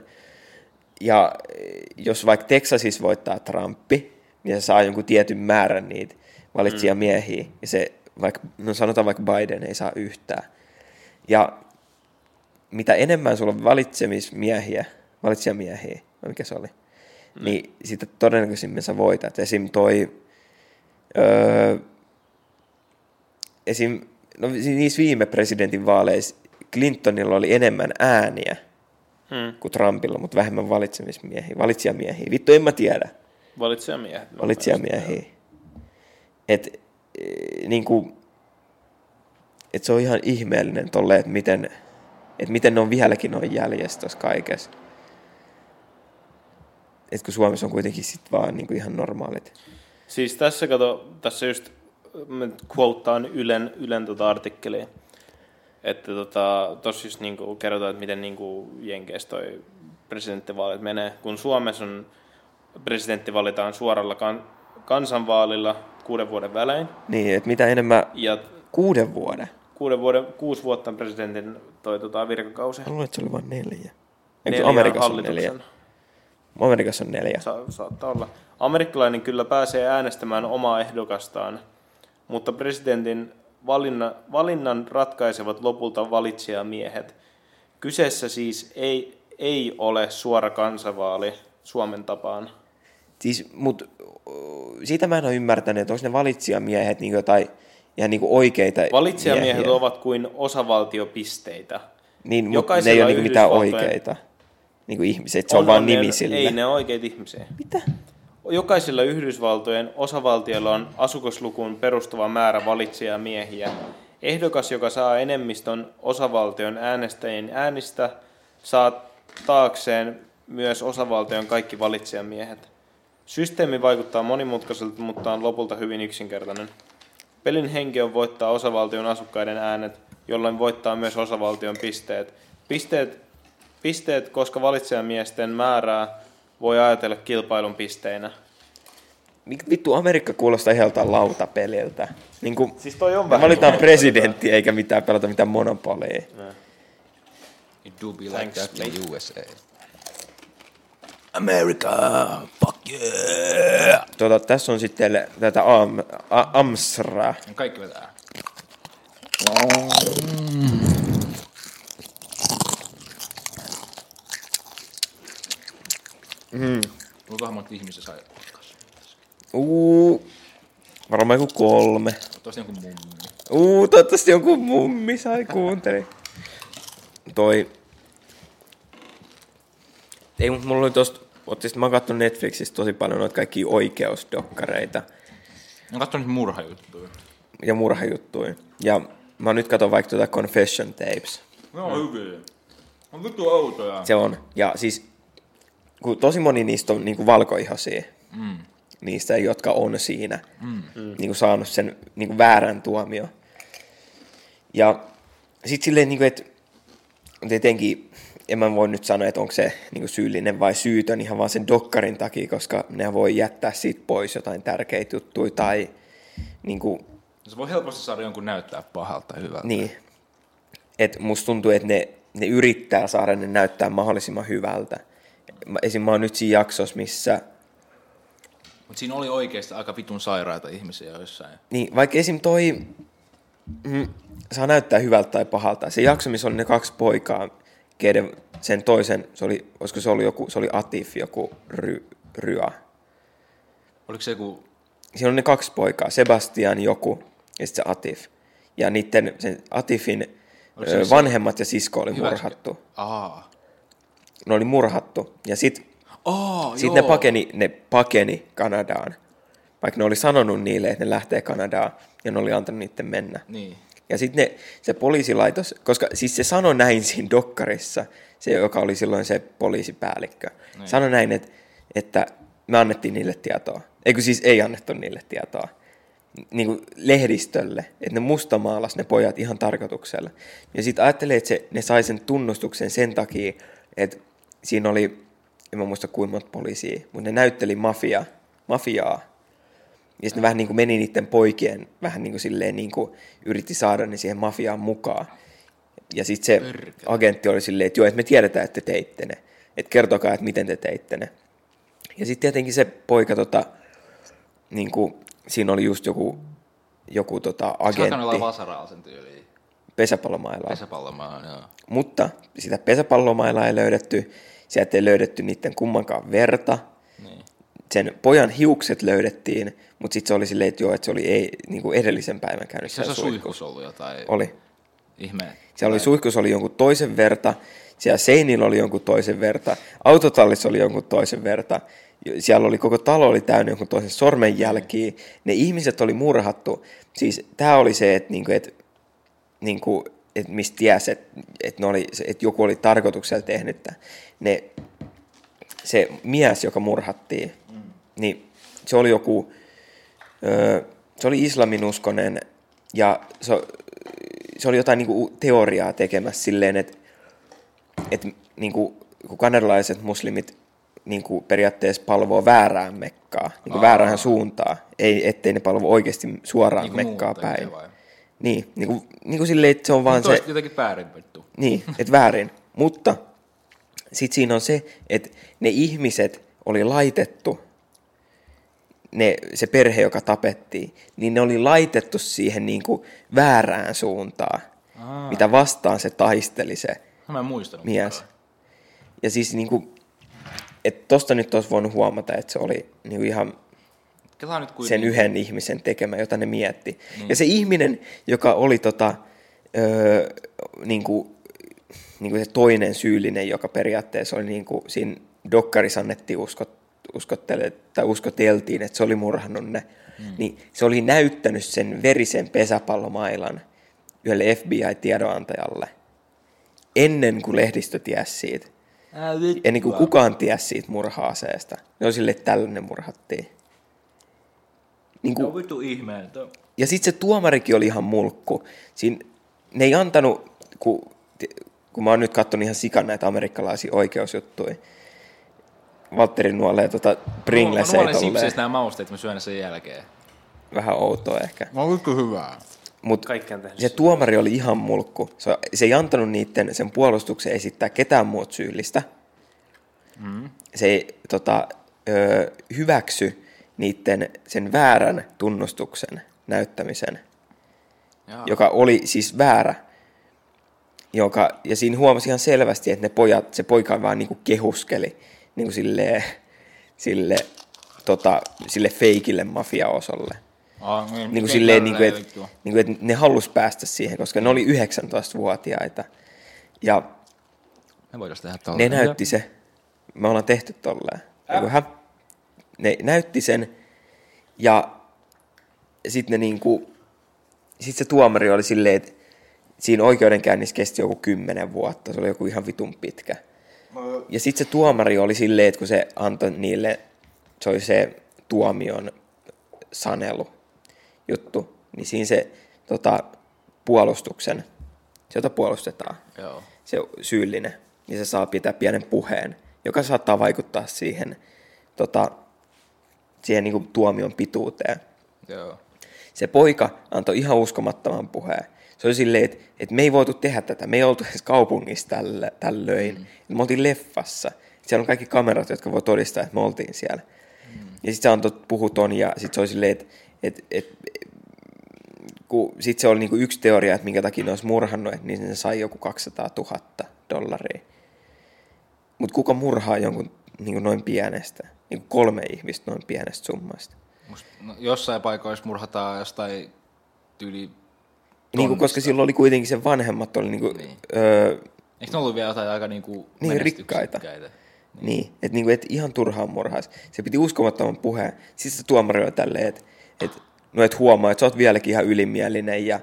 Ja eh, jos vaikka Texasissa voittaa Trumpi, niin se saa jonkun tietyn määrän niitä valitsijamiehiä. Mm. Ja se, vaikka, no sanotaan vaikka Biden ei saa yhtään. Ja mitä enemmän sulla on valitsemismiehiä, valitsijamiehiä, vai mikä se oli, mm. niin sitä todennäköisimmin sä voitat. Esim. toi... Öö, esim, no, si- niissä viime presidentin vaaleissa Clintonilla oli enemmän ääniä
Mm.
kuin Trumpilla, mutta vähemmän valitsemismiehiä, valitsijamiehiä. Vittu, en mä tiedä.
Valitsijamiehet. mä
Valitsijamiehiä. Et, niin kuin, et se on ihan ihmeellinen tolle, että miten, et miten ne on vieläkin noin jäljessä tuossa kaikessa. Et kun Suomessa on kuitenkin sit vaan niinku ihan normaalit.
Siis tässä kato, tässä just mä nyt quoteaan Ylen, Ylen tota artikkelia. Että tota, tossa just niinku kerrotaan, että miten niinku Jenkeissä toi presidenttivaalit menee. Kun Suomessa on presidentti valitaan suoralla kan, kansanvaalilla kuuden vuoden välein.
Niin, että mitä enemmän
Ja
kuuden vuoden.
kuuden vuoden, kuusi vuotta on presidentin toi, tota, virkakausi.
Mä luulen, että se oli vain neljä. Eikö
Neljä
neljä
on
Amerikassa on
hallituksen.
neljä? Amerikassa on neljä.
Sa- saattaa olla. Amerikkalainen kyllä pääsee äänestämään omaa ehdokastaan, mutta presidentin valinna, valinnan ratkaisevat lopulta valitsijamiehet. Kyseessä siis ei, ei ole suora kansanvaali Suomen tapaan.
Siis, mut o, siitä mä en ole ymmärtänyt, että onko ne valitsijamiehet niin jotain ihan niin oikeita
Valitsijamiehet
miehiä.
ovat kuin osavaltiopisteitä.
Niin, mut ne ei
Jokaisella
ole niinku mitään
Yhdysvaltojen-
oikeita niin kuin ihmisiä, että se on, on vaan
ne-
nimi sille.
Ei ne ole oikeita ihmisiä.
Mitä?
Jokaisella Yhdysvaltojen osavaltiolla on asukaslukuun perustuva määrä valitsijamiehiä. Ehdokas, joka saa enemmistön osavaltion äänestäjien äänistä, saa taakseen myös osavaltion kaikki valitsijamiehet. Systeemi vaikuttaa monimutkaiselta, mutta on lopulta hyvin yksinkertainen. Pelin henki on voittaa osavaltion asukkaiden äänet, jolloin voittaa myös osavaltion pisteet. Pisteet, pisteet koska valitsijamiesten määrää voi ajatella kilpailun pisteinä.
Mik- Vittu, Amerikka kuulostaa ihan joltain lautapeliltä. Niin kuin,
Siis toi on
me valitaan presidentti eikä mitään pelata mitään monopolia.
It do be like that in USA.
Tota, tässä on sitten tätä am, a, Amsraa.
Kaikki vetää. Kuinka monta ihmistä sai lakkas?
Uu, varmaan joku kolme.
Toista jonkun mummi.
Uu, toivottavasti joku mummi sai kuunteli. Toi... Ei, mutta mulla oli tosta... Ootte sit, mä oon kattonut Netflixistä tosi paljon noita kaikki oikeusdokkareita
Mä katson nyt murhajuttuja.
ja murhajuttuja. Ja mä nyt katon vaikka tuota Confession Tapes.
Ne on hyviä. On vittu outoja.
Se on. Ja siis kun tosi moni niistä on niin kuin valkoihoisia. Mm. Niistä, jotka on siinä. Mm. Niin kuin saanut sen niin kuin väärän tuomio. Ja sitten silleen, niin kuin, että tietenkin en mä voi nyt sanoa, että onko se niin kuin syyllinen vai syytön ihan vaan sen dokkarin takia, koska ne voi jättää siitä pois jotain tärkeitä juttuja tai niin kuin,
Se voi helposti saada jonkun näyttää pahalta ja hyvältä.
niin. Et musta tuntuu, että ne, ne yrittää saada ne näyttää mahdollisimman hyvältä. Mä- Esim. mä oon nyt siinä jaksossa, missä...
Mutta siinä oli oikeasti aika vitun sairaita ihmisiä joissain.
Niin, vaikka esim. toi... Mm, saa näyttää hyvältä tai pahalta. Se jakso, missä oli ne kaksi poikaa, keiden sen toisen, se oli, olisiko se ollut joku, se oli Atif, joku ry, rya.
Oliko se joku...
Siinä oli ne kaksi poikaa, Sebastian joku ja sitten se Atif. Ja niiden, sen Atifin
Oliko se
ö,
se-
vanhemmat ja sisko oli
Hyväksy-
murhattu.
Aa.
Ne oli murhattu. Ja sitten
Oh,
Sitten ne pakeni, ne pakeni Kanadaan. Vaikka ne oli sanonut niille, että ne lähtee Kanadaan, ja ne oli antanut niiden mennä.
Niin.
Ja sitten se poliisilaitos, koska siis se sanoi näin siinä dokkarissa, se joka oli silloin se poliisipäällikkö, niin. sanoi näin, että, että me annettiin niille tietoa. Eikö siis ei annettu niille tietoa. Niin kuin lehdistölle, että ne mustamaalas ne pojat ihan tarkoituksella. Ja sitten ajattelee, että se, ne sai sen tunnustuksen sen takia, että siinä oli, en mä muista kuinka monta poliisia, mutta ne näytteli mafia, mafiaa ja sitten vähän niin kuin meni niiden poikien, vähän niin kuin silleen niin kuin yritti saada ne siihen mafiaan mukaan. Ja sitten se agentti oli silleen, että joo, että me tiedetään, että te teitte ne. Että kertokaa, että miten te teitte ne. Ja sitten tietenkin se poika, tota, niin kuin, siinä oli just joku, joku tota,
Se alkanut olla
agentti
vasaraa sen tyyliin.
pesäpallomailaa.
Pesäpallomaan, joo.
Mutta sitä pesäpallomailaa ei löydetty, sieltä ei löydetty niiden kummankaan verta. Niin. Sen pojan hiukset löydettiin, mutta sitten se oli silleen, että joo, että se oli ei, niin kuin edellisen päivän käynyt
Se on
siellä
suihkus ollut jotain
Oli.
ihme.
Siellä oli suihkus oli jonkun toisen verta, siellä seinillä oli jonkun toisen verta, autotallissa oli jonkun toisen verta, siellä oli koko talo oli täynnä jonkun toisen sormenjälkiä, ne ihmiset oli murhattu. Siis tämä oli se, että niinku, et, niinku, et mistä tiesi, että et ne oli, se- et joku oli tarkoituksella tehnyt tää. Ne, se mies, joka murhattiin, niin se oli joku, öö, se oli islaminuskonen ja se, se oli jotain niin kuin, teoriaa tekemässä silleen, että et, niin kuin, kun kanadalaiset muslimit niin kuin, periaatteessa palvoo väärään mekkaa, niin kuin, väärään suuntaan, ei, ettei ne palvo oikeasti suoraan
Niinku
mekkaa
muuten,
päin.
vai?
Niin, niin kuin, niin kuin silleen, että se on vaan
Toista
se...
se... jotenkin väärinpättu.
Niin, että väärin. Mutta sitten siinä on se, että ne ihmiset oli laitettu, ne, se perhe, joka tapettiin, niin ne oli laitettu siihen niin kuin väärään suuntaan, Aa. mitä vastaan se taisteli se
No, mä en muistanut.
mies. Ja siis niin kuin, että tosta nyt olisi voinut huomata, että se oli niin kuin ihan
Kelaa nyt kuitenkin.
sen yhden ihmisen tekemä, jota ne mietti. Niin. Ja se ihminen, joka oli tota, öö, niinku, niinku se toinen syyllinen, joka periaatteessa oli niinku, siinä dokkarissa annettiin uskot, uskottele, tai uskoteltiin, että se oli murhannut ne, mm. niin se oli näyttänyt sen verisen pesäpallomailan yhdelle FBI-tiedonantajalle ennen kuin lehdistö tiesi siitä. Ennen kuin niinku kukaan tiesi siitä murha-aseesta. Ne oli sille, että tällainen murhattiin. Niin kuin,
vittu ihmeen.
ja sitten se tuomarikin oli ihan mulkku. Siin, ne ei antanut, kun, kun mä oon nyt katsonut ihan sikan näitä amerikkalaisia oikeusjuttuja, Valtteri nuolee tota Pringles
Mä nuolen
tolleen.
sipseistä nämä mausteet, mä syön ne sen jälkeen.
Vähän outoa ehkä.
Mä oon vittu hyvää.
Mut
Kaikki on tehnyt
se
sen.
tuomari oli ihan mulkku. Se, se ei antanut niiden sen puolustuksen esittää ketään muut syyllistä. Mm. Se ei tota, ö, hyväksy niiden sen väärän tunnustuksen näyttämisen.
Jaa.
joka oli siis väärä. Joka, ja siinä huomasi ihan selvästi, että ne pojat, se poika vaan niinku kehuskeli niinku silleen, sille, tota, sille feikille mafiaosalle.
Aa, niin,
Niin kuin
se
silleen, niin
tälleen
kuin, että,
vittua.
niin kuin, että ne halus päästä siihen, koska ne oli 19-vuotiaita. Ja
Me voidaan tehdä
ne
tolleen.
näytti se. Me ollaan tehty tolleen. Äh. Hä? Ne näytti sen. Ja sitten ne niinku, sit se tuomari oli silleen, että siinä oikeudenkäynnissä kesti joku kymmenen vuotta. Se oli joku ihan vitun pitkä. Ja sitten se tuomari oli silleen, että kun se antoi niille, se oli se tuomion sanelu juttu, niin siinä se tota, puolustuksen, se jota puolustetaan,
Joo.
se syyllinen, niin se saa pitää pienen puheen, joka saattaa vaikuttaa siihen, tota, siihen niin kuin tuomion pituuteen.
Joo.
Se poika antoi ihan uskomattoman puheen. Se oli silleen, että, että me ei voitu tehdä tätä. Me ei oltu edes kaupungissa tällä, tällöin. Mm. Me oltiin leffassa. Siellä on kaikki kamerat, jotka voi todistaa, että me oltiin siellä. Mm. Ja sitten se antoi puhua ton ja sitten se oli silleen, että, että, että kun, sit se oli niinku yksi teoria, että minkä takia ne olisi murhannut, että niin ne sai joku 200 000 dollaria. Mutta kuka murhaa jonkun niinku noin pienestä? Niinku kolme ihmistä noin pienestä summasta.
Musta, no, jossain paikoissa murhataan jostain tyyli...
Niin kuin, koska
tonnista.
silloin oli kuitenkin sen vanhemmat oli niinku, niin. öö,
Eikö ne ollut vielä jotain aika niinku
Niin, rikkaita.
menestyksekkäitä?
niin, että niinku, et ihan turhaan murhaas. Se piti uskomattoman puheen. Siis se tuomari oli tälleen, että et, no et huomaa, että sä oot vieläkin ihan ylimielinen ja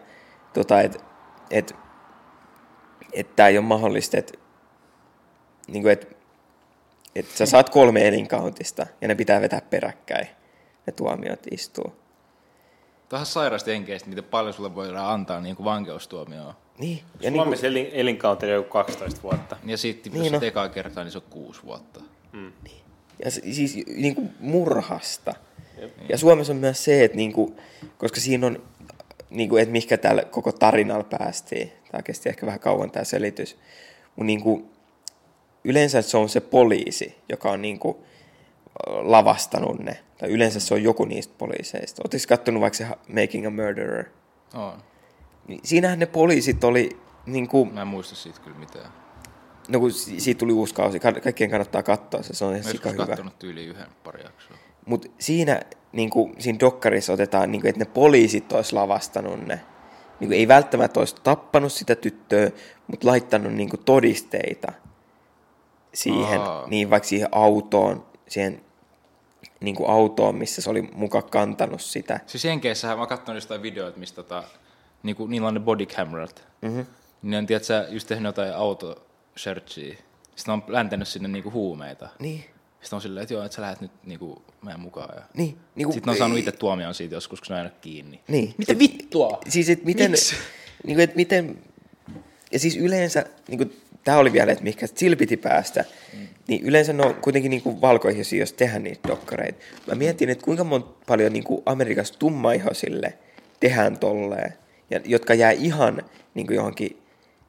tota, että et, et tää ei ole mahdollista, että niinku, et, et sä saat kolme elinkautista ja ne pitää vetää peräkkäin, ne tuomiot istuu.
Tähän sairaasti enkeistä, miten paljon sulle voidaan antaa niin kuin vankeustuomioon.
Niin, ja
Ja Suomessa niin kuin... elinkauteri on joku 12 vuotta.
Ja sitten
Niin
niin jos
on.
no. ekaa kertaa, niin se on kuusi vuotta.
ja s- siis niin kuin murhasta. Ja Suomessa on myös se, että niin kuin, koska siinä on, niin kuin, että mikä täällä koko tarinalla päästiin. Tämä kesti ehkä vähän kauan tämä selitys. Mutta niin kuin, yleensä se on se poliisi, joka on niin kuin, lavastanut ne. Tai yleensä se on joku niistä poliiseista. Oletko kattonut vaikka se Making a Murderer?
On.
Niin siinähän ne poliisit oli niin kuin,
Mä en muista siitä kyllä mitään.
no kun si- siitä tuli uusi kausi, Ka- kaikkien kannattaa katsoa se, se on
Mä
ihan
oon
sika
joskus
hyvä.
kattonut tyyli yhden pari jaksoa.
Mutta siinä, niin kuin, siinä dokkarissa otetaan, niin kuin, että ne poliisit olisi lavastanut ne. Niin kuin, ei välttämättä olisi tappanut sitä tyttöä, mutta laittanut niin kuin, todisteita siihen,
Aa.
niin vaikka siihen autoon, siihen niin kuin autoon, missä se oli muka kantanut sitä.
Siis Jenkeissähän mä katson jostain videoita, missä tota, niinku, niillä on ne bodycamerat.
Mhm.
Mm-hmm. Niin on, tiedätkö, just tehnyt jotain auto searchia. Sitten on läntänyt sinne niinku huumeita.
Niin,
Sitten on silleen, että joo, että sä lähdet nyt niinku meidän mukaan. Ja...
niin. niin
Sitten ne on saanut itse tuomion siitä joskus, kun ne on jäänyt kiinni.
Niin. Mitä vittua? Siis, et miten... Niin kuin, et miten... Ja siis yleensä, niin kuin, tämä oli vielä, että mihinkä sillä piti päästä, mm. niin yleensä ne on kuitenkin niin kuin valkoihoisia, jos tehdään niitä dokkareita. Mä mietin, että kuinka mon, paljon niin kuin Amerikassa tummaihoisille tehdään tolleen, ja, jotka jää ihan niin kuin johonkin,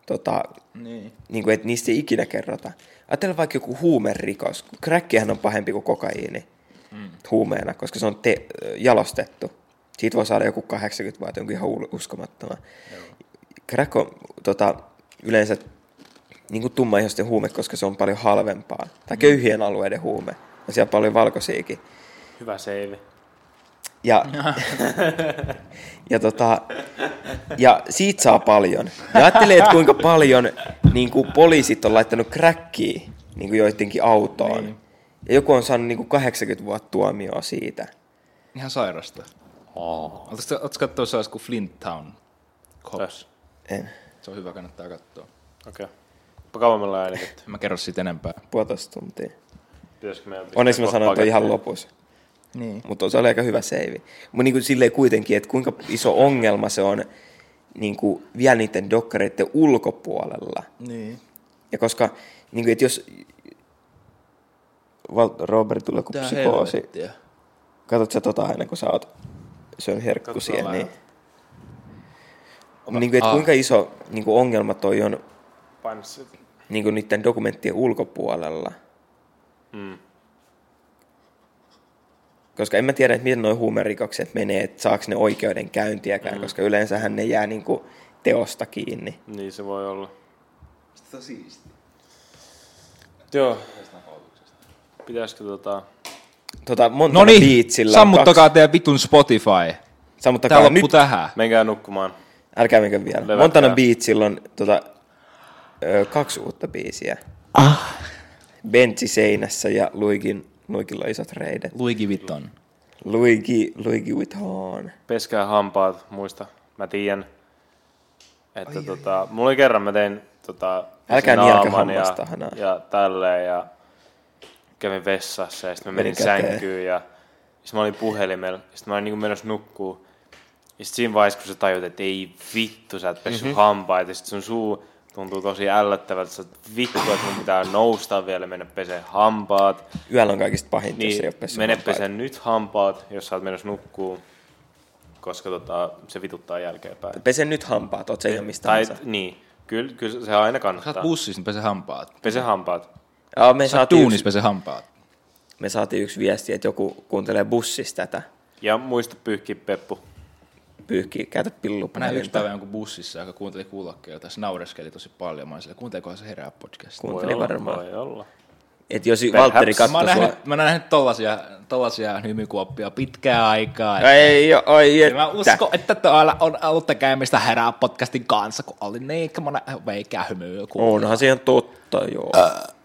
tota, niin. Niin kuin, että niistä ei ikinä kerrota. Ajattele vaikka joku huumerikos. Crackihän on pahempi kuin kokaiini Mm. huumeena, koska se on te- jalostettu. Siitä voi saada joku 80 vuotta, jonkin ihan ul- uskomattoman. Crack on tota, yleensä niin kuin tummaihoisten huume, koska se on paljon halvempaa. Tai köyhien alueiden huume. Ja siellä on paljon valkoisiakin.
Hyvä save.
Ja, ja, tota, ja siitä saa paljon. Ja ajattelee, että kuinka paljon niin kuin poliisit on laittanut crackia niin kuin joidenkin autoon. Niin. Ja joku on saanut niin kuin 80 vuotta tuomioa siitä.
Ihan sairasta. Oh. Oletko katsoa sellaista kuin Flint Town Cops?
En.
Se on hyvä, kannattaa katsoa.
Okei. Okay. Kauan me ollaan äänitetty.
En mä kerro siitä enempää.
Puolitoista tuntia.
Pitäisikö meidän pistää
Onneksi mä
kohta
sanoin, että on ihan
pakettiin?
lopussa.
Niin.
Mutta se oli aika hyvä seivi. Mutta niin silleen kuitenkin, että kuinka iso ongelma se on niin kuin vielä niiden dokkareiden ulkopuolella.
Niin.
Ja koska, niin kuin, että jos... Val- Robert tulee kuin psykoosi. Katot sä tota aina, kun sä oot syön herkku siihen, niin... Niin kuin, että kuinka iso niin kuin ongelma toi on
Panssi.
niin kuin niiden dokumenttien ulkopuolella. Mm. Koska en mä tiedä, että miten nuo huumerikokset menee, että saako ne oikeudenkäyntiäkään, mm. koska yleensähän ne jää niin kuin teosta kiinni.
Niin se voi olla.
Sitä siistiä.
Joo. Pitäisikö tota...
tota,
No
Montana
niin,
Beachillä on
sammuttakaa teidän vitun Spotify.
kaksi.
Tää
sammuttakaa nyt,
loppu tähän.
Menkää nukkumaan.
älkää menkö vielä.
Levätkää.
Montana Beachillä on tota, ö, kaksi uutta biisiä. Ah. Benji seinässä ja Luigin, Luigilla on isot reidet.
Luigi Vitton.
Luigi, Luigi Vuitton.
Peskää hampaat, muista. Mä tiedän, että tota, mulla oli kerran, mä tein tota,
Älkää
sen
nielkö
naaman ja,
hammasta, Hana.
ja tälleen ja kävin vessassa ja sitten mä menin
Meni käteen.
sänkyyn ja sitten mä olin puhelimella. Sitten mä olin niinku menossa nukkuu. Ja sitten siinä vaiheessa, kun sä tajut, että ei vittu, sä et
Mhm.
pessy mm-hmm. hampaita. Ja sit sun suu tuntuu tosi ällöttävältä. Sä oot, vittu, että mun pitää nousta vielä ja mennä pesee hampaat.
Yöllä on kaikista pahinta, niin, jos ei
Niin,
ole pessyt
mene
hampaita.
pesen nyt hampaat, jos sä oot menossa nukkuu, koska tota, se vituttaa jälkeenpäin.
Pese nyt hampaat, oot sä ihan mistä
Tai,
tahansa.
niin, kyllä, kyllä se aina
Sä oot
kannattaa.
bussissa, niin pese hampaat.
Pese hampaat.
Aa, me,
Sä oot
saatiin
duunissa,
yksi,
pese hampaat.
me saatiin yksi viesti, että joku kuuntelee bussissa tätä.
Ja muista pyyhkiä peppu.
Pyyhkii, käytä
Mä näin yksi
pillupäiväntä.
päivä jonkun bussissa, joka kuunteli kuulokkeita, se naureskeli tosi paljon. Mä olin sillä, kuunteleekohan se herää podcast.
Kuunteli Niin varmaan.
Voi olla.
Että jos
Perhaps.
Valtteri
Mä
katsoi
oon
sua...
nähnyt, mä oon nähnyt tollasia, tollasia hymykuoppia pitkää aikaa. Ja
Ei, oo- ai, että.
mä uskon, että täällä on ollut tekemistä herää podcastin kanssa, kun oli niin monen veikää hymyä.
Onhan se ihan totta, joo. Äh.